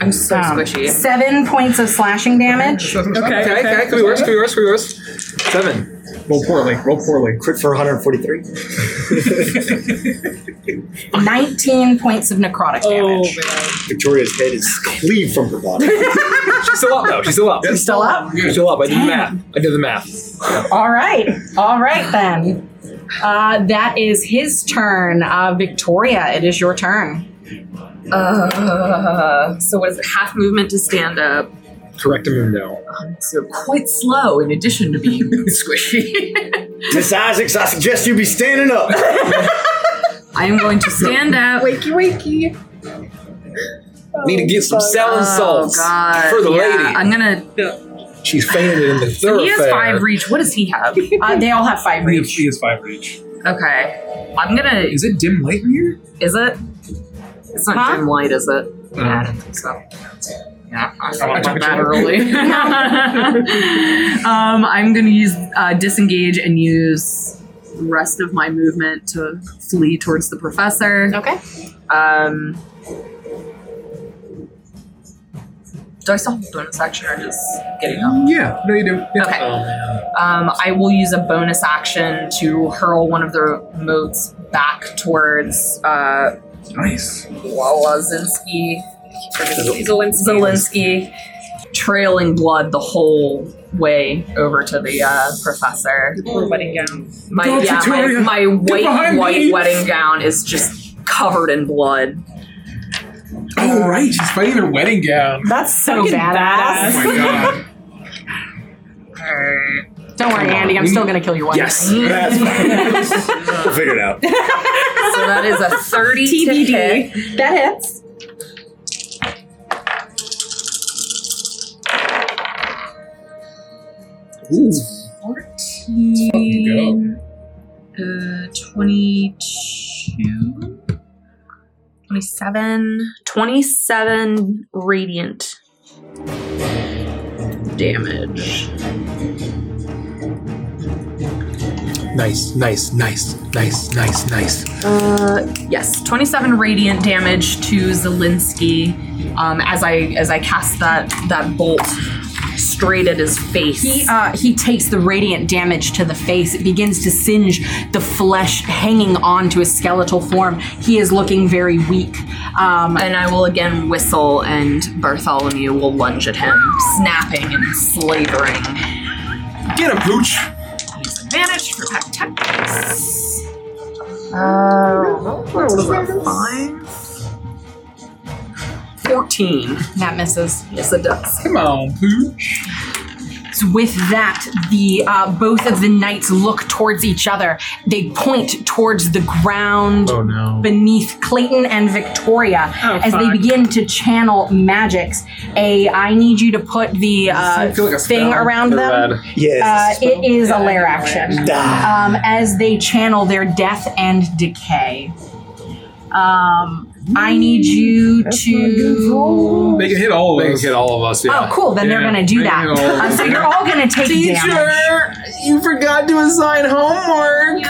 I'm so squishy. Seven points of slashing damage. Okay, okay, could be worse, could be worse, could be worse. Seven. Roll poorly, roll poorly. Crit for 143. 19 points of Oh, necrotic damage. Victoria's head is cleaved from her body. She's still up, though. She's still up. She's still up? She's still up. I did the math. I did the math. All right. All right, then. Uh, that is his turn. Uh, Victoria, it is your turn. Uh, so what is it? Half movement to stand up. Um, Correct him no. So quite slow. In addition to being squishy, Miss Isaacs, I suggest you be standing up. I am going to stand up. wakey, wakey. Need to get some selling salts Oh God. for the Yeah, lady. I'm gonna. She's fainted in the thoroughfare. He has five reach. What does he have? Uh, they all have five reach. He has five reach. Okay. I'm gonna. Is it dim light in here? Is it? It's not Huh? dim light, is it? Yeah, I don't think so. Yeah, I thought about that early. um, I'm gonna use uh, disengage and use the rest of my movement to flee towards the professor. Okay. Um, do I still have a bonus action or just getting up? Yeah, no, you do. Yeah. Okay. Um, I will use a bonus action to hurl one of the moats back towards uh, Nice. Walazinski. Zelinsky. Trailing blood the whole way over to the uh, professor. wedding gown. My, Don't, yeah, my, Victoria. my Get white, behind white me. wedding gown is just covered in blood. Oh, right. She's fighting her wedding gown. That's so Fucking badass. Oh my god. Don't worry, Andy. I'm still going to kill you one Yes. That's fine. we'll figure it out. So that is a 30 to hit. day. That hits. Ooh. 14, uh, 22, 27, 27 radiant damage. Nice, nice, nice, nice, nice, nice. Uh, yes, 27 radiant damage to Zelinsky um, as I as I cast that that bolt straight at his face. He uh, he takes the radiant damage to the face. It begins to singe the flesh hanging on to his skeletal form. He is looking very weak. Um, and I will again whistle, and Bartholomew will lunge at him, snapping and slavering. Get him, pooch. Use advantage for pack tactics. Uh, what was that? Five. Fourteen. that misses. Yes, it does. Come on, pooch. So with that, the uh, both of the knights look towards each other. They point towards the ground Oh, no. beneath Clayton and Victoria Oh, as they fuck. begin to channel magics. A, I need you to put the uh, I feel like a thing spell. around They're them. red. Uh, Yes. it is a lair action. Ah. um, as they channel their death and decay. Um, I need you to. They can hit all of They can us. hit all of us, yeah. Oh, cool. Then they're Yeah, going to do they that. can hit all of Uh, us. so you're all going to take damage. you forgot to assign homework.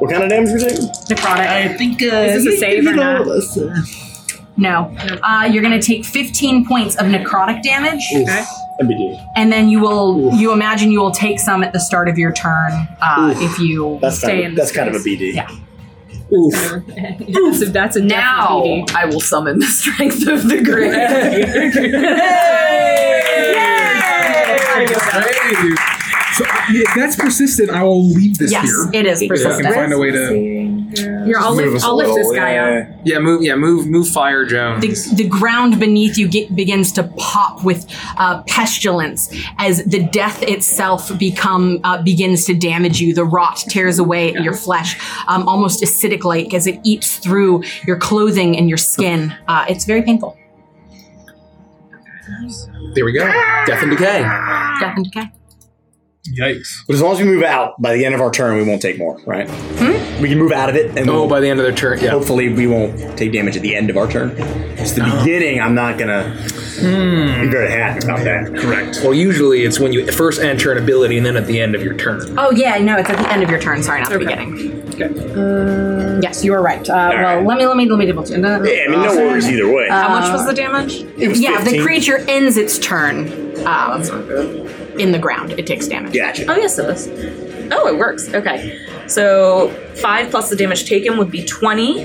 What kind of damage we do? Necrotic. think uh, Is this a save or not? No. Uh, you're going to take 15 points of necrotic damage, MBD. and then you will. You imagine you will take some at the start of your turn uh, if you That's stay kind in. of, that's kind of a BD. Yeah. Oof. That's a, that's a now I will summon the strength of the grid. Hey! So yeah, that's persistent. I will leave this Yes, here. it is If I persistent. can find a way to. Here, I'll Move lift, us I'll a lift little, this guy yeah. up. Yeah, move. Yeah, move. Move. Fire, Jones. The, the ground beneath you get, begins to pop with uh, pestilence as the death itself become uh, begins to damage you. The rot tears away at your flesh, um, almost acidic like as it eats through your clothing and your skin. Uh, it's very painful. There we go. Death and decay. Death and decay. Yikes. But as long as we move out, by the end of our turn, we won't take more, right? We can move out of it. and Oh, Hmm? by the end of their turn, yeah. Hopefully, we won't take damage at the end of our turn. It's the Uh-huh. beginning. I'm not going to be very happy about that. Correct. Well, usually it's when you first enter an ability and then at the end of your turn. Oh yeah, no, it's at the end of your turn. Sorry, not the beginning. Uh, yes, you are right. Uh, well, let me let me let me double check. Uh, Yeah, I I mean, no worries either way. How much was the damage? yeah, the creature ends its turn. Uh, In the ground, it takes damage. Gotcha. Oh yes, it is. Oh, it works. Okay, so five plus the damage taken would be twenty,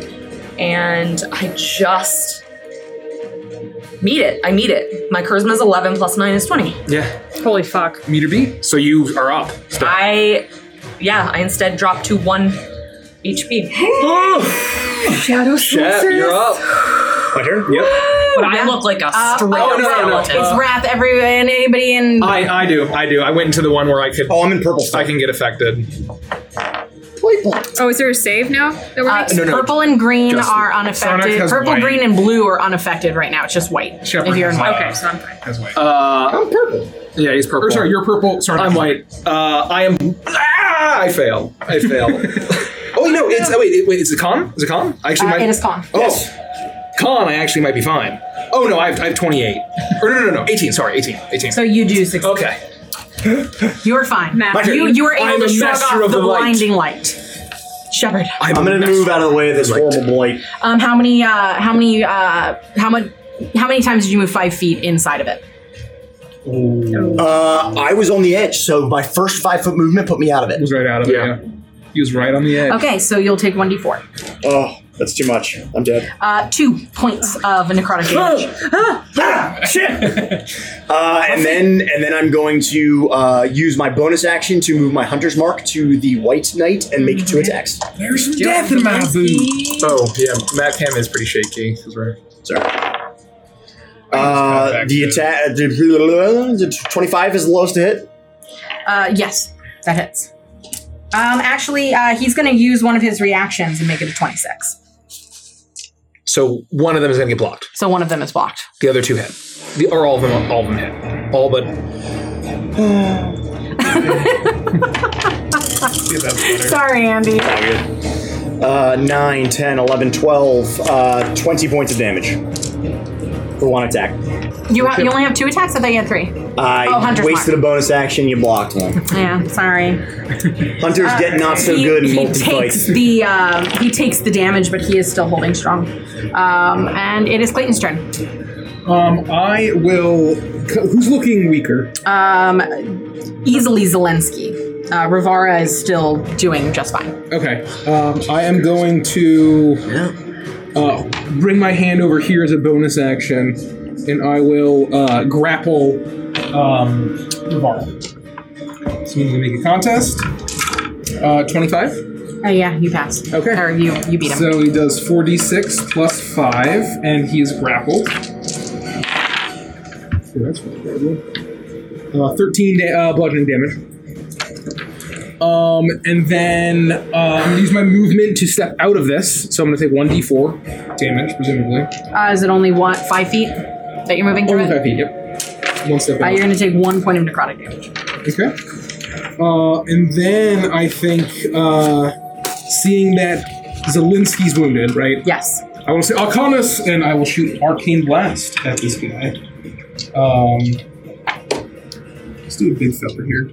and I just meet it. I meet it. My charisma is eleven plus nine is twenty. Yeah. Holy fuck! Meter B. So you are up. I, yeah, I instead drop to one HP. Shadow Shep, you're up. My turn. Yep. But I look like a Uh, straight oh, up no, no, no. skeleton. It's wrath everyone, anybody in. I, I do. I do. I went into the one where I could. Oh, I'm in purple. I can get affected. Oh, is there a save now? That we're Uh, making? Purple and green Just- are Sarnak unaffected. has Purple, white. green, and blue are unaffected right now. It's just white. Shepard if you're has in white. white. Okay, so I'm fine. That's white. Uh, I'm purple. Yeah, he's purple. Or sorry, you're purple. Sorry, I'm white. Uh, I am. Ah, I fail. I fail. oh no! It's oh, wait. It, wait. Is it con? Is it con? I actually Uh, might. it is con. Oh, con. I actually might be fine. Oh no! I have, I have 28. Or no, no, no, no. 18. Sorry, 18. 18. So you do succeed. Okay. You are fine. My turn. You, you were I am able to a shrug master off of the, the light. blinding light. Shepard. I'm, going to move out of the way of this horrible blight. Um, how many? Uh, how many? Uh, how much? How many times did you move five feet inside of it? Uh, I was on the edge, so my first five foot movement put me out of it. was right out of it. Yeah. He was right on the edge. Okay, so you'll take one d four. Oh, that's too much. I'm dead. Uh, two points of necrotic damage. Ah! Uh, and then and then I'm going to uh, use my bonus action to move my hunter's mark to the white knight and make Mm-hmm. two attacks. There's some death in my boot. Oh yeah, Matt Cam is pretty shaky. That's right. Sorry. Uh, the attack twenty five is the lowest to hit. Uh, yes, that hits. Um, actually, uh, he's going to use one of his reactions and make it a 26. So one of them is going to get blocked. So one of them is blocked. The other two hit. The, or all of them. All of them hit. All but. Sorry, Andy. Uh, 9, 10, 11, 12, uh, 20 points of damage for one attack. You, ha- you only have two attacks? I thought you had three. I Oh, Hunter's wasted a bonus action, you blocked one. Yeah, sorry. Hunter's Uh, get not so he- good in He multi takes fights. the um, he takes the damage, but he is still holding strong. Um, and it is Clayton's turn. Um, I will. Who's looking weaker? Um, easily Zelensky. Uh, Rivara is still doing just fine. Okay. Um, I am going to uh, bring my hand over here as a bonus action, and I will uh, grapple um, Navarro. So we need to make a contest. Uh, 25. Oh yeah, you pass. Okay. Or you you beat him. So he does 4d6 plus 5, and he is grappled. So that's Hmm. really good. Uh, 13 da- uh, bludgeoning damage. Um, and then uh, I'm going to use my movement to step out of this. So I'm going to take 1d4 damage, presumably. Uh, is it only one five feet that you're moving through? Only it? 5 feet, yep. One step Uh, out. you're going to take one point of necrotic damage. Okay. Uh, and then I think uh, seeing that Zelensky's wounded, right? Yes. I will say Arcanus, and I will shoot Arcane Blast at this guy. Um, let's do a big fella here.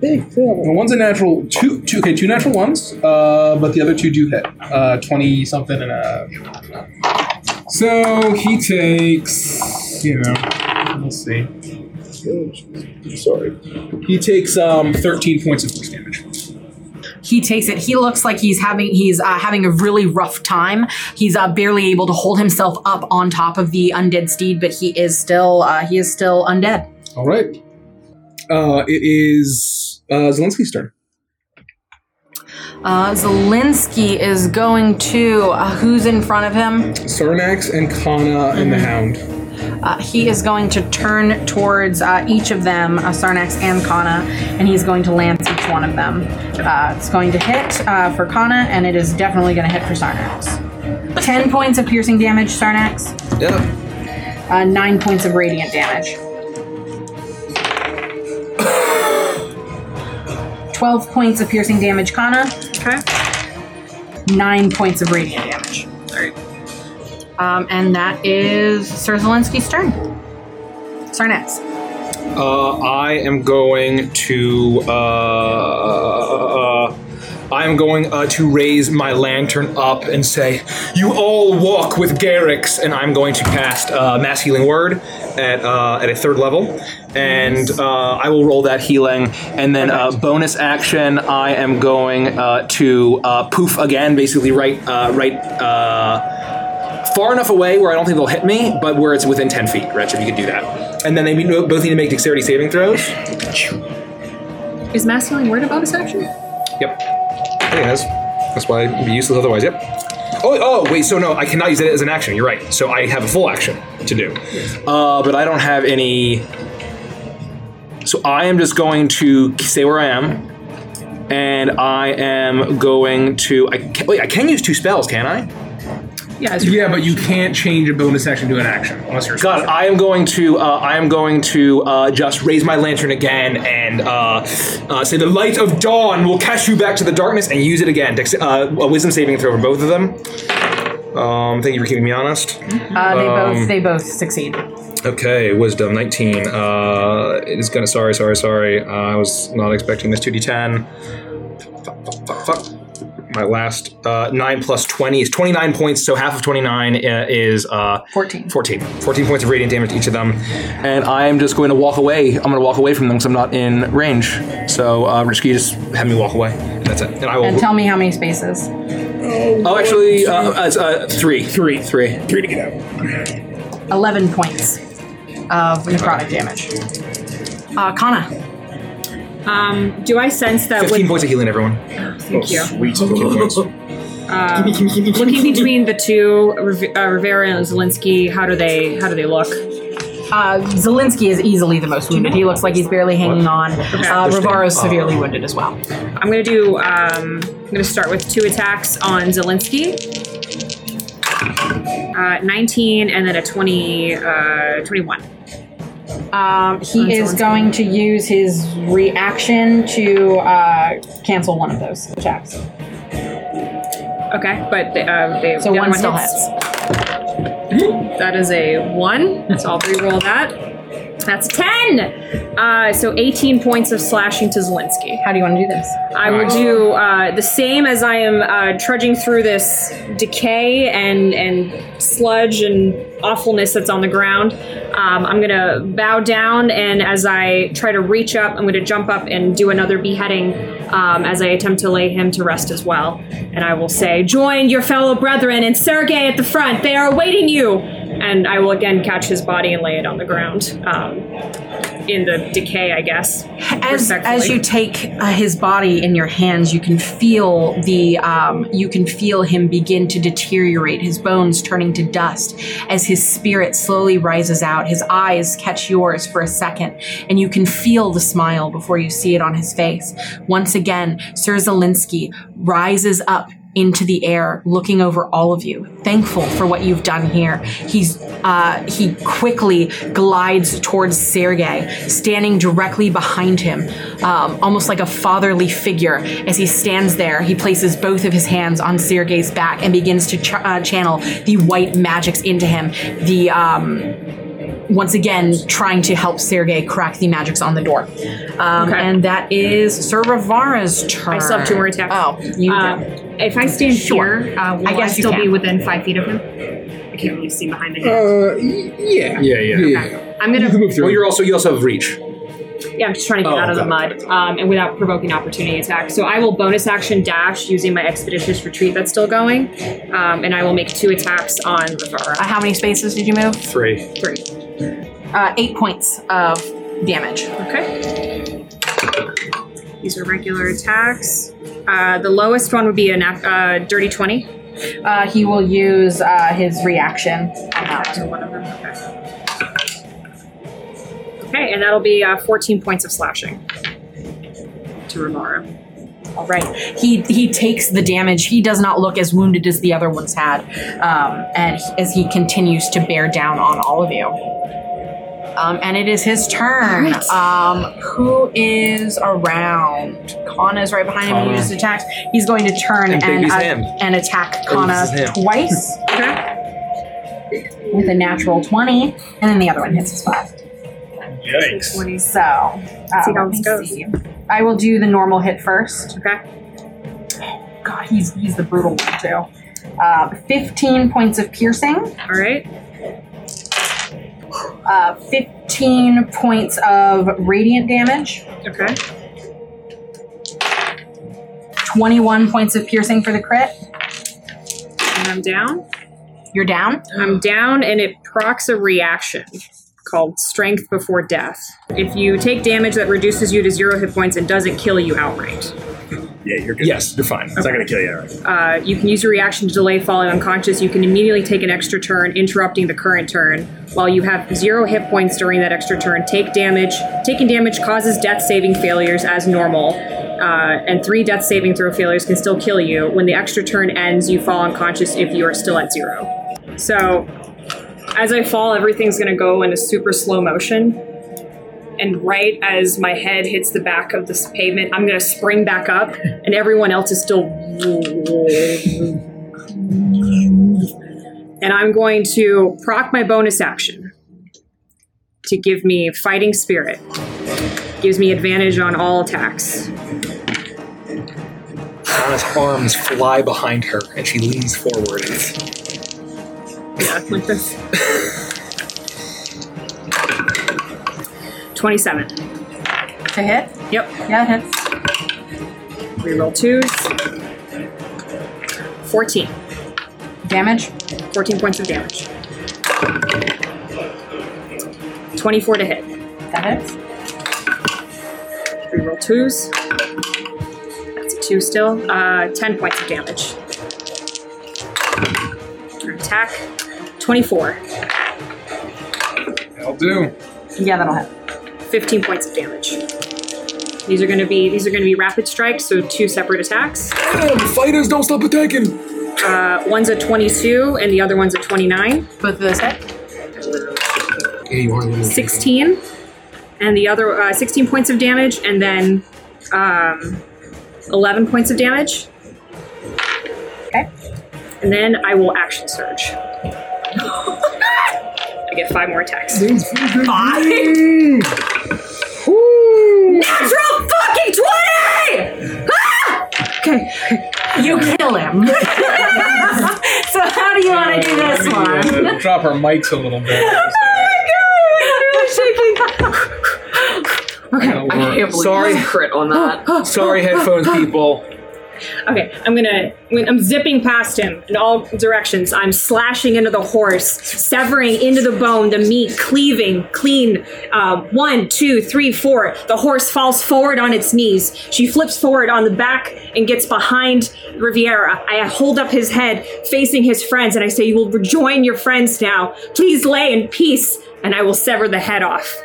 Big fella. Well, one's a natural two, two. Okay, two natural ones, uh, but the other two do hit. Uh, Twenty something and a. So he takes, you know, let's see. Sorry. He takes um, 13 points of force damage. He takes it. He looks like he's having he's uh, having a really rough time. He's uh, barely able to hold himself up on top of the undead steed, but he is still uh, he is still undead. All right. Uh, it is uh, Zelensky's turn. Uh, Zelensky is going to uh, who's in front of him? Sarnax and Kana and the Hound. Uh, he is going to turn towards uh, each of them, uh, Sarnax and Kana, and he's going to lance each one of them. Uh, it's going to hit uh, for Kana, and it is definitely going to hit for Sarnax. 10 points of piercing damage, Sarnax, Yep. uh, 9 points of radiant damage. 12 points of piercing damage, Kana. Okay. 9 points of radiant damage. Um, and that is Sir Zelensky's turn. Sarnax. Uh, I am going to. Uh, uh, I am going uh, to raise my lantern up and say, "You all walk with Garrix," and I'm going to cast uh, Mass Healing Word at uh, at a third level, and uh, I will roll that healing, and then uh, bonus action, I am going uh, to uh, poof again, basically right uh, right. Uh, far enough away where I don't think they'll hit me, but where it's within 10 feet, Rich, if you could do that. And then they need- both need to make dexterity saving throws. Is mass healing word a bonus action? Yep. I think it is. That's why it'd be useless otherwise, yep. Oh, oh, wait, so no, I cannot use it as an action. You're right. So I have a full action to do. Uh, but I don't have any. So I am just going to say where I am. And I am going to. I can, wait, I can use two spells, can I? Yeah, yeah, but you can't change a bonus action to an action unless you're. God, I am going to. Uh, I am going to uh, just raise my lantern again and uh, uh, say, "The light of dawn will cast you back to the darkness," and use it again. Dex- uh, a wisdom saving throw for both of them. Um, thank you for keeping me honest. Uh, they both Um, they both succeed. Okay, wisdom nineteen. Uh, it is gonna. Sorry, sorry, sorry. Uh, I was not expecting this two d ten. Fuck, fuck, fuck. My last uh, nine plus twenty is twenty nine points. So half of twenty nine is uh, fourteen. Fourteen. Fourteen points of radiant damage to each of them, and I am just going to walk away. I'm going to walk away from them because I'm not in range. So uh, Rishki just had me walk away, and that's it. And I will. And tell me how many spaces. oh, actually, uh, uh, it's, uh, three. Three. Three. Three to get out. Eleven points of necrotic damage. Uh, Kana. Um, do I sense that Fifteen with points of healing, everyone. Thank you. Oh, Sweet. 15 points. uh, looking between the two, Riv- uh, Rivera and Zelensky, how do they how do they look? Uh, Zelensky is easily the most wounded. He looks like he's barely hanging on. Uh, Rivara is severely wounded as well. I'm gonna do. Um, I'm gonna start with two attacks on Zelensky. Uh, 19 and then a 20, uh, 21. Um, he is going to use his reaction to uh, cancel one of those attacks. Okay, but uh, they So the other one still hits. That is a one, so I'll re-roll that. That's ten. Uh, so 18 points of slashing to Zelensky. How do you want to do this? I will Nice. do uh, the same as I am uh, trudging through this decay and and sludge and awfulness that's on the ground. Um, I'm gonna bow down, and as I try to reach up, I'm gonna jump up and do another beheading um, as I attempt to lay him to rest as well. And I will say, "Join your fellow brethren and Sergei at the front. They are awaiting you." And I will again catch his body and lay it on the ground um, in the decay, I guess. As, as respectfully. you take uh, his body in your hands, you can feel the um, you can feel him begin to deteriorate, his bones turning to dust as his spirit slowly rises out. His eyes catch yours for a second, and you can feel the smile before you see it on his face. Once again, Sir Zelinsky rises up into the air, looking over all of you, thankful for what you've done here. He's uh, he quickly glides towards Sergei, standing directly behind him, um, almost like a fatherly figure. As he stands there, he places both of his hands on Sergei's back and begins to ch- uh, channel the white magics into him. The um, once again trying to help Sergei crack the magics on the door. Um, And that is Sir Rivara's turn. I still have two more attacks. Oh, you do. Uh, If I stand Sure. here, uh, will I I, guess you still be can. within five feet of him? I can't really see Uh, behind the hand. yeah. Yeah, yeah. I'm gonna. Well, you're also you also have reach. Yeah, I'm just trying to get Oh, out of the got mud um, and without provoking opportunity attack. So I will bonus action dash using my expeditious retreat that's still going, um, and I will make two attacks on Rivara. Uh, how many spaces did you move? Three. Three. Uh, eight points of damage. Okay. These are regular attacks. Uh, the lowest one would be a nat- uh, dirty 20. Uh, he will use uh, his reaction. Okay, and that'll be uh, 14 points of slashing to Rivara. All right. He he takes the damage. He does not look as wounded as the other ones had, um, and as he continues to bear down on all of you. Um, and it is his turn. All right. Um, who is around? Kana is right behind him. Kana. He just attacks. He's going to turn And and baby's uh, him. and attack Baby's Kana him. twice. With a natural twenty, and then the other one hits his five. Yikes. So, see um, how let this me goes. see. I will do the normal hit first. Oh, Okay. God, he's he's the brutal one too. Uh, Fifteen points of piercing. All right. Uh, Fifteen points of radiant damage. Okay. Twenty-one points of piercing for the crit. And I'm down. You're down? I'm down, and it procs a reaction called Strength Before Death. If you take damage that reduces you to zero hit points and doesn't kill you outright, Yeah, you're good. Yes, you're fine. It's not going to kill you. Right. uh, you can use your reaction to delay falling unconscious. You can immediately take an extra turn, interrupting the current turn. While you have zero hit points during that extra turn, take damage. Taking damage causes death saving failures as normal, uh, and three death saving throw failures can still kill you. When the extra turn ends, you fall unconscious if you are still at zero. So, as I fall, everything's going to go in a super slow motion. And right as my head hits the back of this pavement, I'm going to spring back up, and everyone else is still. And I'm going to proc my bonus action to give me fighting spirit. Gives me advantage on all attacks. Anna's arms fly behind her, and she leans forward. Yeah, like this. 27. To hit? Yep. Yeah, it hits. Reroll twos. 14. Damage? 14 points of damage. 24 to hit. That hits. Reroll twos. That's a two still. Uh, 10 points of damage. Your Attack. 24. That'll do. Yeah, that'll hit. 15 points of damage. These are going to be these are going to be rapid strikes, so two separate attacks. Ah, fighters don't stop attacking. Uh, one's a 22 and the other one's a 29. Both of those hit. Yeah, you are limited. 16 and the other uh, 16 points of damage and then um, 11 points of damage okay and then i will action surge i get five more attacks Five? natural fucking 20 Ah! Okay. You kill him. so how do you want to do this one? Drop our mics a little bit. Okay, Sorry, crit on that. Sorry, headphones people. okay i'm gonna when i'm zipping past him in all directions i'm slashing into the horse severing into the bone the meat cleaving clean uh, one two three four the horse falls forward on its knees she flips forward on the back and gets behind riviera i hold up his head facing his friends and i say you will rejoin your friends now please lay in peace and i will sever the head off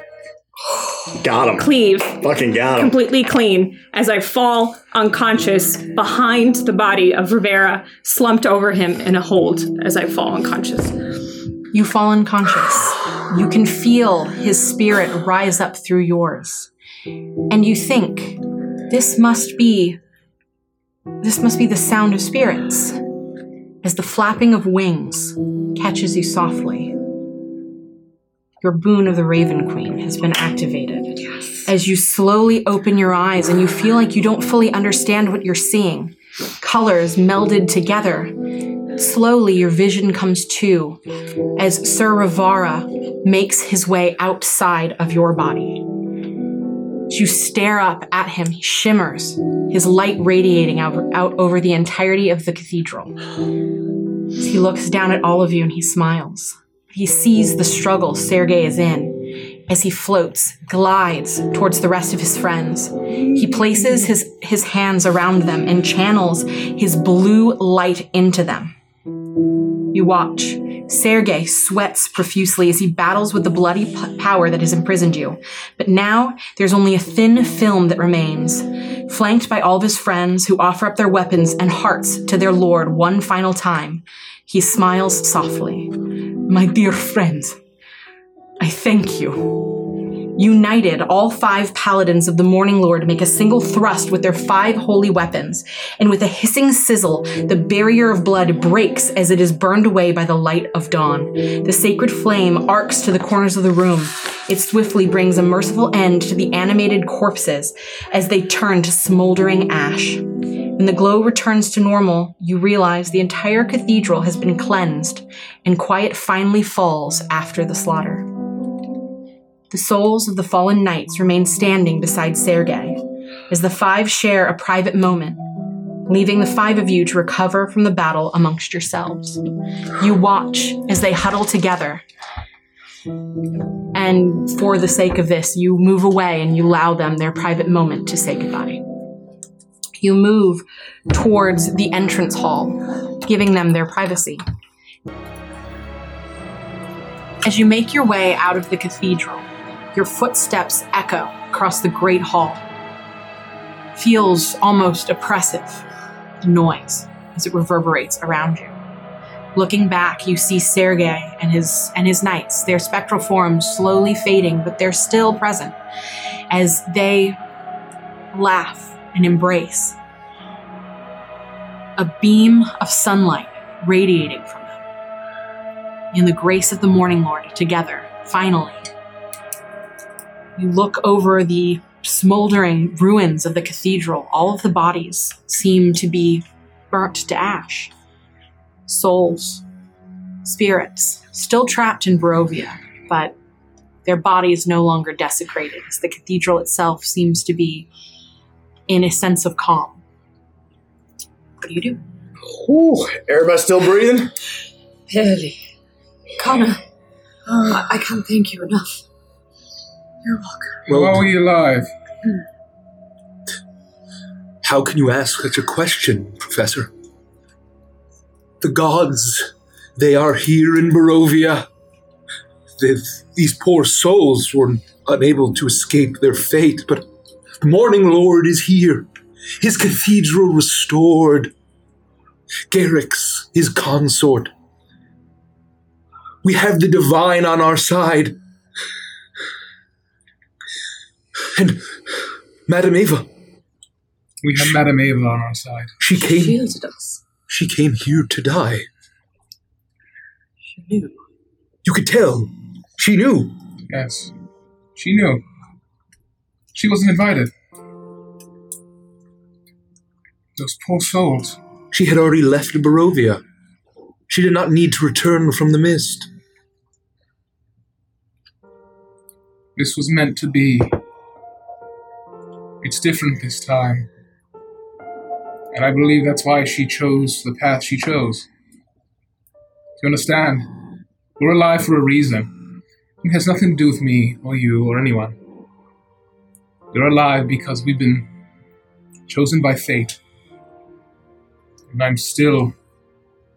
Got him. cleave Fucking got him. completely clean as I fall unconscious behind the body of Rivera, slumped over him in a hold as I fall unconscious. You fall unconscious. You can feel his spirit rise up through yours. And you think, this must be this must be the sound of spirits as the flapping of wings catches you softly. Your boon of the Raven Queen has been activated. As you slowly open your eyes and you feel like you don't fully understand what you're seeing, colors melded together. Slowly, your vision comes to as Sir Rivara makes his way outside of your body. As you stare up at him, he shimmers, his light radiating out, out over the entirety of the cathedral. As he looks down at all of you and he smiles. He sees the struggle Sergei is in. As he floats, glides towards the rest of his friends, he places his, his hands around them and channels his blue light into them. You watch. Sergei sweats profusely as he battles with the bloody p- power that has imprisoned you. But now there's only a thin film that remains, flanked by all of his friends who offer up their weapons and hearts to their lord one final time. He smiles softly. My dear friends, I thank you. United, all five paladins of the Morning Lord make a single thrust with their five holy weapons, and with a hissing sizzle, the barrier of blood breaks as it is burned away by the light of dawn. The sacred flame arcs to the corners of the room. It swiftly brings a merciful end to the animated corpses as they turn to smoldering ash. When the glow returns to normal, you realize the entire cathedral has been cleansed, and quiet finally falls after the slaughter. The souls of the fallen knights remain standing beside Sergei as the five share a private moment, leaving the five of you to recover from the battle amongst yourselves. You watch as they huddle together. And for the sake of this, you move away and you allow them their private moment to say goodbye. You move towards the entrance hall, giving them their privacy. As you make your way out of the cathedral, your footsteps echo across the great hall. Feels almost oppressive, the noise as it reverberates around you. Looking back, you see Sergei and his and his knights, their spectral forms slowly fading, but they're still present as they laugh and embrace. A beam of sunlight radiating from them. In the grace of the Morning Lord, together, finally, you look over the smoldering ruins of the cathedral. All of the bodies seem to be burnt to ash. Souls, spirits, still trapped in Barovia, but their bodies no longer desecrated, as the cathedral itself seems to be in a sense of calm. What do you do? Ooh, everybody still breathing? Barely. Connor, I, I can't thank you enough. You're welcome. Well, How are you alive? How can you ask such a question, Professor? The gods, they are here in Barovia. The, these poor souls were unable to escape their fate, but the Morning Lord is here, his cathedral restored. Garrix, his consort. We have the divine on our side. And Madame Ava, We have Madame Ava on our side. she came. shielded us. She came here to die. She knew. You could tell. She knew. Yes. She knew. She wasn't invited. Those poor souls. She had already left Barovia. She did not need to return from the mist. This was meant to be. It's different this time. And I believe that's why she chose the path she chose. Do you understand? We're alive for a reason. It has nothing to do with me or you or anyone. We're alive because we've been chosen by fate. And I'm still,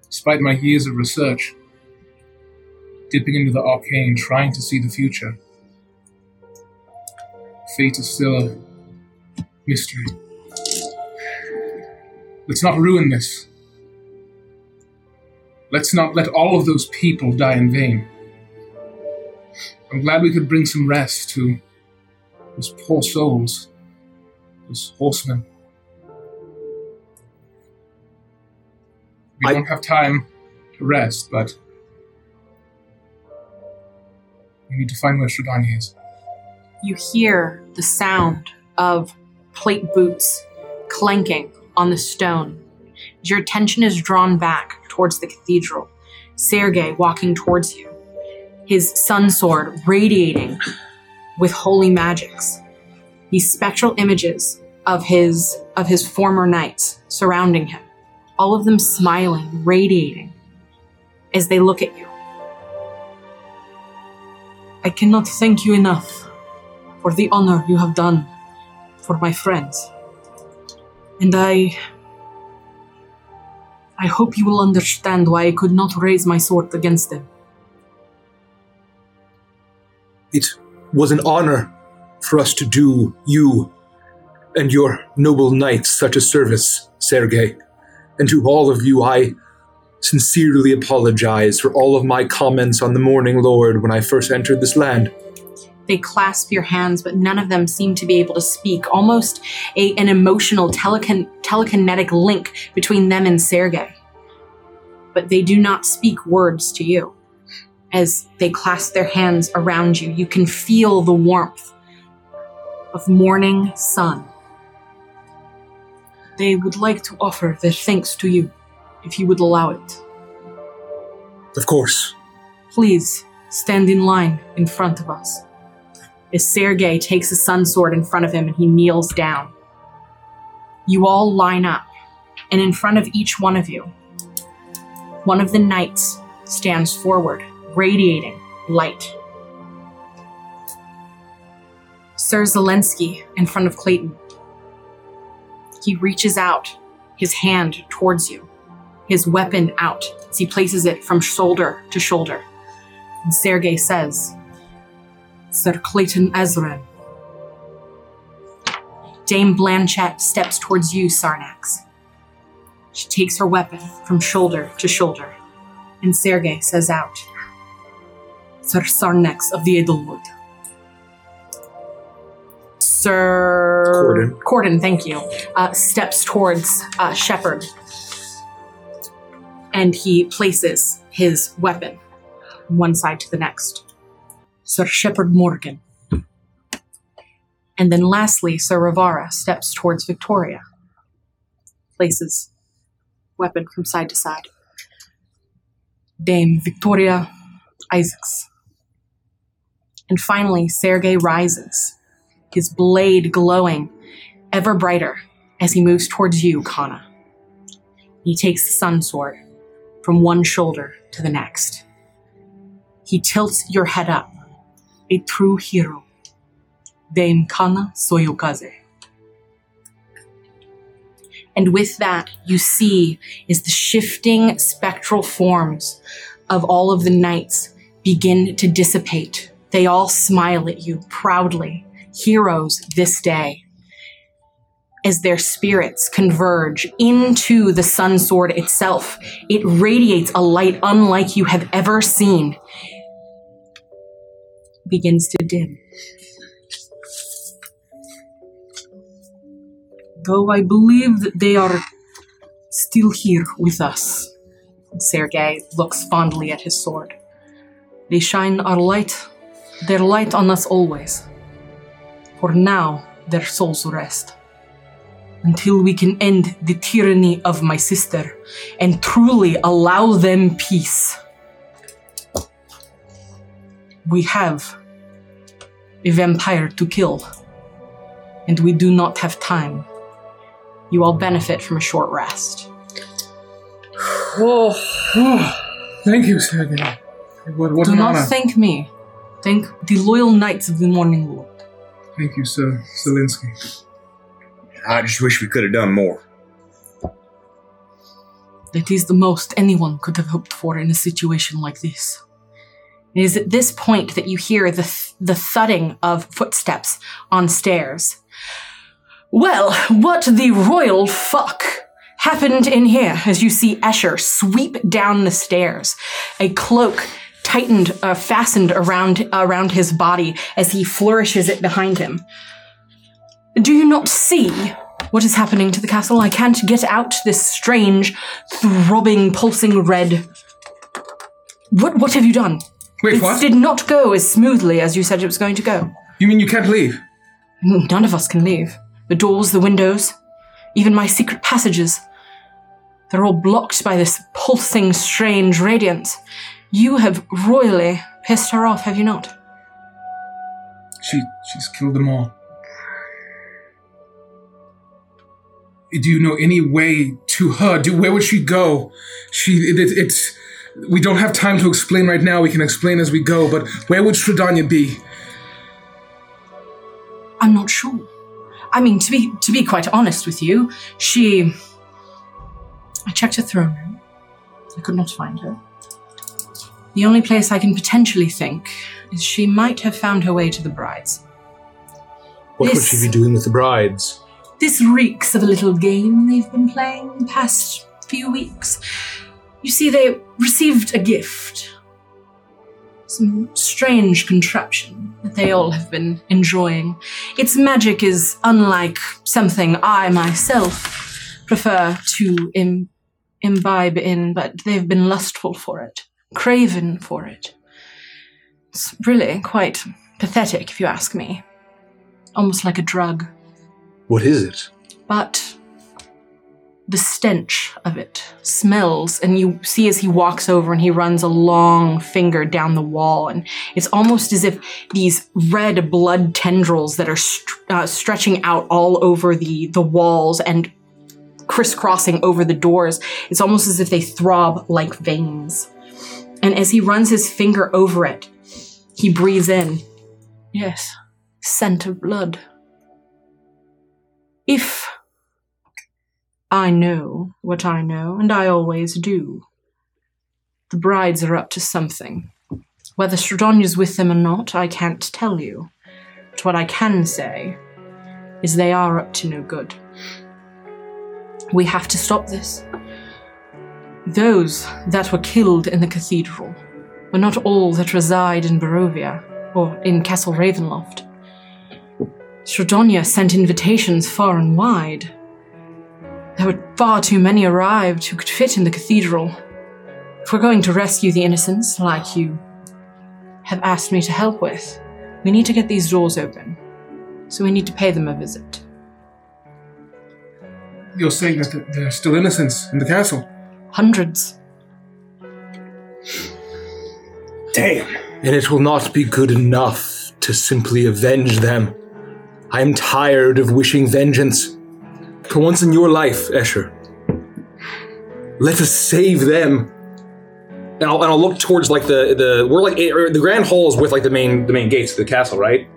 despite my years of research, dipping into the arcane, trying to see the future. Fate is still a mystery. Let's not ruin this. Let's not let all of those people die in vain. I'm glad we could bring some rest to those poor souls, those horsemen. We don't have time to rest, but we need to find where Shredani is. you hear the sound of plate boots clanking on the stone. As your attention is drawn back towards the cathedral, Sergei walking towards you, his sun sword radiating with holy magics. these spectral images of his of his former knights surrounding him, all of them smiling, radiating as they look at you. I cannot thank you enough for the honor you have done for my friends. And I I hope you will understand why I could not raise my sword against them. It was an honor for us to do you and your noble knights such a service, Sergei. And to all of you, I sincerely apologize for all of my comments on the Morning Lord when I first entered this land. They clasp your hands, but none of them seem to be able to speak. Almost a, an emotional telecon- telekinetic link between them and Sergei. But they do not speak words to you. As they clasp their hands around you, you can feel the warmth of morning sun. They would like to offer their thanks to you, if you would allow it. Of course. Please stand in line in front of us. As Sergei takes a sun sword in front of him and he kneels down, you all line up, and in front of each one of you, one of the knights stands forward, radiating light. Sir Zelensky in front of Clayton. He reaches out his hand towards you, his weapon out as he places it from shoulder to shoulder. And Sergei says, Sir Clayton Ezrin. Dame Blanchette steps towards you, Sarnax. She takes her weapon from shoulder to shoulder, and Sergei says out, Sir Sarnax of the Edelwood. Sir Corden. Corden, thank you. Uh, steps towards uh, Shepard, and he places his weapon one side to the next. Sir Shepard Morgan. And then lastly, Sir Rivara steps towards Victoria, places weapon from side to side. Dame Victoria Isaacs. And finally, Sergei rises, his blade glowing ever brighter as he moves towards you, Kana. He takes the sun sword from one shoulder to the next. He tilts your head up, a true hero. Dame Kana Soyokaze. And with that, you see is the shifting spectral forms of all of the knights begin to dissipate. They all smile at you proudly, heroes this day, as their spirits converge into the sun sword itself. It radiates a light unlike you have ever seen. Begins to dim. Though I believe that they are still here with us. Sergei looks fondly at his sword. They shine our light, their light on us always. For now, their souls rest. Until we can end the tyranny of my sister and truly allow them peace. We have a vampire to kill, and we do not have time. You all benefit from a short rest. Thank you, Sergei. Oh. What, what do an not honor. thank me. Thank the loyal knights of the Morning Lord. Thank you, Sir Zelinsky. I just wish we could have done more. That is the most anyone could have hoped for in a situation like this. It is at this point that you hear the, th- the thudding of footsteps on stairs. Well, what the royal fuck happened in here as you see Escher sweep down the stairs, a cloak tightened, uh, fastened around, around his body as he flourishes it behind him. Do you not see what is happening to the castle? I can't get out this strange, throbbing, pulsing red. What what have you done? Wait, it what? did not go as smoothly as you said it was going to go. You mean you can't leave? None of us can leave. The doors, the windows, even my secret passages. They're all blocked by this pulsing, strange radiance. You have royally pissed her off, have you not? She she's killed them all. do you know any way to her? Do where would she go? She it, it- it's we don't have time to explain right now. We can explain as we go. But where would Stradanya be? I'm not sure. I mean, to be to be quite honest with you, she. I checked her throne room. I could not find her. The only place I can potentially think is she might have found her way to the bride's. What would she be doing with the brides? This reeks of a little game they've been playing the past few weeks. You see, they received a gift. Some strange contraption that they all have been enjoying. Its magic is unlike something I myself prefer to Im- imbibe in, but they've been lustful for it, craven for it. It's really quite pathetic, if you ask me. Almost like a drug What is it? but the stench of it smells and you see as he walks over and he runs a long finger down the wall and it's almost as if these red blood tendrils that are str uh, stretching out all over the the walls and crisscrossing over the doors it's almost as if they throb like veins and as he runs his finger over it he breathes in yes scent of blood if I know what I know, and I always do, the brides are up to something. Whether Stradanya's with them or not, I can't tell you. But what I can say is they are up to no good. We have to stop this. Those that were killed in the cathedral were not all that reside in Barovia or in Castle Ravenloft. Stradonia sent invitations far and wide. There were far too many arrived who could fit in the cathedral. If we're going to rescue the innocents, like you have asked me to help with, we need to get these doors open. So we need to pay them a visit. You're saying that th- there's still innocents in the castle. Hundreds. Damn. And it will not be good enough to simply avenge them. I am tired of wishing vengeance. For once in your life, Escher, let us save them. And I'll, and I'll look towards like the the we're like or the grand hall is with like the main the main gates of the castle, right?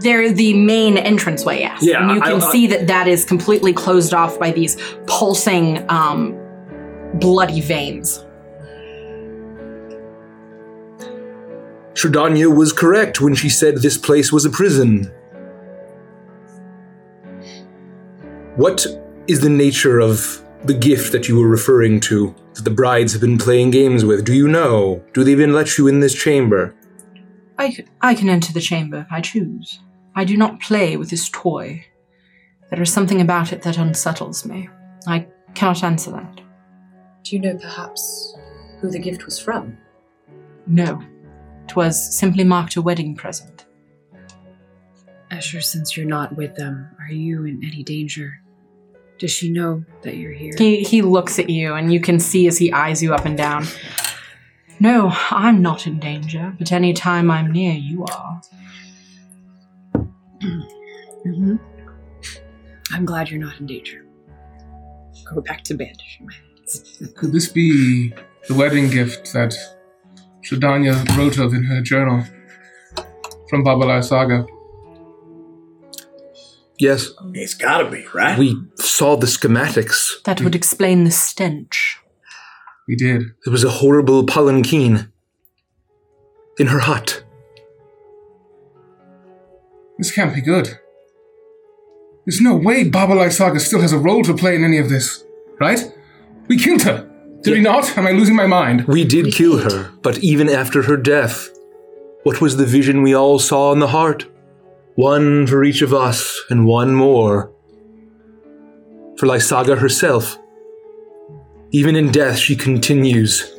They're the main entranceway, yes. Yeah, and you I- can I- see that that is completely closed off by these pulsing, um, bloody veins. Shadanya was correct when she said this place was a prison. What is the nature of the gift that you were referring to that the brides have been playing games with? Do you know? Do they even let you in this chamber? I, c- I can enter the chamber if I choose. I do not play with this toy. There is something about it that unsettles me. I cannot answer that. Do you know perhaps who the gift was from? No. 'Twas simply marked a wedding present. Escher, since you're not with them, are you in any danger? Does she know that you're here? He, he looks at you, and you can see as he eyes you up and down. No, I'm not in danger, but any time I'm near, you are. Mm-hmm. I'm glad you're not in danger. Go back to bandaging my hands. Could this be the wedding gift that Shadanya wrote of in her journal from Babalai Saga? Yes. It's gotta be, right? We saw the schematics. That would explain the stench. We did. It was a horrible palanquin in her hut. This can't be good. There's no way Babalai Saga still has a role to play in any of this, right? We killed her, did we not? Am I losing my mind? We did kill her, but even after her death, what was the vision we all saw in the heart? One for each of us, and one more. For Lysaga herself. Even in death, she continues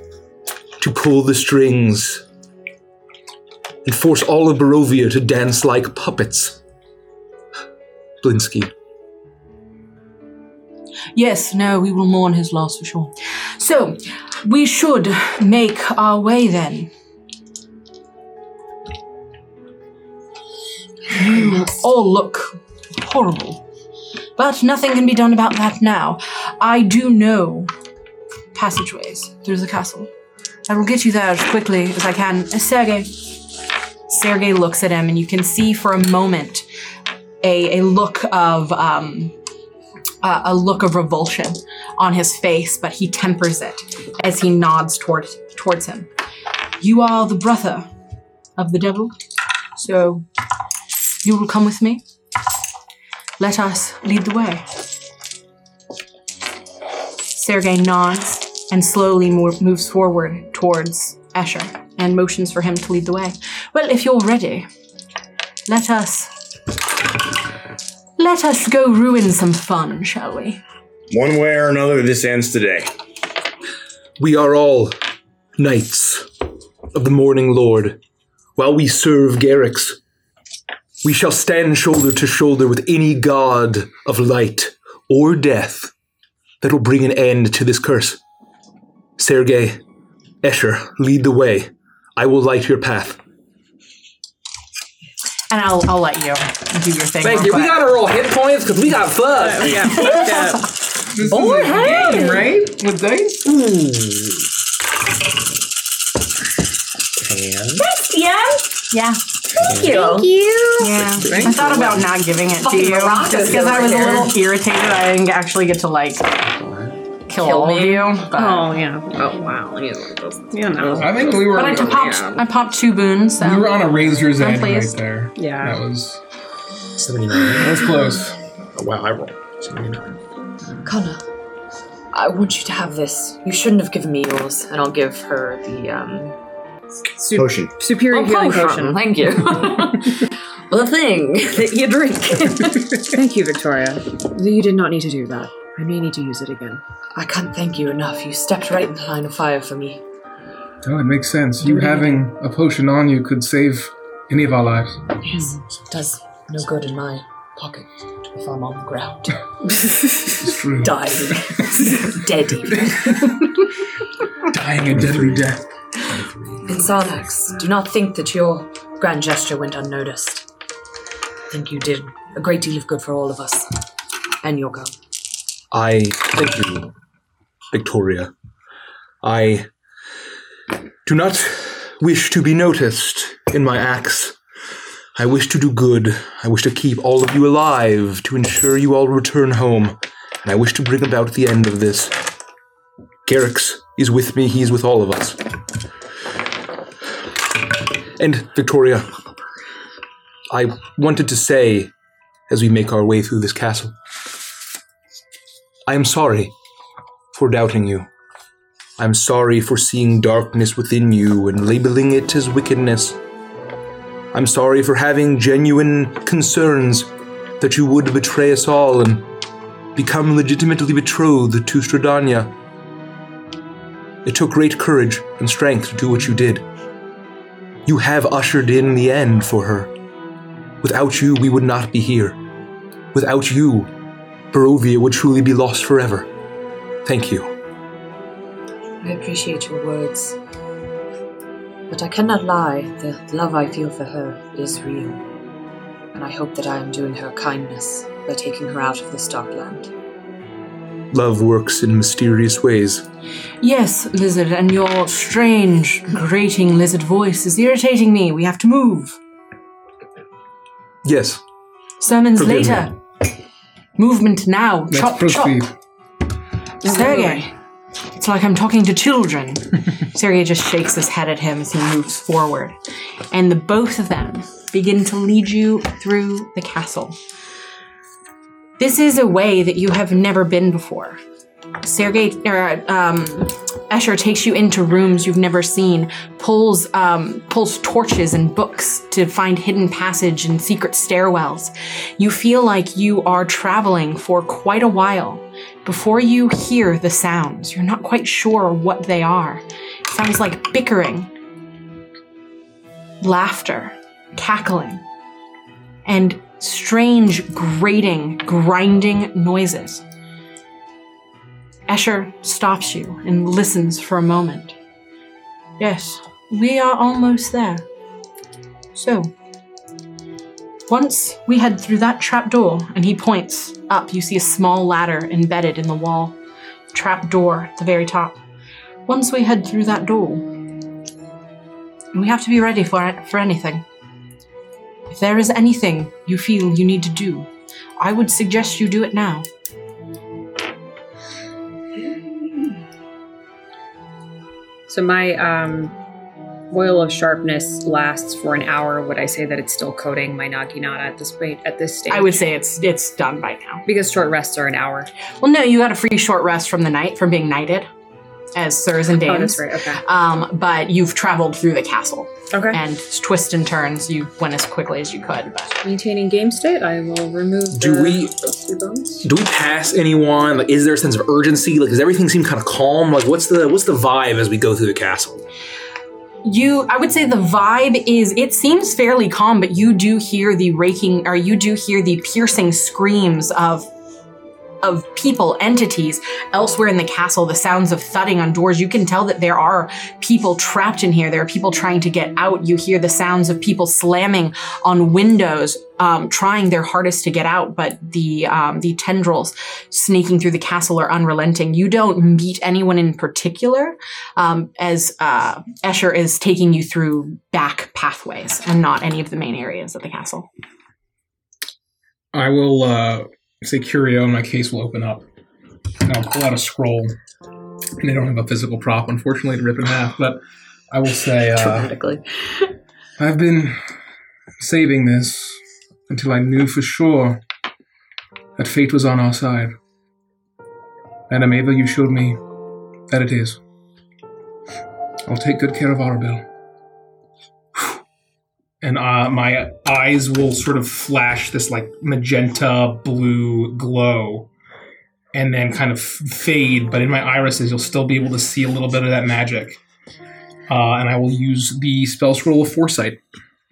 to pull the strings and force all of Barovia to dance like puppets. Blinsky. Yes, no, we will mourn his loss for sure. So, we should make our way then. You all look horrible. But nothing can be done about that now. I do know passageways through the castle. I will get you there as quickly as I can. Uh, Sergei. Sergei looks at him, and you can see for a moment a, a look of um, uh, a look of revulsion on his face, but he tempers it as he nods toward, towards him. You are the brother of the devil, so you will come with me. Let us lead the way. Sergei nods and slowly mo- moves forward towards Escher and motions for him to lead the way. Well, if you're ready, let us let us go ruin some fun, shall we? One way or another, this ends today. We are all knights of the Morning Lord. While we serve Garrix, we shall stand shoulder to shoulder with any god of light or death that will bring an end to this curse. Sergei, Escher, lead the way. I will light your path. And I'll, I'll let you do your thing. Thank real you. We quick. gotta roll hit points because we got fucked. Yeah, we got This Oh, is a hey! game, right? With dice? Thanks, DM. Yeah. Thank you. Thank you. Yeah. I thought about not giving it to Fucking you maracas just because I over was a here. little irritated. I didn't actually get to like kill, all of you. oh yeah. Oh wow. You know. I think we were- But I popped. Yeah. I popped two boons. So We were on a razor's I'm edge right pleased. there. Yeah. That was 79. That was close. Oh, wow, I rolled 79. Connor, I want you to have this. You shouldn't have given me yours, and I'll give her the um, su- Potion. superior healing potion. Oh, Thank you. the thing that you drink. Thank you, Victoria. You did not need to do that. I may need to use it again. I can't thank you enough. You stepped right in the line of fire for me. Oh, it makes sense. You having a potion on you could save any of our lives. Yes, it does no good in my pocket if I'm on the ground. It's true. Dying. Dead even. Dying a deadly death. In Sarlax, do not think that your grand gesture went unnoticed. I think you did a great deal of good for all of us. And your girl. I thank you, Victoria. I do not wish to be noticed in my acts. I wish to do good. I wish to keep all of you alive to ensure you all return home. And I wish to bring about the end of this. Garrix is with me, he's with all of us. And Victoria, I wanted to say as we make our way through this castle. I am sorry for doubting you. I'm sorry for seeing darkness within you and labeling it as wickedness. I'm sorry for having genuine concerns that you would betray us all and become legitimately betrothed to Stradania. It took great courage and strength to do what you did. You have ushered in the end for her. Without you, we would not be here. Without you, Barovia would truly be lost forever. Thank you. I appreciate your words. But I cannot lie, the love I feel for her is real. And I hope that I am doing her a kindness by taking her out of this dark land. Love works in mysterious ways. Yes, lizard, and your strange, grating lizard voice is irritating me. We have to move. Yes. Sermons Forgive later. Movement now. Let's chop, proceed. chop. Sergey, it's like I'm talking to children. Sergey just shakes his head at him as he moves forward. And the both of them begin to lead you through the castle. This is a way that you have never been before. Sergey or um, Escher takes you into rooms you've never seen, pulls um, pulls torches and books to find hidden passage and secret stairwells. You feel like you are traveling for quite a while before you hear the sounds. You're not quite sure what they are. It sounds like bickering, laughter, cackling, and strange grating, grinding noises. Escher stops you and listens for a moment. Yes, we are almost there. So, Once we head through that trap door, and he points up, you see a small ladder embedded in the wall. Trap door at the very top. Once we head through that door, we have to be ready for it, for anything. If there is anything you feel you need to do, I would suggest you do it now. So my um, oil of sharpness lasts for an hour. Would I say that it's still coating my naginata at this point? At this stage, I would say it's it's done by now because short rests are an hour. Well, no, you got a free short rest from the night from being knighted as sirs and dames. Oh, that's right. Okay. Um, but you've traveled through the castle. Okay. And twists and turns, you went as quickly as you could. But Maintaining game state, I will remove. Do the- we- the bonus. Do we pass anyone? Like, is there a sense of urgency? Like, does everything seem kind of calm? Like, what's the what's the vibe as we go through the castle? you, I would say the vibe is, it seems fairly calm, but you do hear the raking, or you do hear the piercing screams of. Of people, entities elsewhere in the castle, the sounds of thudding on doors. You can tell that there are people trapped in here. There are people trying to get out. You hear the sounds of people slamming on windows, um, trying their hardest to get out, but the um, the tendrils sneaking through the castle are unrelenting. You don't meet anyone in particular, um, as uh, Escher is taking you through back pathways and not any of the main areas of the castle. I will uh, say Curio, and my case will open up. And I'll pull out a scroll, and I don't have a physical prop, unfortunately, to rip in half. But I will say, uh, Dramatically. I've been saving this until I knew for sure that fate was on our side. Madam Ava, you showed me that it is. I'll take good care of Arabelle and uh, my eyes will sort of flash this like magenta blue glow and then kind of f- fade but in my irises you'll still be able to see a little bit of that magic uh, and i will use the spell scroll of foresight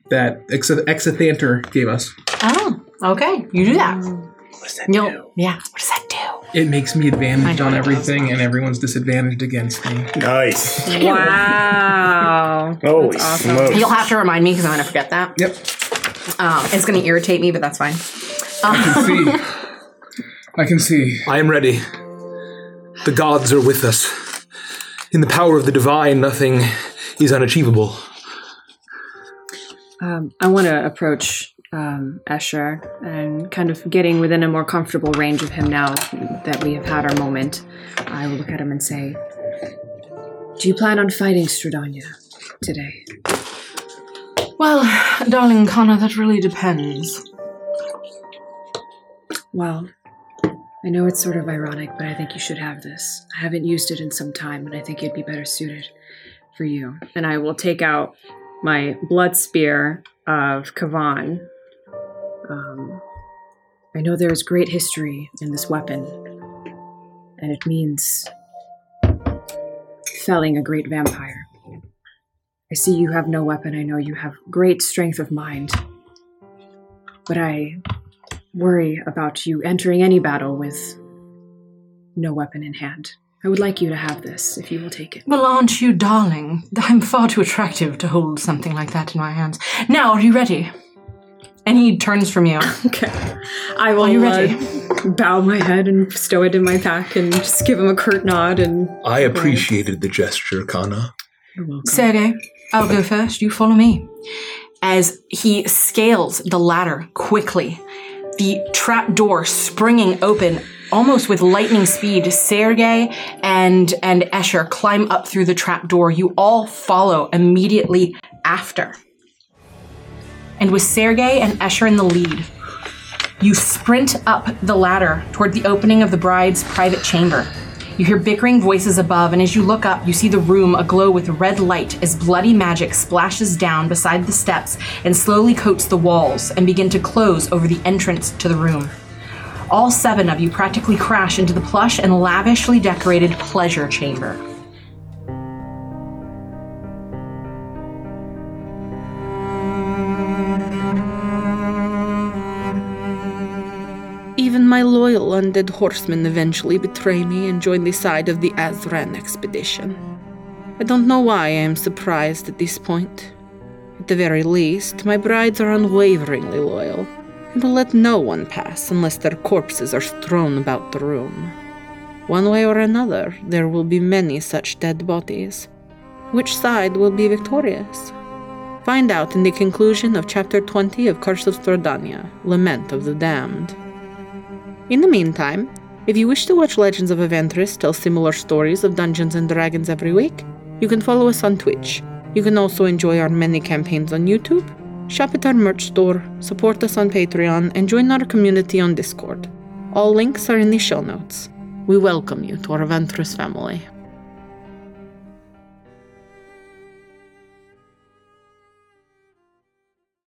that Ex- exathanter gave us Oh, okay, you do that. You'll- Yeah, what does that do? it makes me advantaged I know on it does. everything and everyone's disadvantaged against me nice Wow. Holy smokes. You'll have to remind me because I'm going to forget that. Yep. Um, it's going to irritate me, but that's fine. i can see I am ready. The gods are with us. In the power of the divine, nothing is unachievable. Um, I want to approach um, Escher and kind of getting within a more comfortable range of him now that we have had our moment. I will look at him and say, Do you plan on fighting Stradania today? Well, darling Connor, that really depends. Well, I know it's sort of ironic, but I think you should have this. I haven't used it in some time, and I think it'd be better suited for you. and I will take out my blood spear of Kavan. Um, I know there is great history in this weapon, and it means felling a great vampire. I see you have no weapon. I know you have great strength of mind, but I worry about you entering any battle with no weapon in hand. I would like you to have this if you will take it. Well, aren't you, darling? I'm far too attractive to hold something like that in my hands. Now, are you ready? And he turns from you. Okay. I will Are you ready? uh, bow my head and stow it in my pack and just give him a curt nod and I appreciated the gesture, Kana. Sergey, I'll go first. You follow me. As he scales the ladder quickly, the trap door springing open almost with lightning speed, Sergey and and Escher climb up through the trap door. You all follow immediately after. And with Sergey and Escher in the lead, you sprint up the ladder toward the opening of the bride's private chamber. You hear bickering voices above, and as you look up, you see the room aglow with red light as bloody magic splashes down beside the steps and slowly coats the walls and begin to close over the entrance to the room. All seven of you practically crash into the plush and lavishly decorated pleasure chamber. Even my loyal undead horsemen eventually betray me and join the side of the Azran expedition. I don't know why I am surprised at this point. At the very least, my brides are unwaveringly loyal and will let no one pass unless their corpses are strewn about the room. One way or another, there will be many such dead bodies. Which side will be victorious? Find out in the conclusion of Chapter 20 of Curse of Stradania Lament of the Damned. In the meantime, if you wish to watch Legends of Aventris tell similar stories of Dungeons and Dragons every week, you can follow us on Twitch. You can also enjoy our many campaigns on YouTube, shop at our merch store, support us on Patreon, and join our community on Discord. All links are in the show notes. We welcome you to our Aventris family.